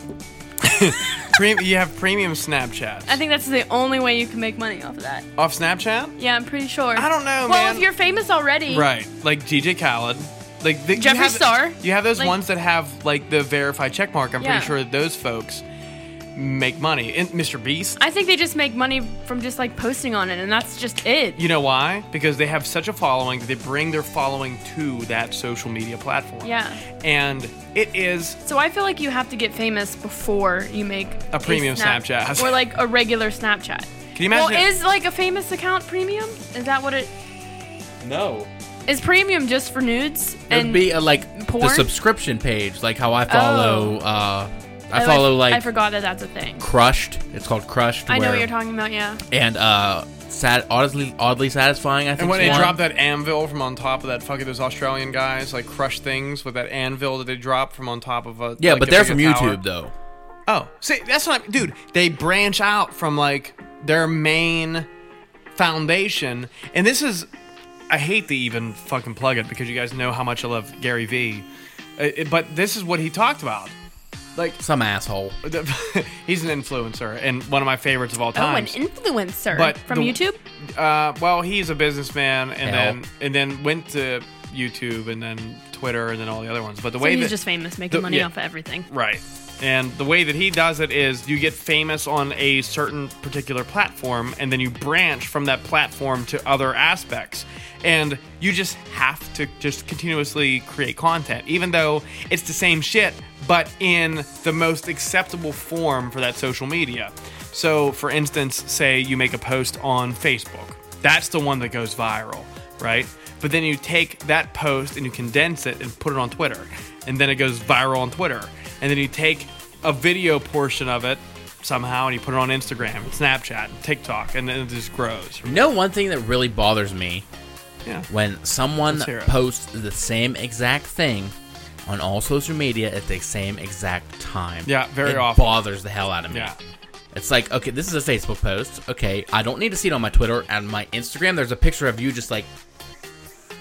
S1: pre- you have premium Snapchat.
S3: I think that's the only way you can make money off of that.
S1: Off Snapchat?
S3: Yeah, I'm pretty sure.
S1: I don't know,
S3: well,
S1: man.
S3: if you're famous already,
S1: Right. Like DJ Khaled. Like the,
S3: Jeffree
S1: you have,
S3: Star.
S1: You have those
S3: Like-
S1: ones that have like the verified check mark. I'm
S3: Yeah.
S1: pretty sure those folks make money. And Mr. Beast.
S3: I think they just make money from just like posting on it, and that's just it.
S1: You know why? Because they have such a following that they bring their following to that social media platform.
S3: Yeah.
S1: And it is
S3: So I feel like you have to get famous before you make
S1: A premium Snapchat.
S3: or like a regular Snapchat.
S1: Can you imagine
S3: Well,
S1: it-
S3: is like a famous account premium? Is that what it
S2: no.
S3: is? Premium just for nudes
S2: It'd
S3: and
S2: be uh, like the
S3: porn?
S2: subscription page, like how I follow. uh
S3: Oh,
S2: I follow
S3: f-
S2: like
S3: I forgot that that's a thing.
S2: Crushed. It's called Crushed.
S3: I know
S2: where-
S3: what you're talking about. Yeah.
S2: And uh, sad, oddly, oddly satisfying. I think.
S1: And when
S2: is
S1: they
S2: one.
S1: dropped that anvil from on top of that fucking those Australian guys like crush things with that anvil that they dropped from on top of a
S2: Yeah,
S1: like,
S2: but
S1: a
S2: they're from
S1: bigger tower.
S2: YouTube though.
S1: Oh, see, that's what I'm, dude. They branch out from like their main foundation, and this is. I hate to even fucking plug it because you guys know how much I love Gary V, but this is what he talked about. Like
S2: Some asshole.
S1: he's an influencer and one of my favorites of all
S3: Oh,
S1: time.
S3: an influencer
S1: But
S3: from
S1: the-
S3: YouTube.
S1: Uh, well, he's a businessman, and
S2: Hell.
S1: then and then went to YouTube, and then Twitter, and then all the other ones. But the
S3: So
S1: way
S3: he's
S1: that
S3: just famous, making
S1: the-
S3: money
S1: yeah.
S3: off of everything.
S1: right, and the way that he does it is you get famous on a certain particular platform, and then you branch from that platform to other aspects, and you just have to just continuously create content, even though it's the same shit, but in the most acceptable form for that social media. So, for instance, say you make a post on Facebook. That's the one that goes viral, right? But but then you take that post and you condense it and put it on Twitter, and then it goes viral on Twitter, and then you take a video portion of it somehow and you put it on Instagram, and Snapchat, and TikTok, and then it just grows.
S2: You know, one thing that really bothers me
S1: Yeah.
S2: when someone
S1: Let's hear it.
S2: posts the same exact thing on all social media at the same exact time.
S1: Yeah, very
S2: it
S1: often.
S2: bothers the hell out of me.
S1: Yeah.
S2: It's like, okay, this is a Facebook post. Okay, I don't need to see it on my Twitter and my Instagram. There's a picture of you just like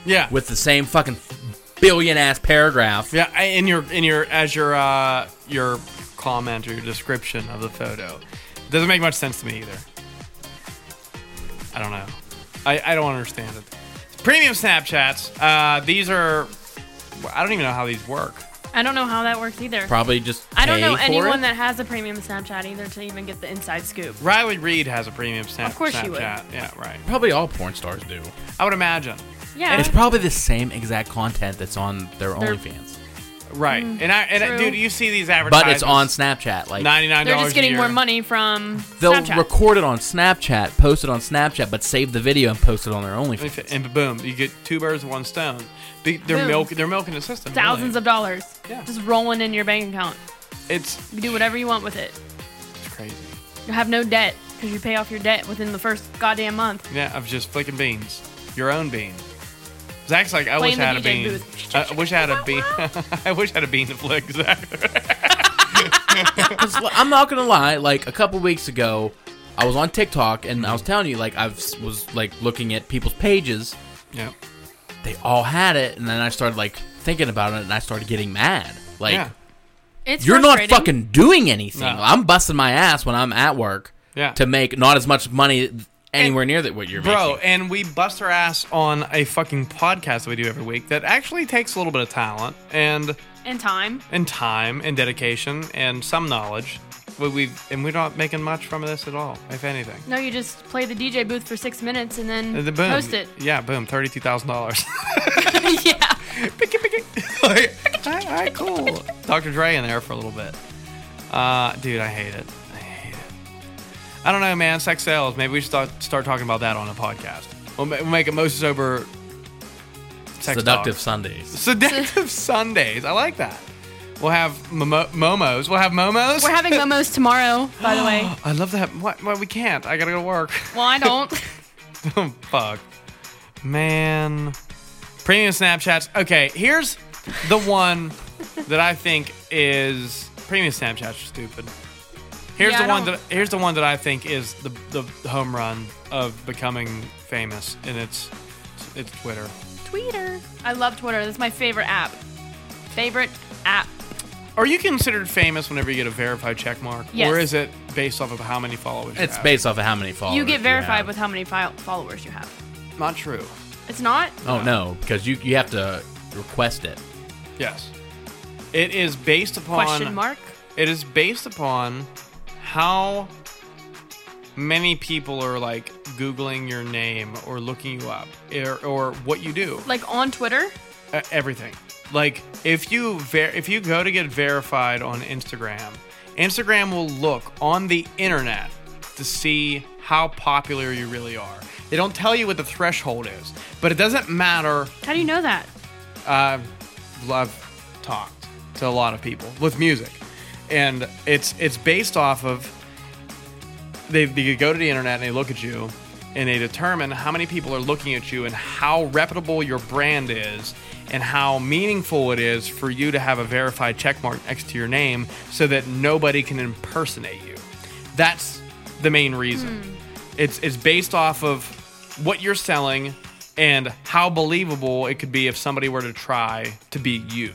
S1: Yeah.
S2: with the same fucking billion ass paragraph.
S1: Yeah, I- in your in your as your uh, your comment or your description of the photo, it doesn't make much sense to me either. I don't know. I, I don't understand it. Premium Snapchats. Uh, these are. I don't even know how these work.
S3: I don't know how that works either.
S2: Probably just.
S3: I don't
S2: pay
S3: know
S2: for
S3: anyone
S2: it.
S3: that has a premium Snapchat either to even get the inside scoop.
S1: Riley Reed has a premium Snap- Snapchat.
S3: Of course she would.
S1: Yeah, right.
S2: Probably all porn stars do.
S1: I would imagine.
S3: Yeah.
S2: It's probably the same exact content that's on their
S3: They're-
S2: OnlyFans,
S1: Right. and I and I-
S3: Mm. true.
S1: dude, you see these advertisements.
S2: but it's on Snapchat. Like
S1: Ninety nine
S3: They're
S1: dollars.
S3: just getting more money from
S2: they'll
S3: Snapchat.
S2: record it on Snapchat, post it on Snapchat, but save the video and post it on their OnlyFans.
S1: And boom, you get two birds with one stone. They- They're
S3: Boom.
S1: milking. They're milking the system. really.
S3: Thousands of dollars
S1: Yeah.
S3: just rolling in your bank account.
S1: It's
S3: You do whatever you want with it.
S1: it's crazy.
S3: You have no debt because you pay off your debt within the first goddamn month.
S1: Yeah, of just flicking beans. Your own bean. Zach's like, I wish I
S3: Playing
S1: had a
S3: the DJ
S1: bean.
S3: booth.
S1: I I wish I had a bean. I wish I had a bean to flick, Zach.
S2: 'Cause, like, I'm not gonna lie. Like a couple weeks ago, I was on TikTok and I was telling you, like I was like looking at people's pages.
S1: yeah.
S2: They all had it, and then I started like thinking about it, and I started getting mad. Like
S1: yeah.
S3: It's
S2: you're not
S3: frustrating.
S2: fucking doing anything.
S1: No.
S2: I'm busting my ass when I'm at work
S1: Yeah.
S2: to make not as much money anywhere near that what you're
S1: Bro,
S2: making.
S1: and we bust our ass on a fucking podcast that we do every week that actually takes a little bit of talent and
S3: in time.
S1: and time and dedication and some knowledge. We, we and we're not making much from this at all, if anything.
S3: No, you just play the DJ booth for six minutes and then
S1: And then boom.
S3: post it.
S1: Yeah, boom, thirty-two thousand dollars.
S3: yeah.
S1: picky, picky. like, all right, all right, cool. Dr. Dre in there for a little bit. Uh, dude, I hate it. I hate it. I don't know, man. Sex sales. Maybe we should start, start talking about that on a podcast. We'll, ma- we'll make it most sober. Sex
S2: Seductive
S1: talk.
S2: Sundays.
S1: Seductive Sundays. I like that. We'll have momo- momos. We'll have momos.
S3: We're having momos tomorrow, by the way.
S1: I love that. What? Why we can't? I gotta go to work.
S3: Well, I don't.
S1: Oh, fuck. Man. Premium Snapchats. Okay, here's the one that I think is premium Snapchats are stupid. Here's
S3: Yeah,
S1: the
S3: I
S1: one
S3: don't-
S1: that here's the one that I think is the the home run of becoming famous and it's it's Twitter.
S3: Twitter. I love Twitter. That's my favorite app. Favorite app.
S1: Are you considered famous whenever you get a verified check mark?
S3: Yes.
S1: Or is it based off of how many followers you
S2: It's
S1: have?
S2: based off of how many followers
S3: you get verified
S2: have.
S3: with how many file- followers you have.
S1: Not true.
S3: It's not.
S2: Oh no, because you you have to request it.
S1: Yes. It is based upon
S3: Question mark.
S1: It is based upon how many people are like Googling your name or looking you up or, or what you do.
S3: Like on Twitter.
S1: Uh, everything. Like if you ver- if you go to get verified on Instagram, Instagram will look on the internet to see how popular you really are. They don't tell you what the threshold is, but it doesn't matter
S3: How do you know that?
S1: I've, I've talked to a lot of people with music, and it's it's based off of they, they go to the internet and they look at you, and they determine how many people are looking at you and how reputable your brand is and how meaningful it is for you to have a verified checkmark next to your name so that nobody can impersonate you. That's the main reason. It's it's based off of what you're selling and how believable it could be if somebody were to try to be you.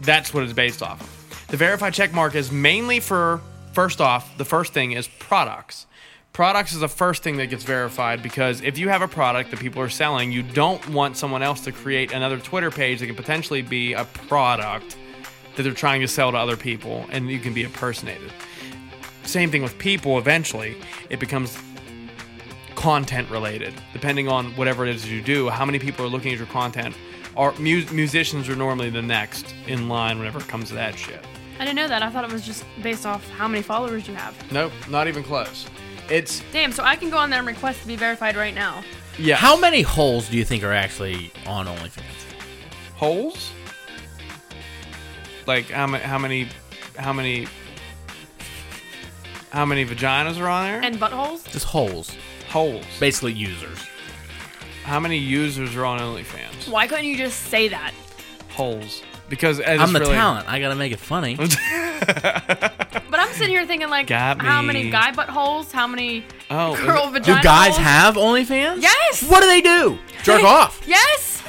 S1: That's what it's based off of. The verified checkmark is mainly for first off, the first thing is products. Products is the first thing that gets verified because if you have a product that people are selling, you don't want someone else to create another Twitter page that could potentially be a product that they're trying to sell to other people and you can be impersonated. Same thing with people, eventually, it becomes content related, depending on whatever it is you do, how many people are looking at your content. Are mu- musicians are normally the next in line whenever it comes to that shit.
S3: I didn't know that. I thought it was just based off how many followers you have.
S1: Nope, not even close. It's
S3: Damn. So I can go on there and request to be verified right now.
S1: Yeah.
S2: How many holes do you think are actually on OnlyFans?
S1: holes? Like how many? How many? How many? How many vaginas are on there?
S3: And buttholes?
S2: Just holes,
S1: holes.
S2: basically users.
S1: How many users are on OnlyFans?
S3: Why couldn't you just say that?
S1: Holes. Because it's
S2: I'm the
S1: really,
S2: talent. I gotta make it funny.
S3: But I'm sitting here thinking like,
S1: Got
S3: how
S1: me.
S3: many guy buttholes? How many
S1: Oh, is
S3: girl
S1: it-
S3: vaginas?
S2: do guys have OnlyFans?
S3: Yes!
S2: What do they do? Jerk off.
S3: Yes,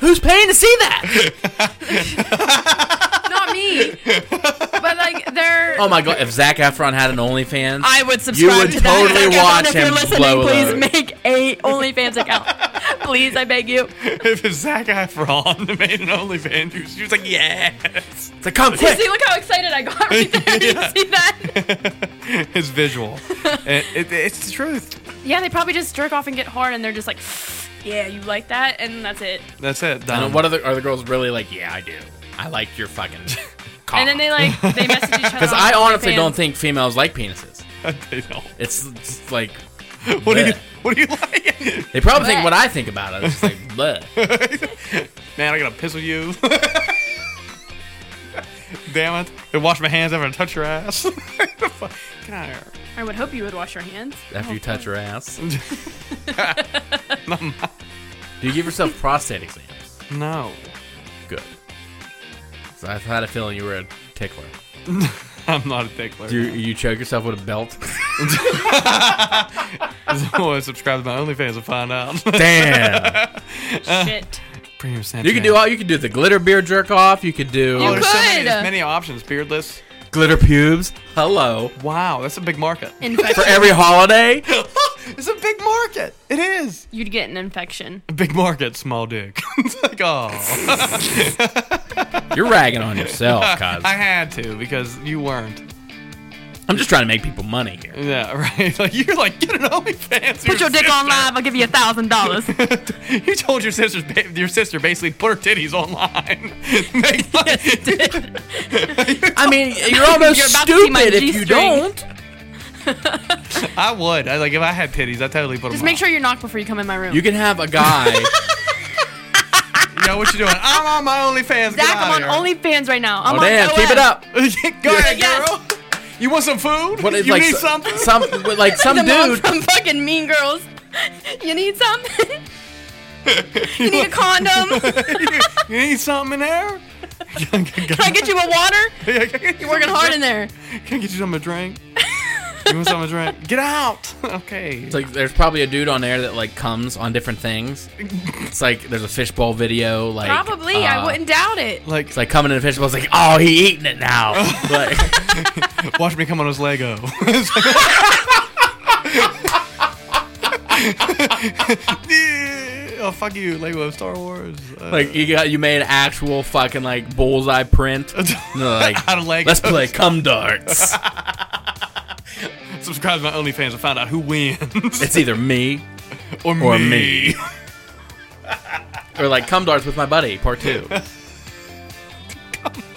S2: Who's paying to see that?
S3: not me. but like they're.
S2: Oh my god! If Zach Efron had an OnlyFans,
S3: I would subscribe
S2: would
S3: to that.
S2: totally
S3: Zac Efron,
S2: watch
S3: if you're
S2: him
S3: listening,
S2: blow
S3: please
S2: load.
S3: make a OnlyFans account. please, I beg you.
S1: if it's Zac Efron made an OnlyFans, she was- she was like, yes.
S2: it's like come quick.
S3: See, look how excited I got right there. Did you see that?
S1: It's visual. it, it, it's the truth.
S3: Yeah, they probably just jerk off and get hard, and they're just like, yeah, you like that, and that's it.
S1: That's it. Done.
S2: And what are the, are the girls really like? Yeah, I do. I like your fucking.
S3: And then they like they message each other.
S2: Because
S3: on
S2: Ah. I honestly don't
S3: OnlyFans.
S2: think females like penises.
S1: they don't.
S2: It's, it's like
S1: What do you?
S2: Bleh.
S1: What do you like?
S2: they probably think
S3: Bleh.
S2: what I think about it. It's just like bleh.
S1: Man, I gotta piss with you. Damn it! I wash my hands after I touch your ass. Get out of here.
S3: I would hope you would wash your hands. Oh,
S2: after you touch her ass. do you give yourself prostate exams?
S1: No.
S2: Good. So I had a feeling you were a tickler.
S1: I'm not a tickler.
S2: Do you, you choke yourself with a belt?
S1: Well, subscribe to my OnlyFans and find out.
S2: Damn.
S3: Shit.
S1: Premium Snapchat.
S2: you could do all. You could do the glitter beard jerk off. You could do
S1: Oh, there's so many,
S3: could.
S1: there's many options. Beardless.
S2: glitter pubes. Hello.
S1: Wow, that's a big market.
S2: For
S3: Infection.
S2: every holiday.
S1: it's a big market. It is.
S3: You'd get an infection.
S1: Big market, small dick. it's like, oh,
S2: You're ragging on yourself, cuz.
S1: I had to because you weren't.
S2: I'm just trying to make people money here.
S1: Yeah, right. Like you're like get an OnlyFans.
S3: Put your dick on live. I'll give you a thousand dollars.
S1: You told your sister, your sister basically put her titties online. Make money.
S2: I mean, you're almost
S3: You're about to see my
S2: stupid if you
S3: G-string.
S2: don't.
S1: I would. I like if I had titties, I totally put them.
S3: Just make sure you knock before you come in my room.
S2: You can have a guy.
S1: You know what you doing? I'm on my OnlyFans. Get
S3: Zach,
S1: out
S3: I'm
S1: of
S3: on
S1: here.
S3: OnlyFans right now. I'm
S2: oh
S3: on
S2: damn, keep
S3: OM.
S2: it up.
S1: Go ahead,
S3: Yes.
S1: girl. You want some food?
S2: What if
S1: you
S2: like
S1: need
S2: so-
S1: something?
S2: some like some
S3: The mom
S2: dude
S3: from fucking Mean Girls. You need something? you need a condom? Can
S1: you need something in there?
S3: I get you a water?
S1: You're
S3: You're working hard in there.
S1: Can I get you something to drink? you want something to drink? Get out. Okay.
S2: It's like there's probably a dude on there that like comes on different things. It's like there's a fishbowl video. Like
S3: Probably.
S2: uh,
S3: I wouldn't doubt it.
S1: Like,
S2: It's like coming in a fishbowl. It's like oh he eating it now. Like,
S1: watch me come on his Lego. oh fuck you, Lego of Star Wars. Uh,
S2: like you got you made an actual fucking like bullseye print. And they're like
S1: Out of Legos.
S2: let's play cum darts.
S1: subscribe to my OnlyFans and find out who wins
S2: it's either me
S1: or,
S2: or me.
S1: me.
S2: or like cum darts with my buddy part two.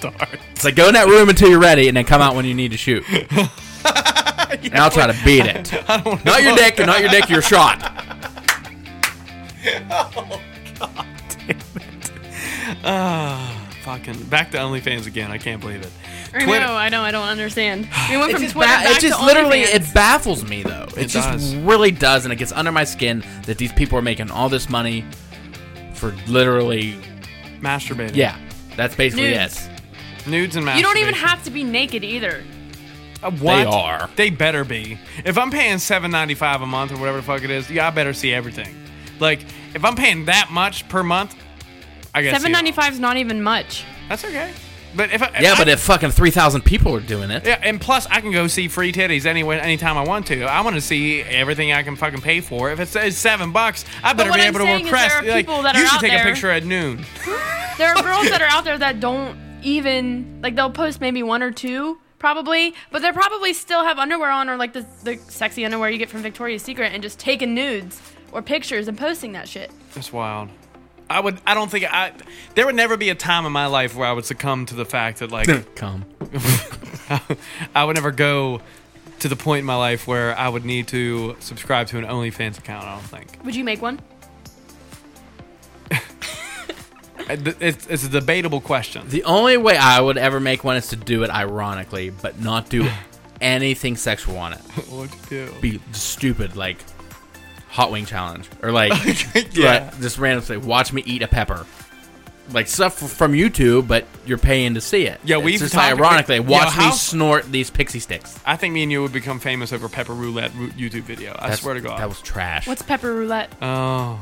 S1: Darn.
S2: It's like go in that room until you're ready, and then come out when you need to shoot. and I'll try to beat it.
S1: I don't know.
S2: Not your dick, and not your dick, your shot.
S1: Fucking back to OnlyFans again. I can't believe it.
S3: I
S1: Twitter-
S3: know, I know, I don't understand. We went
S2: It
S3: from
S2: just,
S3: Twitter
S2: ba-
S3: back
S2: it just
S3: to
S2: literally
S3: OnlyFans.
S2: it baffles me though. It,
S1: It
S2: just
S1: does.
S2: really does, and it gets under my skin that these people are making all this money for literally
S1: Masturbating.
S2: yeah. That's basically
S3: Nudes.
S2: it.
S1: Nudes and masturbation.
S3: you don't even have to be naked either.
S1: Uh, what?
S2: They are.
S1: They better be. If I'm paying seven ninety five a month or whatever the fuck it is, yeah, I better see everything. Like if I'm paying that much per month, I guess
S3: Seven ninety five is not even much.
S1: That's okay. But if I,
S2: Yeah,
S1: I-
S2: but if fucking three thousand people are doing it,
S1: yeah, and plus I can go see free titties anywhere, anytime I want to. I want to see everything I can fucking pay for. If it's, it's seven bucks, I better
S3: what
S1: be
S3: I'm
S1: able to
S3: saying
S1: work
S3: is there
S1: press.
S3: are people that
S1: you
S3: are
S1: should
S3: out
S1: take a
S3: there-
S1: picture at noon.
S3: There are girls that are out there that don't even like they'll post maybe one or two probably, but they probably still have underwear on or like the the sexy underwear you get from Victoria's Secret and just taking nudes or pictures and posting that shit.
S1: That's wild. I would. I don't think I. There would never be a time in my life where I would succumb to the fact that like
S2: come.
S1: I would never go to the point in my life where I would need to subscribe to an OnlyFans account. I don't think
S3: Would you make one?
S1: Uh, th- it's, it's a debatable question.
S2: The only way I would ever make one is to do it ironically, but not do anything sexual on it.
S1: What'd you do?
S2: Be stupid, like hot wing challenge, or like
S1: Yeah.
S2: like, just random say, watch me eat a pepper. Like stuff f- from YouTube, but you're paying to see it.
S1: Yeah,
S2: It's
S1: we've
S2: just
S1: talked-
S2: ironically
S1: yeah,
S2: watch me
S1: how-
S2: snort these pixie sticks.
S1: I think me and you would become famous over Pepper Roulette ru- YouTube video. I
S2: That's-
S1: swear to God.
S2: that was trash.
S3: What's pepper roulette?
S1: oh,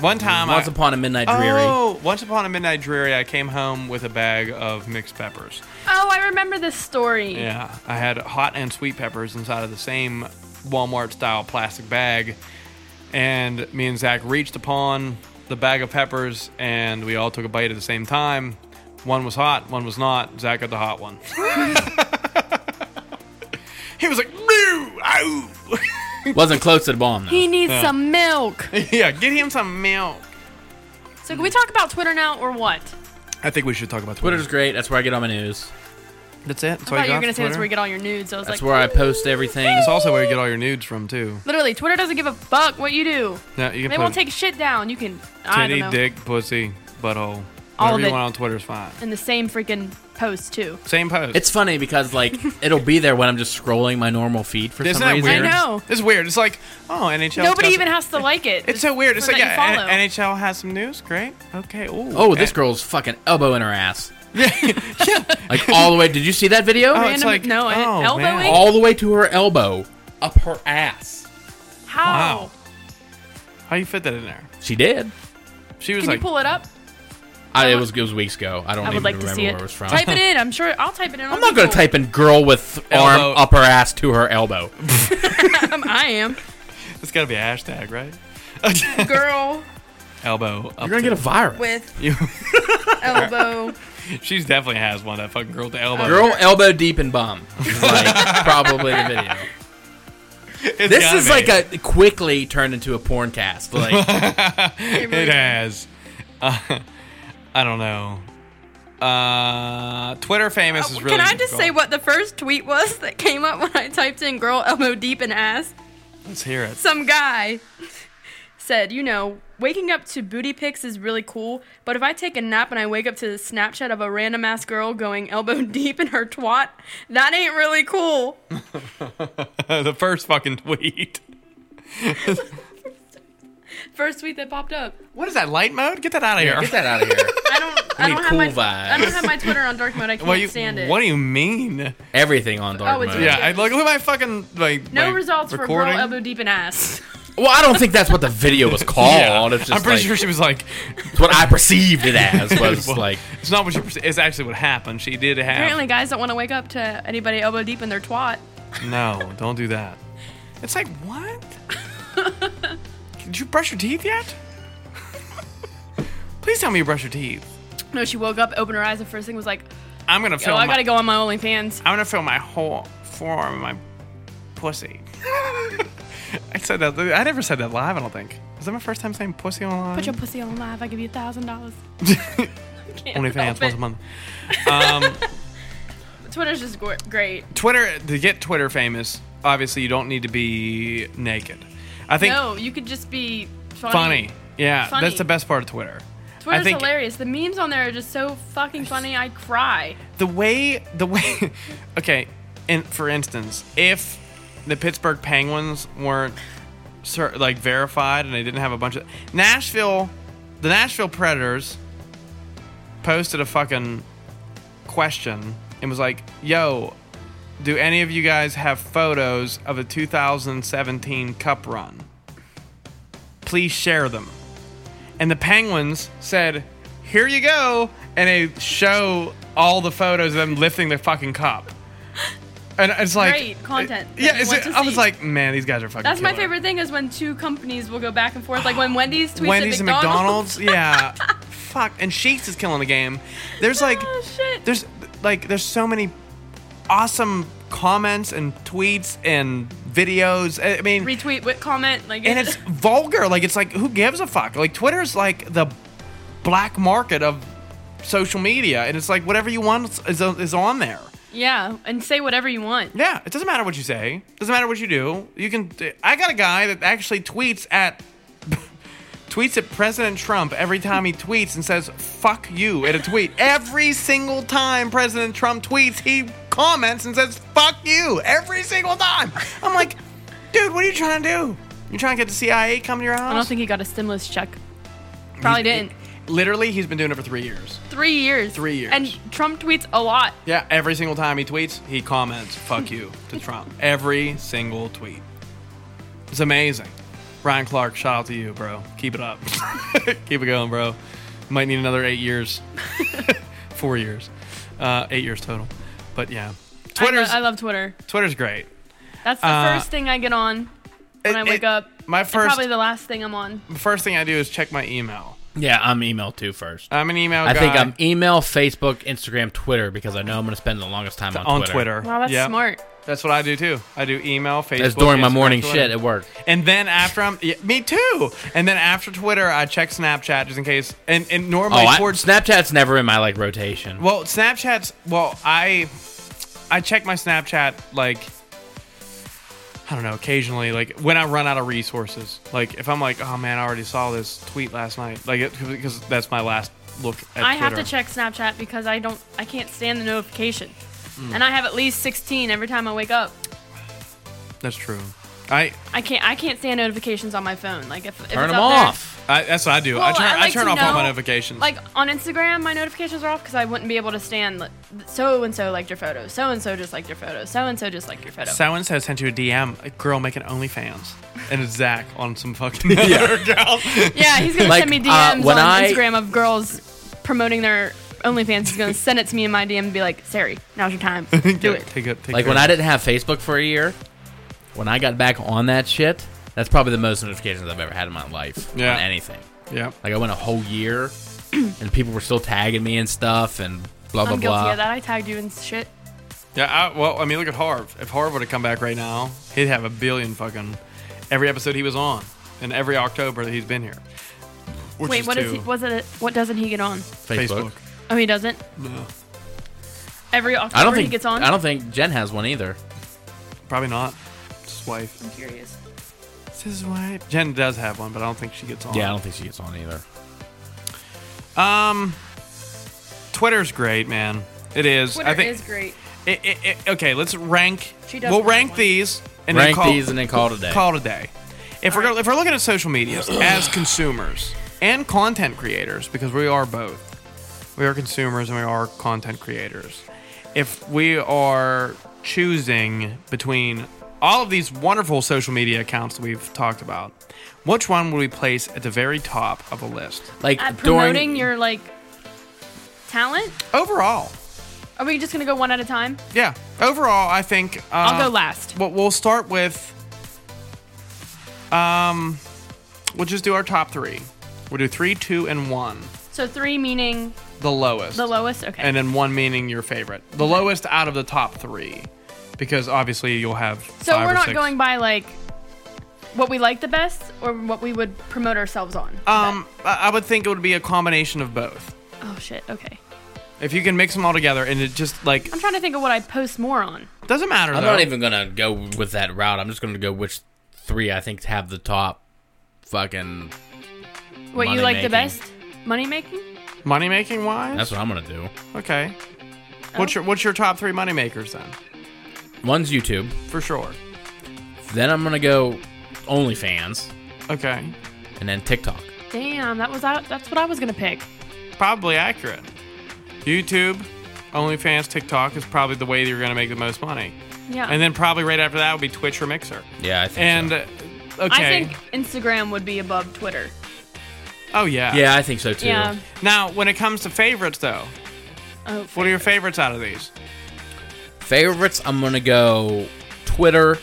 S1: one time
S2: Once
S1: I,
S2: upon a midnight dreary.
S1: Oh, once upon a midnight dreary, I came home with a bag of mixed peppers.
S3: Oh, I remember this story.
S1: Yeah, I had hot and sweet peppers inside of the same Walmart style plastic bag, and me and Zach reached upon the bag of peppers, and we all took a bite at the same time. One was hot, one was not. Zach got the hot one. he was like, "Moo, ow."
S2: Wasn't close to the bomb though.
S3: He needs some milk.
S1: yeah, get him some milk.
S3: So can we talk about Twitter now or what?
S1: I think we should talk about Twitter.
S2: Twitter's great. That's where I get all my news.
S1: That's it. That's
S3: I
S1: all
S3: thought you
S1: got
S3: were gonna
S1: for
S3: say that's
S1: Twitter?
S3: where you get all your nudes. I was
S2: That's
S3: like,
S2: where I post everything.
S1: It's also where you get all your nudes from too.
S3: literally, Twitter doesn't give a fuck what you do.
S1: Yeah, you can
S3: They
S1: put
S3: won't take shit down. You can, I don't
S1: titty,
S3: know,
S1: dick, pussy, butthole.
S3: All
S1: Whatever you
S3: of it.
S1: want on Twitter is fine.
S3: in the same freaking post too.
S1: Same post.
S2: It's funny because like it'll be there when I'm just scrolling my normal feed for
S1: Isn't
S2: some
S1: that
S2: reason.
S1: weird?
S3: I know.
S1: It's weird. It's like, oh, NHL.
S3: Nobody
S1: does-
S3: even has to like it.
S1: It's so weird. It's
S3: for
S1: like,
S3: that you
S1: yeah,
S3: follow.
S1: N- NHL has some news. Great. Okay. Ooh, eh,
S2: Oh, this
S1: And-
S2: girl's fucking elbow in her ass.
S1: yeah.
S2: Like all the way. Did you see that video?
S1: Oh, it's
S3: Random-
S1: like,
S3: no, and
S1: oh,
S3: elbowing?
S1: man.
S2: all the way to her elbow, up her ass.
S3: How?
S1: Wow. How you fit that in there?
S2: She did.
S1: She was
S3: Can
S1: like,
S3: you pull it up?
S2: I, it was it was weeks ago. I don't
S3: Uh, I
S2: even
S3: would like to
S2: remember
S3: see
S2: where
S3: it.
S2: it was from.
S3: Type it in. I'm sure I'll type it in.
S2: I'm not gonna type in "girl with arm
S1: Elbow.
S2: up her ass to her elbow."
S3: Um, I am.
S1: it's got to be a hashtag, right?
S3: Girl
S1: Elbow. Up
S2: You're gonna get a
S1: to-
S2: virus.
S3: with
S1: You-
S3: elbow.
S1: She's definitely has one. That fucking girl to elbow.
S2: Girl elbow deep in bum. Is like probably the video.
S1: It's
S2: This
S1: gotta
S2: is
S1: be.
S2: like a quickly turned into a porn cast. Like
S1: It has. Uh, I don't know. Uh, Twitter famous is really.
S3: Can I just
S1: difficult.
S3: say what the first tweet was that came up when I typed in girl elbow deep and ass?
S1: Let's hear it.
S3: Some guy said, you know, waking up to booty pics is really cool, but if I take a nap and I wake up to the Snapchat of a random ass girl going elbow deep in her twat, that ain't really cool.
S1: the first fucking tweet.
S3: First tweet that popped up.
S1: What is that light mode? Get that out of here.
S2: get that out of here.
S3: I don't. I
S2: need
S3: don't have my.
S2: cool vibes.
S3: I don't have my Twitter on dark mode. I can't
S1: Well, you-
S3: stand it.
S1: What do you mean?
S2: Everything on dark
S3: Oh, it's
S2: mode.
S3: really-
S1: Yeah, I, like look at my fucking like.
S3: no
S1: my
S3: results
S1: recording.
S3: for girl elbow deep and ass.
S2: Well, I don't think that's what the video was called.
S1: Yeah,
S2: It's just
S1: I'm pretty
S2: like-
S1: sure she was like,
S2: it's what I perceived it as was
S1: well,
S2: like.
S1: it's not what she. perce- It's actually what happened. She did have.
S3: Apparently, guys don't want to wake up to anybody elbow deep in their twat.
S1: No, don't do that. It's like what? Did you brush your teeth yet? Please tell me you brush your teeth.
S3: No, she woke up, opened her eyes, and first thing was like,
S1: I'm gonna
S3: "Yo,
S1: film.
S3: Oh, I
S1: my,
S3: gotta go on my OnlyFans."
S1: I'm gonna film my whole forearm and my pussy. I said that. I never said that live. I don't think. Is that my first time saying pussy online?
S3: Put your pussy on live. I give you a thousand dollars.
S1: OnlyFans
S3: help
S1: once
S3: it.
S1: a month. Um,
S3: Twitter's just gor- great.
S1: Twitter to get Twitter famous, obviously you don't need to be naked. I think
S3: No, you could just be funny.
S1: funny. Yeah,
S3: Funny.
S1: that's the best part of Twitter.
S3: Twitter's
S1: I think
S3: hilarious. The memes on there are just so fucking funny. I cry.
S1: the way the way okay, and for instance, if the Pittsburgh Penguins weren't cer- like verified and they didn't have a bunch of Nashville, the Nashville Predators posted a fucking question and was like, "Yo, do any of you guys have photos of the 2017 Cup run? Please share them." And the Penguins said, "Here you go," and they show all the photos of them lifting their fucking cup. And it's like uh,
S3: Great content that
S1: Yeah,
S3: you
S1: it's-
S3: want to
S1: I was
S3: see.
S1: like, man, these guys are fucking.
S3: That's my
S1: killer."
S3: favorite thing is when two companies will go back and forth, like when Wendy's tweets
S1: Wendy's
S3: at
S1: and
S3: McDonald's.
S1: McDonald's. yeah. Fuck. And Sheets is killing the game. There's like
S3: Oh, shit.
S1: there's like there's so many awesome comments and tweets and videos. I I mean
S3: Retweet, with comment, like
S1: and it's vulgar. Like it's like who gives a fuck? Like Twitter's like the black market of social media and it's like whatever you want is, is on there.
S3: Yeah, and say whatever you want.
S1: Yeah, it doesn't matter what you say. Doesn't matter what you do. You can. I got a guy that actually tweets at tweets at President Trump every time he tweets and says "fuck you" in a tweet. Every single time President Trump tweets, he comments and says "fuck you" every single time. I'm like, dude, what are you trying to do? You trying to get the CIA come to your house?
S3: I don't think he got a stimulus check. Probably didn't.
S1: Literally, he's been doing it for three years.
S3: Three years.
S1: Three years.
S3: And Trump tweets a lot.
S1: Yeah, every single time he tweets, he comments "fuck you" to Trump. Every single tweet. It's amazing. Brian Clark, shout out to you, bro. Keep it up. Keep it going, bro. Might need another eight years, four years, uh, eight years total. But yeah,
S3: I lo-
S1: Twitter's
S3: I, love Twitter.
S1: Twitter's great.
S3: That's the
S1: Uh,
S3: first thing I get on when I
S1: It-
S3: wake
S1: it-
S3: up.
S1: my
S3: and
S1: first
S3: probably the last thing I'm on.
S1: first thing I do is check my email.
S2: Yeah, I'm email too first.
S1: I'm an email
S2: I
S1: guy.
S2: think I'm email, Facebook, Instagram, Twitter because I know I'm going to spend the longest time on,
S1: on Twitter.
S3: Wow, that's
S1: Yeah.
S3: smart.
S1: That's what I do too. I do email, Facebook.
S2: That's during my
S1: Instagram,
S2: morning
S1: Twitter.
S2: shit at work.
S1: And then after I'm, yeah, me too. And then after Twitter, I check Snapchat just in case. And and
S2: Oh,
S1: normally
S2: I,
S1: towards
S2: Snapchat's never in my like rotation.
S1: well, Snapchat's well, I I check my Snapchat like I don't know, occasionally like when I run out of resources. Like if I'm like, oh man, I already saw this tweet last night. Like it, because that's my last look. at
S3: I have to
S1: Twitter.
S3: check Snapchat because I don't. I can't stand the notification.
S1: Hmm.
S3: And I have at least 16 every time I wake up.
S1: That's true. I,
S3: I can't. I can't stand notifications on my phone. Like if, if
S2: Turn
S3: it's
S2: them
S3: up there-
S2: off.
S1: I that's what I do. I
S3: Well,
S1: turn I,
S3: like
S1: turn
S3: to
S1: off all my
S3: know-
S1: notifications.
S3: Like on Instagram, my notifications are off because I wouldn't be able to stand. So and so liked your photo. So and so just liked your photo. So and so just liked your photo.
S1: Someone says sent you a DM, a girl making OnlyFans, and it's Zach on some fucking other account.
S3: yeah, he's gonna
S2: Like,
S3: send me
S2: uh,
S3: DMs
S2: when
S3: on
S2: I-
S3: Instagram of girls promoting their OnlyFans. He's gonna send it to me in my DM and be like, "Sari, now's your time. Do it."
S1: Take it. Take
S2: Like
S1: care
S2: when
S1: of
S2: I
S1: it.
S2: didn't have Facebook for a year, when I got back on that shit, that's probably the most notifications I've ever had in my life
S1: Yeah.
S2: on anything.
S1: Yeah.
S2: Like I went a whole year, and people were still tagging me and stuff, and blah blah
S3: I'm guilty
S2: blah.
S3: of that. I tagged you in shit.
S1: Yeah, I, well, I mean, look at Harv. If Harv would have come back right now, he'd have a billion fucking every episode he was on, and every October that he's been here. Which
S3: Wait, what is he? Was it? What doesn't he get on?
S1: Facebook?
S3: Oh, he doesn't.
S1: No,
S3: Every
S2: I
S3: October
S2: don't think
S3: he gets on.
S2: I don't think Jen has one either.
S1: probably not. It's his wife.
S3: I'm curious.
S1: It's his wife. Jen does have one, but I don't think she gets on.
S2: Yeah, I don't think she gets on either.
S1: Twitter's great, man. It is.
S3: Twitter
S1: I think.
S3: is great.
S1: it, it, it, Eh, okay, let's rank.
S3: She does
S1: we'll
S3: have
S1: rank
S3: one.
S1: these and
S2: Rank
S1: then call,
S2: these and then call today.
S1: Call today. If we're gonna, if we're looking at social medias as consumers and content creators, because we are both, we are consumers and we are content creators. If we are choosing between all of these wonderful social media accounts that we've talked about, which one would we place at the very top of the list
S2: Like
S3: At promoting
S2: during
S3: your like talent.
S1: overall?
S3: Are we just gonna go one at a time?
S1: Yeah, overall, I think uh,
S3: I'll go last.
S1: Well, we'll start with. Um, we'll just do our top three. We'll do three, two, and one.
S3: So three meaning
S1: The lowest.
S3: the lowest. Okay.
S1: And then one meaning your favorite. The lowest out of the top three, because obviously you'll have.
S3: so
S1: five
S3: we're
S1: or
S3: not
S1: six.
S3: going by like what we like the best or what we would promote ourselves on.
S1: Um, I I would think it would be a combination of both.
S3: oh shit. Okay.
S1: If you can mix them all together, and it just like
S3: I'm trying to think of what I post more on.
S1: doesn't matter.
S2: I'm
S1: though.
S2: not even gonna go with that route. I'm just gonna go which three I think have the top fucking.
S3: What you
S2: Money
S3: like the
S2: making.
S3: best? Money making?
S1: money making wise.
S2: That's what I'm gonna do.
S1: okay. What's
S3: Oh.
S1: your what's your top three money makers then?
S2: One's YouTube.
S1: For sure.
S2: Then I'm gonna go OnlyFans,
S1: Okay.
S2: and then TikTok.
S3: Damn, that was out. That's what I was gonna pick.
S1: probably accurate. YouTube, OnlyFans, TikTok is probably the way that you're going to make the most money.
S3: Yeah.
S1: And then probably right after that would be Twitch or Mixer.
S2: Yeah, I think.
S1: And
S2: so.
S1: uh,
S3: I
S1: okay.
S3: think Instagram would be above Twitter.
S1: oh yeah.
S2: yeah, I think so too.
S3: Yeah.
S1: Now, when it comes to favorites though,
S3: Oh,
S1: what are your favorites out of these?
S2: Favorites, I'm gonna go Twitter,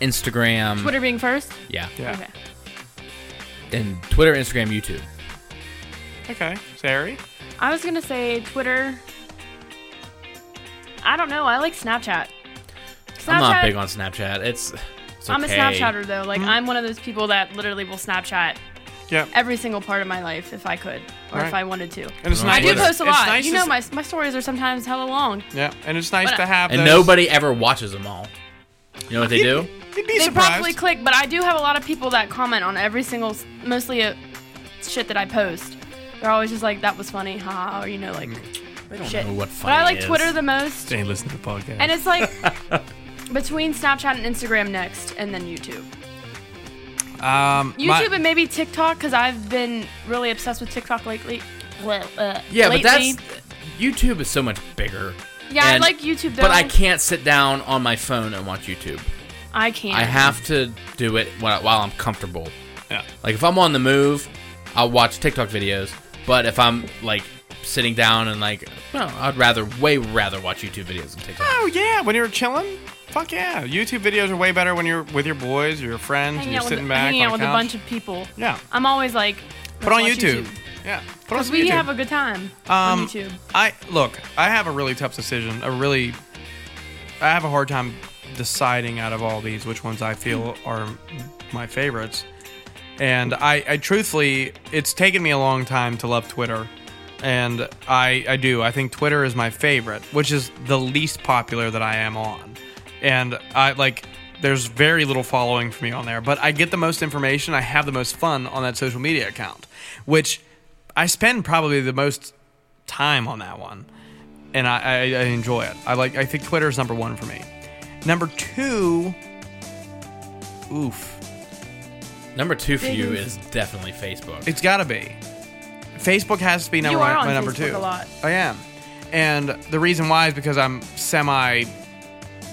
S2: Instagram.
S3: Twitter being first?
S2: Yeah.
S1: Mm-hmm. Yeah.
S3: Okay.
S2: And Twitter, Instagram, YouTube.
S1: Okay. Sari?
S3: I was gonna say Twitter. I don't know. I like Snapchat. Snapchat
S2: I'm not big on Snapchat. It's. it's
S3: I'm a
S2: okay. Mm-hmm.
S3: Snapchatter though. Like I'm one of those people that literally will Snapchat
S1: Yep.
S3: every single part of my life if I could. or if
S1: Right.
S3: I wanted to.
S1: And it's nice.
S3: I do post a
S1: it's
S3: lot.
S1: nice
S3: you
S1: to
S3: know,
S1: s-
S3: my, my stories are sometimes hella long.
S1: Yeah, and it's nice
S3: But-
S1: to have.
S2: And
S1: those-
S2: nobody ever watches them all. You know what they do?
S1: You'd be
S3: They
S1: surprised.
S3: probably click, but I do have a lot of people that comment on every single, s- mostly uh shit that I post. They're always just like, "That was funny," haha, or you know, like shit.
S2: know what
S3: but I
S2: funny
S3: like
S2: is.
S3: Twitter the most,
S1: Mm. They listen to the podcast.
S3: and it's like between Snapchat and Instagram next, and then YouTube.
S1: um,
S3: YouTube
S1: my-
S3: and maybe TikTok because I've been really obsessed with TikTok lately. Well, uh,
S2: Yeah,
S3: lately.
S2: but that's YouTube is so much bigger.
S3: yeah. I
S2: And-
S3: like YouTube though.
S2: But I can't sit down on my phone and watch YouTube.
S3: I can't.
S2: I have to do it while, while I'm comfortable.
S1: Yeah.
S2: Like if I'm on the move, I'll watch TikTok videos. But if I'm like sitting down and like, well, I'd rather way rather watch YouTube videos than TikTok.
S1: Oh yeah, when you're chilling, fuck yeah. YouTube videos are way better when you're with your boys or your friends and
S3: hanging
S1: you're
S3: out with,
S1: sitting back
S3: hanging
S1: on
S3: out
S1: the
S3: with a
S1: couch.
S3: bunch of people.
S1: Yeah.
S3: I'm always like.
S1: Put on
S3: let's watch
S1: YouTube. Yeah, put on
S3: Because
S1: some
S3: we
S1: YouTube.
S3: have a good time on
S1: um,
S3: YouTube.
S1: I look. I have a really tough decision. A really, I have a hard time deciding out of all these which ones I feel are my favorites. And I, I truthfully, it's taken me a long time to love Twitter. And I, I do. I think Twitter is my favorite, which is the least popular that I am on. And I like, there's very little following for me on there, but I get the most information. I have the most fun on that social media account, which I spend probably the most time on that one, and I, I, I enjoy it. I like. I think Twitter is number one for me. Number two, oof,
S2: Number two for you is definitely Facebook.
S1: it's got to be. Facebook has to be number
S3: You are
S1: one,
S3: on
S1: my number
S3: Facebook
S1: two.
S3: a lot.
S1: I am, and the reason why is because I'm semi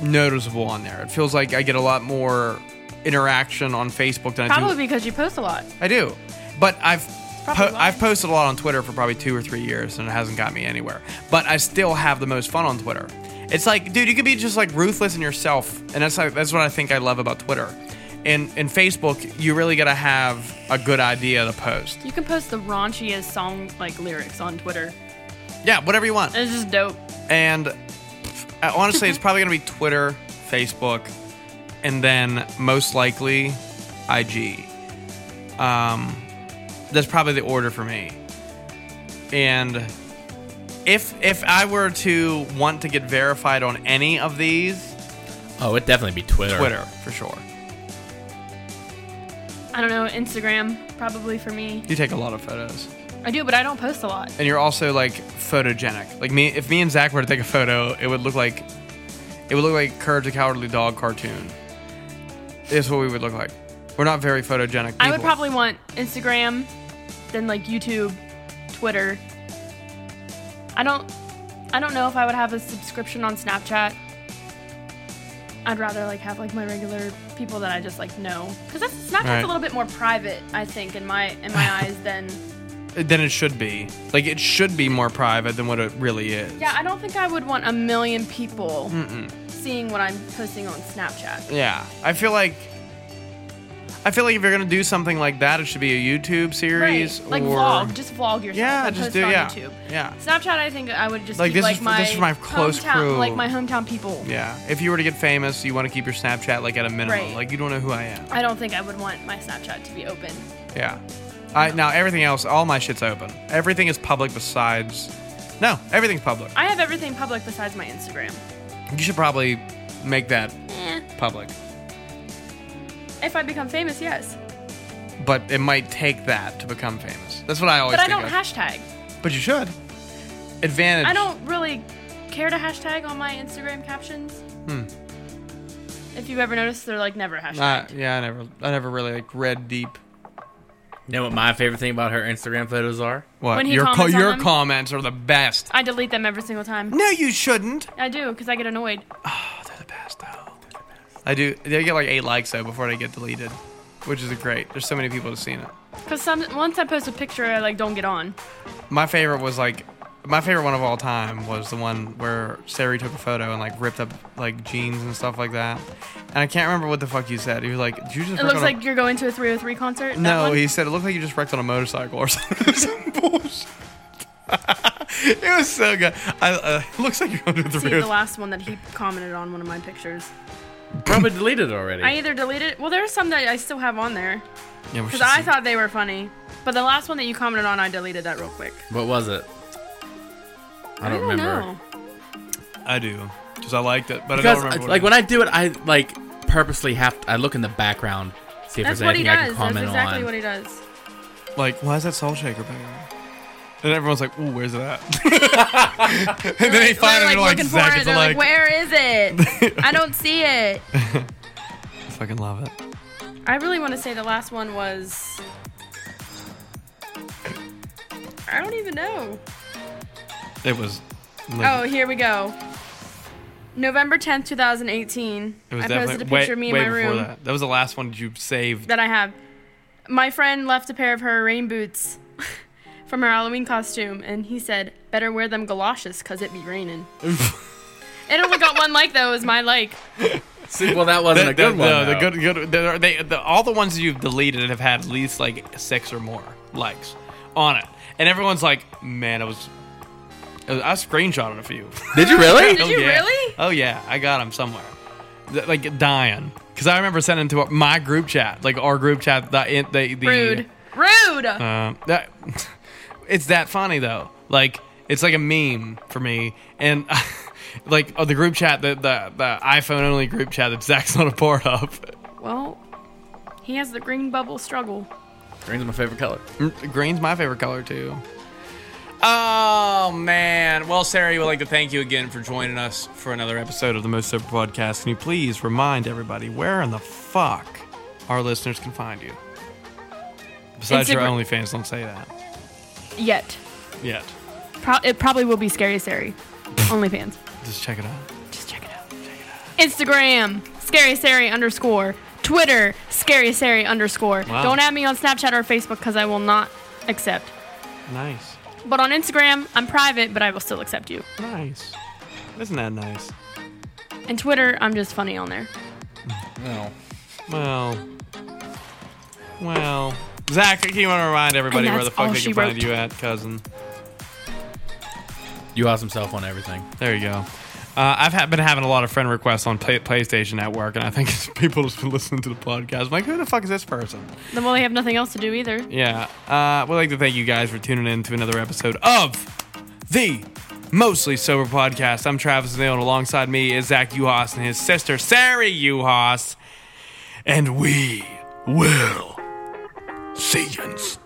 S1: noticeable on there. It feels like I get a lot more interaction on Facebook than I do
S3: Probably because you post a lot.
S1: I do, but I've
S3: Probably
S1: po-
S3: why.
S1: I've posted a lot on Twitter for probably two or three years, and it hasn't got me anywhere. But I still have the most fun on Twitter. It's like, dude, you could be just like ruthless in yourself, and that's like, that's what I think I love about Twitter. And in Facebook, you really gotta have a good idea to post.
S3: You can post the raunchiest song like lyrics on Twitter.
S1: Yeah, whatever you want.
S3: It's just dope.
S1: And uh, honestly, it's probably gonna be Twitter, Facebook, and then most likely IG. Um, that's probably the order for me. And if if I were to want to get verified on any of these,
S2: Oh, it'd definitely be Twitter.
S1: Twitter for sure.
S3: I don't know, Instagram probably for me.
S1: You take a lot of photos,
S3: I do, but I don't post a lot.
S1: and you're also like photogenic. Like me, if me and Zach were to take a photo, it would look like it would look like Courage the Cowardly Dog cartoon. Is what we would look like. We're not very photogenic. People.
S3: I would probably want Instagram, then like YouTube, Twitter. I don't I don't know if I would have a subscription on Snapchat. I'd rather like have like my regular people that I just like know cuz that's Snapchat's
S1: Right.
S3: a little bit more private, I think in my in my eyes than
S1: Then it should be like it should be more private than what it really is.
S3: Yeah, I don't think I would want a million people seeing what I'm posting on Snapchat.
S1: Yeah, I feel like I feel like if you're gonna do something like that, it should be a YouTube series
S3: Like
S1: or
S3: vlog, just vlog yourself.
S1: yeah,
S3: and
S1: just
S3: post
S1: do
S3: it on
S1: yeah,
S3: YouTube.
S1: yeah,
S3: Snapchat, I think I would just
S1: Like,
S3: keep,
S1: this
S3: like
S1: is-
S3: my
S1: this is my close
S3: hometown,
S1: crew.
S3: like my hometown people.
S1: yeah. If you were to get famous, you want to keep your Snapchat like at a minimum.
S3: Right.
S1: Like you don't know who I am.
S3: I don't think I would want my Snapchat to be open.
S1: Yeah. I now everything else, all my shit's open. Everything is public besides. No, everything's public.
S3: I have everything public besides my Instagram.
S1: You should probably make that
S3: Eh.
S1: public,
S3: If I become famous, yes,
S1: Oh, but it might take that to become famous. That's what I always.
S3: but I
S1: think
S3: don't
S1: of.
S3: hashtag.
S1: But you should. Advantage.
S3: I don't really care to hashtag on my Instagram captions.
S1: Hmm.
S3: If you've ever noticed, they're like never hashtag.
S1: Uh, yeah, I never, I never really like read deep.
S2: You know what my favorite thing about her Instagram photos are?
S1: What
S3: When he
S1: your
S3: comments on
S1: your
S3: them?
S1: comments are the best.
S3: I delete them every single time.
S1: No, you shouldn't. Oh,
S3: I do because I get annoyed.
S1: They're the best though. I do. They get like eight likes though before they get deleted, which is great. There's so many people who've seen it.
S3: Because some once I post a picture, I like don't get on.
S1: My favorite was like, my favorite one of all time was the one where Sari took a photo and like ripped up like jeans and stuff like that. And I can't remember what the fuck you said. You were like, "Did you just?"
S3: It
S1: rip
S3: looks
S1: on a-"
S3: like you're going to a 303 concert. that
S1: No,
S3: one.
S1: he said it looked like you just wrecked on a motorcycle or something. Some bullshit. it was so good. I, uh, it looks like you're going to the
S3: See the
S1: real.
S3: last one that he commented on one of my pictures.
S2: Probably deleted already.
S3: I either deleted. Well, there's some that I still have on there
S1: Yeah, we
S3: because
S1: should
S3: I
S1: see.
S3: thought they were funny, But the last one that you commented on, I deleted that real quick.
S2: What was it? I don't, remember.
S3: know.
S1: I do because I liked it, but I
S2: Because
S1: don't remember.
S2: uh,
S1: what
S2: like
S1: it
S2: when
S1: is.
S2: I do it, I like purposely have to. I look in the background, see if
S3: That's
S2: there's
S3: what he
S2: anything I
S3: does.
S2: can
S3: That's
S2: comment
S3: exactly
S2: on.
S3: what he does.
S1: like why is that salt shaker back there? And everyone's like, "Ooh, where's that?" and then they find it,
S3: They're
S1: and they're like,
S3: looking
S1: "Zach,
S3: for
S1: it's
S3: it. They're like,
S1: like,
S3: where is it? I don't see it.
S1: I fucking love it."
S3: I really want to say the last one was. I don't even know.
S1: It was. Like,
S3: Oh, here we go. November 10th, 2018.
S1: it was
S3: I
S1: definitely
S3: posted a
S1: way,
S3: picture of me in
S1: way
S3: my
S1: before
S3: room that.
S1: that. That was the last one you saved.
S3: I have. My friend left a pair of her rain boots from her Halloween costume, and he said, Better wear them galoshes because it be raining. it only got one like, though, is my like.
S2: See, well, that wasn't a
S1: The-
S2: good one.
S1: The,
S2: though.
S1: the good, good. They, are- they, the, all the ones that you've deleted have had at least like six or more likes on it, and everyone's like, "Man, I was." I I screenshotted a few.
S2: Did you really?
S3: Did you
S1: yeah.
S3: really?
S1: Oh yeah, I got him somewhere. Th- Like dying, because I remember sending to my group chat, like our group chat. The the, the
S3: Rude. Rude!
S1: Um, that it's that funny though. Like it's like a meme for me, and like oh, the group chat, the, the the iPhone only group chat that Zach's not a part of.
S3: well, he has the green bubble struggle.
S2: Green's my favorite color.
S1: Mm, Green's my favorite color too. Oh man! Well, Sarah, we'd like to thank you again for joining us for another episode of the Most Sober Podcast. Can you please remind everybody where in the fuck our listeners can find you? Besides your
S3: Instagram.
S1: OnlyFans, don't say that
S3: Yet.
S1: yet.
S3: Pro- it probably will be Scary Sari. OnlyFans.
S1: Just check it out.
S3: Just check it out. Instagram, Scary Sari underscore. Twitter, Scary Sari underscore.
S1: Wow.
S3: Don't add me on Snapchat or Facebook because I will not accept.
S1: Nice.
S3: But on Instagram, I'm private, but I will still accept you.
S1: Nice. Isn't that nice?
S3: And Twitter, I'm just funny on there.
S2: No.
S1: Well, well. Zach, you want to remind everybody
S3: And
S1: where the
S3: that's
S1: fuck
S3: all
S1: they
S3: she
S1: can find
S3: wrote.
S1: you at, cousin?
S2: You awesome himself on everything.
S1: There you go. Uh, I've ha- been having a lot of friend requests on play- PlayStation at work, and I think it's people just been listening to the podcast. I'm like, who the fuck is this person?
S3: Then well, they have nothing else to do either.
S1: Yeah. Uh, we'd like to thank you guys for tuning in to another episode of the Mostly Sober Podcast. I'm Travis Neal, and alongside me is Zach Uhas and his sister, Sari Uhas. And we will see you.